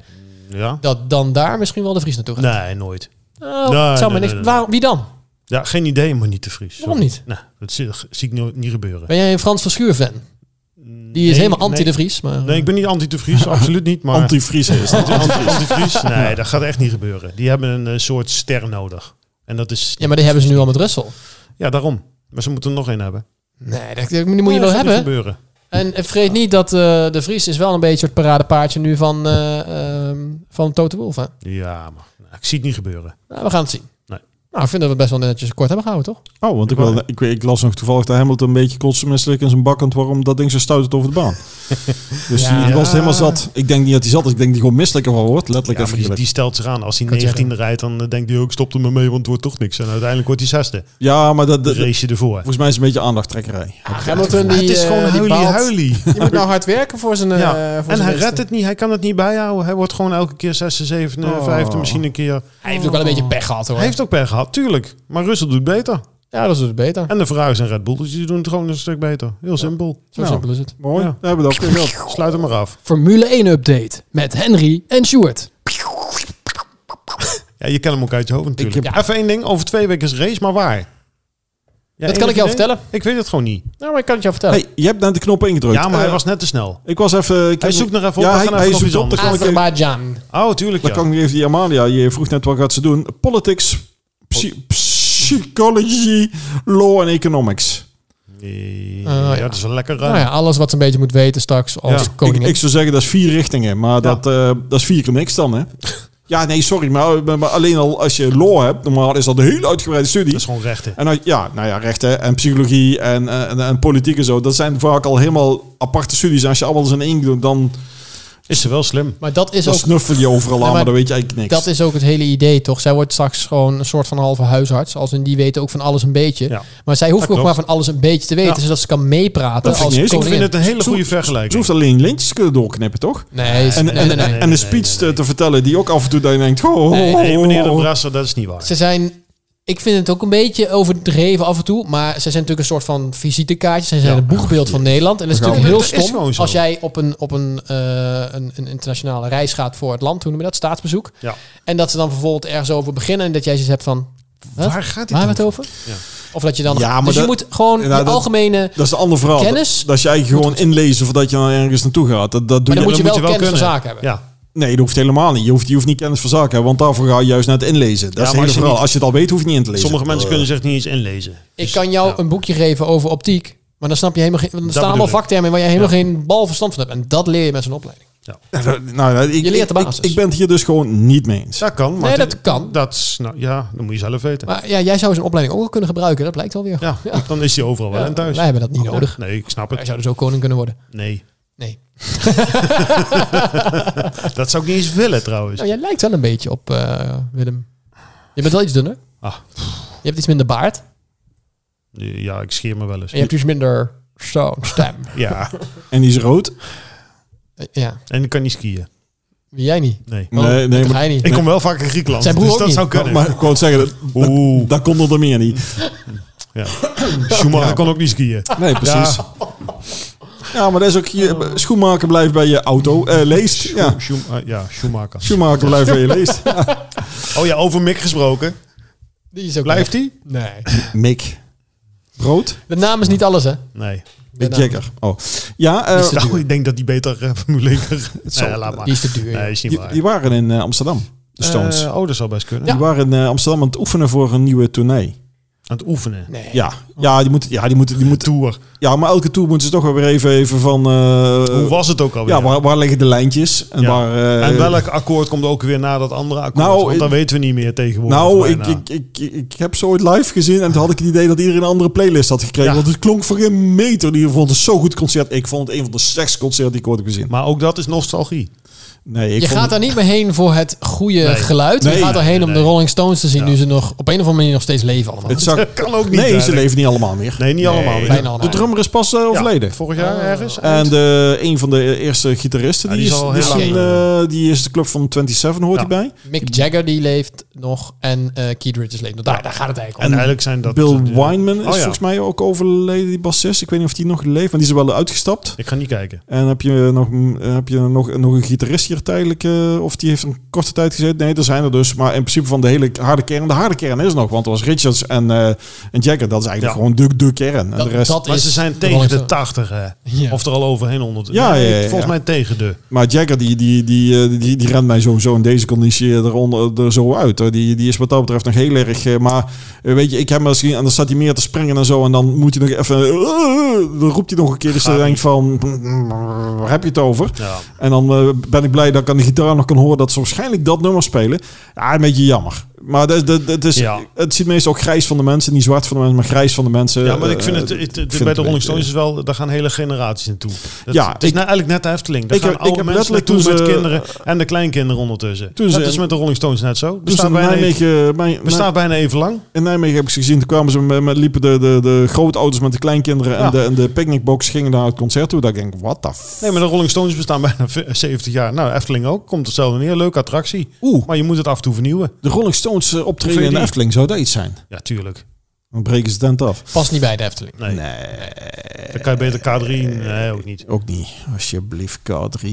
[SPEAKER 3] ja.
[SPEAKER 2] dat dan daar misschien wel De Vries naartoe gaat.
[SPEAKER 3] Nee, nooit.
[SPEAKER 2] Oh,
[SPEAKER 3] Nee,
[SPEAKER 2] het zou me
[SPEAKER 3] nee,
[SPEAKER 2] niks.
[SPEAKER 3] nee, nee.
[SPEAKER 2] Waarom, wie dan?
[SPEAKER 3] Ja, geen idee, maar niet te Vries.
[SPEAKER 2] Waarom niet?
[SPEAKER 3] Nou, dat zie, zie ik nooit- niet gebeuren.
[SPEAKER 2] Ben jij een Frans Verschuur fan? Die is helemaal anti de Vries, maar
[SPEAKER 3] Nee, ik ben niet anti-te
[SPEAKER 2] [LAUGHS]
[SPEAKER 3] Vries, absoluut niet. Maar
[SPEAKER 4] Antivries is het.
[SPEAKER 3] Anti- Antivries? Nee, dat gaat echt niet gebeuren. Die hebben een eh, soort ster nodig. En dat is...
[SPEAKER 2] ja, maar die hebben ze nu al met Russell.
[SPEAKER 3] Ja, daarom. Maar ze moeten er nog één hebben.
[SPEAKER 2] Nee, dat, die moet je
[SPEAKER 3] Nee,
[SPEAKER 2] wel
[SPEAKER 3] dat gaat niet
[SPEAKER 2] hebben.
[SPEAKER 3] gebeuren.
[SPEAKER 2] En eh, vergeet niet dat eh, de Vries is wel een beetje het paradepaardje nu van, eh ehm van Toto Wolff. hè?
[SPEAKER 3] Ja, maar nou, ik zie het niet gebeuren.
[SPEAKER 2] Nou, we gaan het zien.
[SPEAKER 3] Nee.
[SPEAKER 2] Nou, ik vind dat we best wel netjes kort hebben gehouden, toch?
[SPEAKER 4] [LAUGHS] Oh, want ik,
[SPEAKER 3] Ja.
[SPEAKER 4] wel, ik, ik las nog toevallig dat Hamilton een beetje kotsmisselijk in zijn bak aan het worden, omdat ding zo stuit het over de [LAUGHS] baan. dus
[SPEAKER 2] Ja.
[SPEAKER 4] die was helemaal zat. Ik denk niet dat hij zat is. Ik denk die gewoon misselijker van wordt. Letterlijk
[SPEAKER 3] Ja,
[SPEAKER 4] en
[SPEAKER 3] maar die,
[SPEAKER 4] figuurlijk.
[SPEAKER 3] die stelt zich aan. Als hij
[SPEAKER 2] Kan het
[SPEAKER 3] 19 rijdt, dan eh, denkt hij ook, stop er maar mee, want het wordt toch niks. En uiteindelijk wordt hij zesde.
[SPEAKER 4] Ja, maar dat, dat-
[SPEAKER 3] Race je ervoor.
[SPEAKER 4] volgens mij is het een beetje aandachttrekkerij.
[SPEAKER 2] Hamilton, die,
[SPEAKER 3] het is
[SPEAKER 2] eh,
[SPEAKER 3] gewoon een
[SPEAKER 2] die
[SPEAKER 3] huilie
[SPEAKER 2] baalt.
[SPEAKER 3] huilie.
[SPEAKER 2] Je moet nou hard werken voor zijn. eh,
[SPEAKER 3] Ja,
[SPEAKER 2] voor
[SPEAKER 3] en
[SPEAKER 2] zijn
[SPEAKER 3] hij
[SPEAKER 2] beste.
[SPEAKER 3] redt het niet. Hij kan het niet bijhouden. Hij wordt gewoon elke keer zesde, zevende,
[SPEAKER 4] Oh.
[SPEAKER 3] vijfde misschien een keer.
[SPEAKER 2] Hij heeft ook wel een beetje pech gehad hoor.
[SPEAKER 3] Hij heeft ook pech gehad, tuurlijk. Maar Russell doet beter.
[SPEAKER 2] Ja, dat is dus beter.
[SPEAKER 3] En de Ferraris en Red Bull, dus die doen het gewoon een stuk beter. Heel simpel.
[SPEAKER 2] Zo
[SPEAKER 3] Nou,
[SPEAKER 2] simpel is het.
[SPEAKER 4] Mooi,
[SPEAKER 3] Ja.
[SPEAKER 4] daar hebben we dat ook weer gehad.
[SPEAKER 3] sluit hem maar af.
[SPEAKER 2] Formule 1 update met Henry en Stuart.
[SPEAKER 3] Ja, je kent hem ook uit je hoofd natuurlijk.
[SPEAKER 2] heb-
[SPEAKER 3] Even één ding. Over twee weken is race, maar waar? Ja,
[SPEAKER 2] dat
[SPEAKER 3] enig
[SPEAKER 2] kan ik jou
[SPEAKER 3] idee?
[SPEAKER 2] vertellen.
[SPEAKER 3] Ik weet het gewoon niet.
[SPEAKER 2] Nou, maar ik kan het jou vertellen.
[SPEAKER 4] Hey, je hebt net de knop ingedrukt.
[SPEAKER 3] Ja, maar hij
[SPEAKER 4] Eh,
[SPEAKER 3] was net te snel.
[SPEAKER 4] Ik was even... Ik
[SPEAKER 3] Hij
[SPEAKER 4] heb-
[SPEAKER 3] zoekt nog even op.
[SPEAKER 4] Ja,
[SPEAKER 3] we
[SPEAKER 4] hij,
[SPEAKER 3] gaan
[SPEAKER 4] hij
[SPEAKER 3] even nog
[SPEAKER 4] zoekt
[SPEAKER 3] iets
[SPEAKER 4] op. Dan
[SPEAKER 3] anders.
[SPEAKER 4] kan ik even-
[SPEAKER 2] Azerbaijan.
[SPEAKER 3] Oh, tuurlijk
[SPEAKER 4] dan
[SPEAKER 3] ja.
[SPEAKER 4] kan ik nog even die Amalia. Je vroeg net wat gaat ze doen. Politics, psy- psychology, law en economics.
[SPEAKER 3] Nee,
[SPEAKER 2] Ah, ja.
[SPEAKER 3] ja, dat is wel lekker ruim.
[SPEAKER 2] Nou ja, alles wat ze een beetje moet weten straks als
[SPEAKER 3] Ja.
[SPEAKER 4] Ik,
[SPEAKER 2] koningin.
[SPEAKER 4] ik zou zeggen, dat is vier richtingen. Maar dat, eh, dat is vier keer niks dan, hè? Ja, nee, sorry. Maar, maar- maar alleen al als je law hebt, normaal is dat een heel uitgebreide studie.
[SPEAKER 3] Dat is gewoon rechten.
[SPEAKER 4] En als- ja, nou ja, rechten en psychologie en, eh, en, en politiek en zo. Dat zijn vaak al helemaal aparte studies. En als je allemaal eens in één doet, dan,
[SPEAKER 3] Is ze wel slim.
[SPEAKER 2] maar dat is
[SPEAKER 4] dan
[SPEAKER 2] ook
[SPEAKER 4] snuffel je overal aan.
[SPEAKER 2] maar
[SPEAKER 4] Maar, dan weet je eigenlijk niks.
[SPEAKER 2] Dat is ook het hele idee, toch? Zij wordt straks gewoon een soort van halve huisarts. Als in die weten ook van alles een beetje.
[SPEAKER 3] Ja.
[SPEAKER 2] Maar zij hoeft
[SPEAKER 3] Dat
[SPEAKER 2] ook maar
[SPEAKER 3] klopt.
[SPEAKER 2] van alles een beetje te weten,
[SPEAKER 3] Ja.
[SPEAKER 2] zodat ze kan meepraten
[SPEAKER 4] Dat vind ik
[SPEAKER 2] als
[SPEAKER 4] niet eens. Ik
[SPEAKER 3] Ik vind
[SPEAKER 2] koningin.
[SPEAKER 3] het een hele
[SPEAKER 4] Zo-
[SPEAKER 3] goede
[SPEAKER 4] je
[SPEAKER 3] vergelijking.
[SPEAKER 4] hoeft alleen lintjes te kunnen doorknippen, toch?
[SPEAKER 2] Nee, ze-
[SPEAKER 4] En,
[SPEAKER 2] nee,
[SPEAKER 4] en,
[SPEAKER 2] nee, nee.
[SPEAKER 4] en een
[SPEAKER 3] nee,
[SPEAKER 4] speech
[SPEAKER 3] nee,
[SPEAKER 4] te-
[SPEAKER 3] nee.
[SPEAKER 4] te vertellen die ook af en toe dat je denkt... Ho, ho,
[SPEAKER 2] Nee,
[SPEAKER 4] ho,
[SPEAKER 3] Nee,
[SPEAKER 4] ho,
[SPEAKER 3] meneer de
[SPEAKER 4] ho.
[SPEAKER 3] Brasser, dat is niet waar.
[SPEAKER 2] Oh. Ze zijn... Ik vind het ook een beetje overdreven af en toe. Maar ze zijn natuurlijk een soort van visitekaartje. Ze zijn
[SPEAKER 3] Ja.
[SPEAKER 2] het boegbeeld van Nederland. En dat is
[SPEAKER 4] We gaan-
[SPEAKER 2] natuurlijk heel
[SPEAKER 3] Dat is
[SPEAKER 2] stom.
[SPEAKER 3] gewoon zo.
[SPEAKER 2] Als jij op, een, op een, eh, een, een internationale reis gaat voor het land, toen noemen we dat, staatsbezoek.
[SPEAKER 3] Ja.
[SPEAKER 2] En dat ze dan bijvoorbeeld ergens over beginnen. En dat jij zoiets hebt van, wat?
[SPEAKER 3] Waar gaat
[SPEAKER 2] waar
[SPEAKER 3] dit
[SPEAKER 2] hebben we het over?
[SPEAKER 3] Ja.
[SPEAKER 2] Of dat je dan...
[SPEAKER 4] Ja, maar
[SPEAKER 2] dus je
[SPEAKER 4] dat-
[SPEAKER 2] moet gewoon
[SPEAKER 4] Ja,
[SPEAKER 2] je
[SPEAKER 4] dat-
[SPEAKER 2] algemene...
[SPEAKER 4] Dat is een ander verhaal.
[SPEAKER 2] Kennis?
[SPEAKER 4] Dat, dat je eigenlijk gewoon inlezen voordat je naar ergens naartoe gaat. Dat, dat doe
[SPEAKER 2] Maar dan
[SPEAKER 4] je,
[SPEAKER 2] moet je wel kennis van
[SPEAKER 3] kunnen.
[SPEAKER 2] zaken hebben.
[SPEAKER 3] Ja,
[SPEAKER 4] Nee, dat hoeft helemaal niet. Je hoeft, je hoeft niet kennis van zaken hebben, want daarvoor ga je juist naar het inlezen. Dat
[SPEAKER 3] maar
[SPEAKER 4] is het hele
[SPEAKER 3] als je
[SPEAKER 4] verhaal.
[SPEAKER 3] niet-
[SPEAKER 4] Als je het al weet, hoef je niet in te lezen.
[SPEAKER 3] sommige mensen kunnen zich niet eens inlezen. Dus-
[SPEAKER 2] Ik kan jou
[SPEAKER 3] ja.
[SPEAKER 2] een boekje geven over optiek. Maar dan snap je helemaal geen. want Er staan
[SPEAKER 3] bedoel
[SPEAKER 2] allemaal
[SPEAKER 3] ik.
[SPEAKER 2] vaktermen waar je helemaal geen bal verstand van hebt. En dat leer je met zo'n opleiding.
[SPEAKER 4] Nou, nou, ik,
[SPEAKER 2] Je leert de
[SPEAKER 4] ik-
[SPEAKER 2] basis.
[SPEAKER 4] Ik, ik ben het hier dus gewoon niet mee eens.
[SPEAKER 3] Dat kan, maar...
[SPEAKER 2] Nee,
[SPEAKER 3] het-
[SPEAKER 2] dat kan.
[SPEAKER 3] Dat, is- nou, ja, dat moet je zelf weten.
[SPEAKER 2] Maar ja, jij zou zo'n opleiding ook wel kunnen gebruiken. Dat blijkt alweer.
[SPEAKER 3] Ja, dan is hij overal wel en thuis.
[SPEAKER 2] Wij hebben dat niet nodig.
[SPEAKER 3] Nee, ik snap
[SPEAKER 2] Wij
[SPEAKER 3] het.
[SPEAKER 2] zouden zo koning kunnen worden.
[SPEAKER 3] Nee.
[SPEAKER 2] Nee.
[SPEAKER 3] Dat zou ik niet eens willen trouwens.
[SPEAKER 2] Nou, jij lijkt wel een beetje op eh, Willem. Je bent wel iets dunner.
[SPEAKER 3] Ah.
[SPEAKER 2] Je hebt iets minder baard. En
[SPEAKER 3] Ja, ik scheer me wel eens.
[SPEAKER 2] je hebt iets minder zo'n stem.
[SPEAKER 3] Ja,
[SPEAKER 4] En die is rood.
[SPEAKER 2] Eh, ja,
[SPEAKER 3] en ik kan niet skiën.
[SPEAKER 2] wie jij niet.
[SPEAKER 3] Nee.
[SPEAKER 2] Oh,
[SPEAKER 4] nee, nee,
[SPEAKER 2] dat
[SPEAKER 4] maar,
[SPEAKER 2] hij niet.
[SPEAKER 3] Ik kom wel vaak in Griekenland,
[SPEAKER 2] Zijn broer
[SPEAKER 3] dus
[SPEAKER 2] ook
[SPEAKER 3] dat
[SPEAKER 2] niet.
[SPEAKER 3] zou kunnen.
[SPEAKER 4] maar ik wou het zeggen, dat, dat,
[SPEAKER 3] Oeh,
[SPEAKER 4] dat komt er meer niet. [COUGHS]
[SPEAKER 3] ja. Schumacher kon ook niet skiën.
[SPEAKER 4] Nee, precies. Ja, maar dat is ook... Je, schoenmaker blijft bij je auto. eh, leest. Ja.
[SPEAKER 3] Schum- ah, ja, Schumacher.
[SPEAKER 4] Schoenmaker blijft bij je leest. Ja.
[SPEAKER 3] Oh ja, over Mick gesproken.
[SPEAKER 2] Die is ook
[SPEAKER 3] Blijft hij?
[SPEAKER 2] Nee.
[SPEAKER 4] Mick. Rood.
[SPEAKER 2] De naam is niet alles, hè?
[SPEAKER 3] Nee.
[SPEAKER 2] De
[SPEAKER 4] Mick
[SPEAKER 2] naam.
[SPEAKER 4] Jagger. Oh. Ja, eh,
[SPEAKER 3] Nou, ik denk dat hij beter eh, [LAUGHS] Formule 1 kan. Nee, laat maar.
[SPEAKER 2] Die is te duur.
[SPEAKER 3] Nee, is niet
[SPEAKER 4] die,
[SPEAKER 3] waar.
[SPEAKER 4] die waren in eh, Amsterdam. De Stones.
[SPEAKER 3] Eh, oh, dat zou best kunnen.
[SPEAKER 4] Die waren in eh, Amsterdam aan het oefenen voor een nieuwe tournee.
[SPEAKER 3] Aan het oefenen.
[SPEAKER 2] Nee.
[SPEAKER 4] Ja,
[SPEAKER 3] Oh.
[SPEAKER 4] ja, die moeten, ja, die moeten, die moeten,
[SPEAKER 3] Tour.
[SPEAKER 4] ja, maar elke tour moeten ze toch wel weer even, even van. eh,
[SPEAKER 3] Hoe was het ook alweer?
[SPEAKER 4] ja, waar, waar liggen de lijntjes? En,
[SPEAKER 3] Ja.
[SPEAKER 4] waar, eh,
[SPEAKER 3] en welk akkoord komt ook weer na dat andere akkoord?
[SPEAKER 4] Nou,
[SPEAKER 3] Want dat
[SPEAKER 4] ik-
[SPEAKER 3] weten we niet meer tegenwoordig.
[SPEAKER 4] Nou, ik,
[SPEAKER 3] bijna.
[SPEAKER 4] ik, ik, ik heb zo ooit live gezien en toen had ik het idee dat iedereen een andere playlist had gekregen.
[SPEAKER 3] Ja.
[SPEAKER 4] Want het klonk voor een meter. Die vond het zo'n goed concert. Ik vond het een van de slechtste concerten die ik ooit heb gezien.
[SPEAKER 3] Maar ook dat is nostalgie.
[SPEAKER 4] Nee, ik
[SPEAKER 2] je
[SPEAKER 4] vond
[SPEAKER 2] gaat daar niet meer heen voor het goede
[SPEAKER 3] Nee.
[SPEAKER 2] geluid.
[SPEAKER 4] Nee.
[SPEAKER 2] je gaat daarheen om de
[SPEAKER 3] Nee.
[SPEAKER 2] Rolling Stones te zien,
[SPEAKER 3] Ja.
[SPEAKER 2] nu ze nog op een of andere manier nog steeds leven allemaal.
[SPEAKER 4] het
[SPEAKER 3] [LAUGHS]
[SPEAKER 4] zag,
[SPEAKER 3] Kan ook niet.
[SPEAKER 4] nee, ze
[SPEAKER 3] eigenlijk.
[SPEAKER 4] leven niet allemaal meer.
[SPEAKER 3] Nee, niet allemaal.
[SPEAKER 2] bijna Oh.
[SPEAKER 3] Ja.
[SPEAKER 2] allemaal.
[SPEAKER 4] De drummer is pas eh,
[SPEAKER 3] Ja,
[SPEAKER 4] overleden.
[SPEAKER 3] Vorig jaar ergens.
[SPEAKER 4] En de, een van de eerste gitaristen,
[SPEAKER 3] Ja,
[SPEAKER 4] die,
[SPEAKER 3] die
[SPEAKER 4] is,
[SPEAKER 3] is al
[SPEAKER 4] die, is
[SPEAKER 3] heel
[SPEAKER 4] een,
[SPEAKER 3] lang,
[SPEAKER 4] eh, die is de club van 27, hoort
[SPEAKER 3] Ja.
[SPEAKER 4] hij bij.
[SPEAKER 2] Mick Jagger die leeft nog en eh Keith Richards leeft nog. Daar, daar gaat het
[SPEAKER 3] En
[SPEAKER 2] eigenlijk om.
[SPEAKER 3] eigenlijk zijn dat...
[SPEAKER 4] Bill
[SPEAKER 3] eh,
[SPEAKER 4] Wineman is
[SPEAKER 3] oh ja.
[SPEAKER 4] volgens mij ook overleden, die bassist. Ik weet niet of die nog leeft, maar die is er wel uitgestapt.
[SPEAKER 3] Ik ga niet kijken.
[SPEAKER 4] En heb je nog, mm, heb je nog, nog een gitarist hier tijdelijk, eh, of die heeft een korte tijd gezeten? Nee, er zijn er dus. Maar in principe van de hele harde kern, de harde kern is er nog. Want er was Richards en, eh en Jagger, dat is eigenlijk
[SPEAKER 3] Ja.
[SPEAKER 4] gewoon de, de kern. En
[SPEAKER 2] Dat-
[SPEAKER 4] de rest,
[SPEAKER 2] dat
[SPEAKER 3] Maar
[SPEAKER 2] is
[SPEAKER 3] ze zijn
[SPEAKER 2] de
[SPEAKER 3] tegen
[SPEAKER 2] Rolling
[SPEAKER 3] de
[SPEAKER 2] Stones.
[SPEAKER 3] 80, hè?
[SPEAKER 2] Ja.
[SPEAKER 3] Of er al overheen onder.
[SPEAKER 4] Ja,
[SPEAKER 3] Nee,
[SPEAKER 4] ja, ja,
[SPEAKER 3] Volgens
[SPEAKER 4] ja.
[SPEAKER 3] mij tegen de.
[SPEAKER 4] Maar Jagger, die, die, die, eh, die, die, rent mij sowieso in deze conditie eh, eronder, er zo uit. hoor. Die, die is wat dat betreft nog heel erg... eh, Maar eh, weet je, ik heb hem misschien... En dan staat hij meer te springen en zo. En dan moet hij nog even... eh, dan roept hij nog een keer. Dus dan
[SPEAKER 3] Gaat
[SPEAKER 4] denk ik van... mm, Waar heb je het over?
[SPEAKER 3] Ja.
[SPEAKER 4] En dan eh, ben ik blij dat ik aan de gitaar nog kan horen... dat ze waarschijnlijk dat nummer spelen. Ja, een beetje jammer. Maar dat, dat, dat is,
[SPEAKER 3] Ja.
[SPEAKER 4] het ziet meestal ook grijs van de mensen. Niet zwart van de mensen, maar grijs van de mensen.
[SPEAKER 3] Ja, maar ik
[SPEAKER 4] Eh,
[SPEAKER 3] vind het,
[SPEAKER 4] eh,
[SPEAKER 3] het- het-
[SPEAKER 4] vind het
[SPEAKER 3] bij
[SPEAKER 4] een
[SPEAKER 3] de Rolling
[SPEAKER 4] beetje-
[SPEAKER 3] Stones is wel, daar gaan hele generaties naartoe. Dat,
[SPEAKER 4] Ja,
[SPEAKER 3] ja, het is
[SPEAKER 4] ik-
[SPEAKER 3] nou eigenlijk net de Efteling. Daar
[SPEAKER 4] ik
[SPEAKER 3] gaan
[SPEAKER 4] heb- ik
[SPEAKER 3] oude
[SPEAKER 4] heb
[SPEAKER 3] mensen
[SPEAKER 4] letterlijk
[SPEAKER 3] naartoe
[SPEAKER 4] toen
[SPEAKER 3] met
[SPEAKER 4] ze-
[SPEAKER 3] kinderen en de kleinkinderen ondertussen.
[SPEAKER 4] Toen
[SPEAKER 3] dat
[SPEAKER 4] ze-
[SPEAKER 3] is met de Rolling Stones net zo.
[SPEAKER 4] Toen ze
[SPEAKER 3] Bestaat
[SPEAKER 4] in
[SPEAKER 3] bijna even-
[SPEAKER 4] Nijmegen, mijn, mijn,
[SPEAKER 3] bestaat bijna even lang.
[SPEAKER 4] in Nijmegen heb ik ze gezien. Toen kwamen ze met, met- liepen de, de, de grootauto's met de kleinkinderen en,
[SPEAKER 3] Ja.
[SPEAKER 4] de, en de picknickbox gingen naar het concert toe. Daar denk ik, wat de f...
[SPEAKER 3] Nee, maar de Rolling Stones bestaan bijna v- 70 jaar. Nou, Efteling ook. Komt hetzelfde neer. Leuke attractie.
[SPEAKER 4] Oeh,
[SPEAKER 3] Maar je moet het af en toe vernieuwen.
[SPEAKER 4] de Rolling Stones eh,
[SPEAKER 3] Vind
[SPEAKER 4] optreden
[SPEAKER 3] je
[SPEAKER 4] in de
[SPEAKER 3] die?
[SPEAKER 4] Efteling, zou dat iets zijn?
[SPEAKER 3] Ja, tuurlijk.
[SPEAKER 4] Dan breken ze de tent af.
[SPEAKER 2] Past niet bij de Efteling.
[SPEAKER 3] Nee. Dan kan je beter K3. Nee, eh, ook niet.
[SPEAKER 4] Ook niet. Alsjeblieft, K3.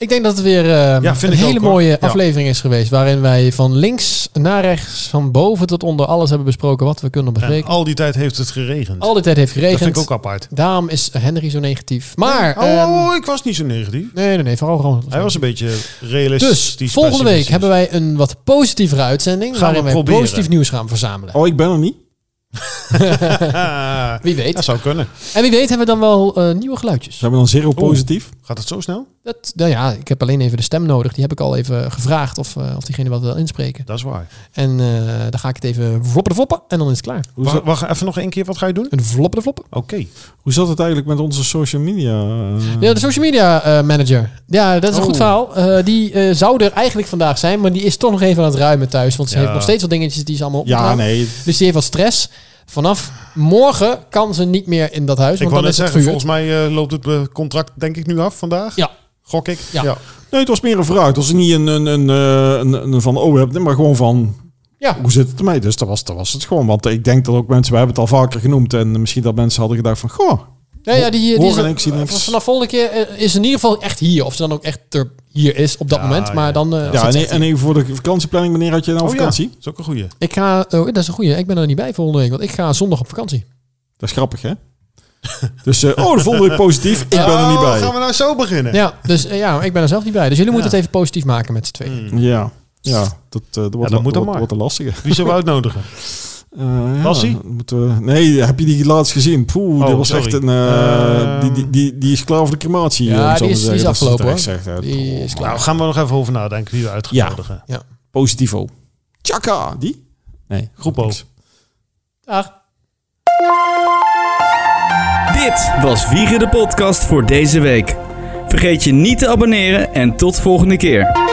[SPEAKER 2] Ik denk dat het weer eh,
[SPEAKER 3] Ja, vind
[SPEAKER 2] een
[SPEAKER 3] ik
[SPEAKER 2] hele
[SPEAKER 3] ook, hoor.
[SPEAKER 2] mooie
[SPEAKER 3] Ja.
[SPEAKER 2] aflevering is geweest. Waarin wij van links naar rechts, van boven tot onder alles hebben besproken wat we kunnen
[SPEAKER 3] En
[SPEAKER 2] bespreken.
[SPEAKER 3] al die tijd heeft het geregend.
[SPEAKER 2] Al die tijd heeft
[SPEAKER 3] dat
[SPEAKER 2] geregend.
[SPEAKER 3] vind ik ook apart.
[SPEAKER 2] Daarom is Henry zo negatief. Maar...
[SPEAKER 3] Oh,
[SPEAKER 2] ehm,
[SPEAKER 3] oh, oh, ik was niet zo negatief.
[SPEAKER 2] Nee, nee, nee. Vooral gewoon...
[SPEAKER 3] Hij was een beetje realistisch.
[SPEAKER 2] Dus volgende week
[SPEAKER 3] pessimistisch.
[SPEAKER 2] [LAUGHS] hebben wij een wat positievere uitzending.
[SPEAKER 3] Gaan we
[SPEAKER 2] waarin wij
[SPEAKER 3] proberen.
[SPEAKER 2] positief nieuws gaan verzamelen.
[SPEAKER 4] Oh, ik ben er niet.
[SPEAKER 3] Ah,
[SPEAKER 2] Wie weet.
[SPEAKER 3] [LAUGHS] dat zou kunnen.
[SPEAKER 2] En wie weet hebben we dan wel eh, nieuwe geluidjes.
[SPEAKER 4] Zijn we dan zero positief?
[SPEAKER 3] Gaat het zo snel?
[SPEAKER 2] Dat, nou ja, ik heb alleen even de stem nodig. Die heb ik al even gevraagd of, eh, of diegene wat wil inspreken.
[SPEAKER 3] Dat is waar.
[SPEAKER 2] En eh, dan ga ik het even vloppen de floppen en dan is het klaar.
[SPEAKER 4] Hoe,
[SPEAKER 3] Wacht,
[SPEAKER 4] zat,
[SPEAKER 3] wacht even nog één keer. Wat ga je doen?
[SPEAKER 2] Een vloppen de floppen.
[SPEAKER 3] Oké.
[SPEAKER 4] hoe zat het eigenlijk met onze social media? eh?
[SPEAKER 2] Ja, de social media eh, manager. Ja, dat is een
[SPEAKER 4] Oh.
[SPEAKER 2] goed verhaal. Eh, die eh, zou er eigenlijk vandaag zijn, maar die is toch nog even aan het ruimen thuis. Want ze
[SPEAKER 3] Ja.
[SPEAKER 2] heeft nog steeds wat dingetjes die ze allemaal opneemt.
[SPEAKER 4] ja, nee.
[SPEAKER 2] Dus die heeft wat stress. Vanaf morgen kan ze niet meer in dat huis,
[SPEAKER 3] Ik
[SPEAKER 2] want
[SPEAKER 3] wou
[SPEAKER 2] dan
[SPEAKER 3] net
[SPEAKER 2] is het
[SPEAKER 3] zeggen,
[SPEAKER 2] vuur.
[SPEAKER 3] volgens mij eh, loopt het eh, contract denk ik nu af vandaag.
[SPEAKER 2] Ja.
[SPEAKER 3] Gok ik.
[SPEAKER 2] Ja.
[SPEAKER 4] Nee, het was meer een vraag. Het was niet een, een, een, eh, een, een van oh, we hebben het, maar gewoon van
[SPEAKER 2] Ja.
[SPEAKER 4] hoe zit het ermee? Dus dat was, dat was het gewoon. Want ik denk dat ook mensen, we hebben het al vaker genoemd en misschien dat mensen hadden gedacht van goh,
[SPEAKER 2] Ja, ja, die, die
[SPEAKER 4] Horen
[SPEAKER 2] is er-
[SPEAKER 4] en ik zie niks.
[SPEAKER 2] Vanaf volgende keer eh, is in ieder geval echt hier. Of ze dan ook echt er hier is op dat
[SPEAKER 3] Ja,
[SPEAKER 2] moment. Maar
[SPEAKER 3] ja.
[SPEAKER 2] dan... eh, zit
[SPEAKER 4] Ja, en, e-
[SPEAKER 2] ze echt
[SPEAKER 4] en
[SPEAKER 2] hier.
[SPEAKER 4] even voor de vakantieplanning. Wanneer had je nou
[SPEAKER 3] Oh,
[SPEAKER 4] vakantie?
[SPEAKER 3] ja. Dat is ook een goeie.
[SPEAKER 2] Ik ga... Oh, dat is een goeie. Ik ben er niet bij volgende week. Want ik ga zondag op vakantie.
[SPEAKER 4] Dat is grappig, hè? dus, eh, oh, dat vond ik positief. Ik ben er niet
[SPEAKER 3] Oh,
[SPEAKER 4] bij.
[SPEAKER 3] Gaan we nou zo beginnen?
[SPEAKER 2] Ja, dus eh, ja, ik ben er zelf niet bij. Dus jullie moeten het even positief maken met z'n tweeën.
[SPEAKER 4] Ja. Ja, dat, eh, dat
[SPEAKER 3] dat moet
[SPEAKER 4] wordt,
[SPEAKER 3] dan
[SPEAKER 4] wordt,
[SPEAKER 3] maar.
[SPEAKER 4] wordt een lastige.
[SPEAKER 3] Wie zullen we uitnodigen?
[SPEAKER 4] Eh, ja,
[SPEAKER 3] Lassie?
[SPEAKER 4] dan moeten we- nee, heb je die laatst gezien? Poeh,
[SPEAKER 3] Oh,
[SPEAKER 4] die was
[SPEAKER 3] sorry.
[SPEAKER 4] echt een... eh,
[SPEAKER 3] Eh.
[SPEAKER 4] die, die, die, die is klaar voor de crematie.
[SPEAKER 2] Ja,
[SPEAKER 4] eh,
[SPEAKER 2] die
[SPEAKER 4] om zo maar
[SPEAKER 2] is-
[SPEAKER 4] te
[SPEAKER 2] die is
[SPEAKER 4] zeggen. Dat
[SPEAKER 2] afgelopen,
[SPEAKER 4] terecht zegt, eh,
[SPEAKER 2] Die
[SPEAKER 4] poeh,
[SPEAKER 2] is klaar.
[SPEAKER 3] Nou, gaan we nog even over nadenken wie we uit gaan
[SPEAKER 4] Ja.
[SPEAKER 3] nodigen.
[SPEAKER 4] Positivo. Chaka, die? Nee,
[SPEAKER 3] Groepo.
[SPEAKER 4] niks.
[SPEAKER 2] Dag.
[SPEAKER 1] Dit was Wiegen de Podcast voor deze week. Vergeet je niet te abonneren en tot volgende keer.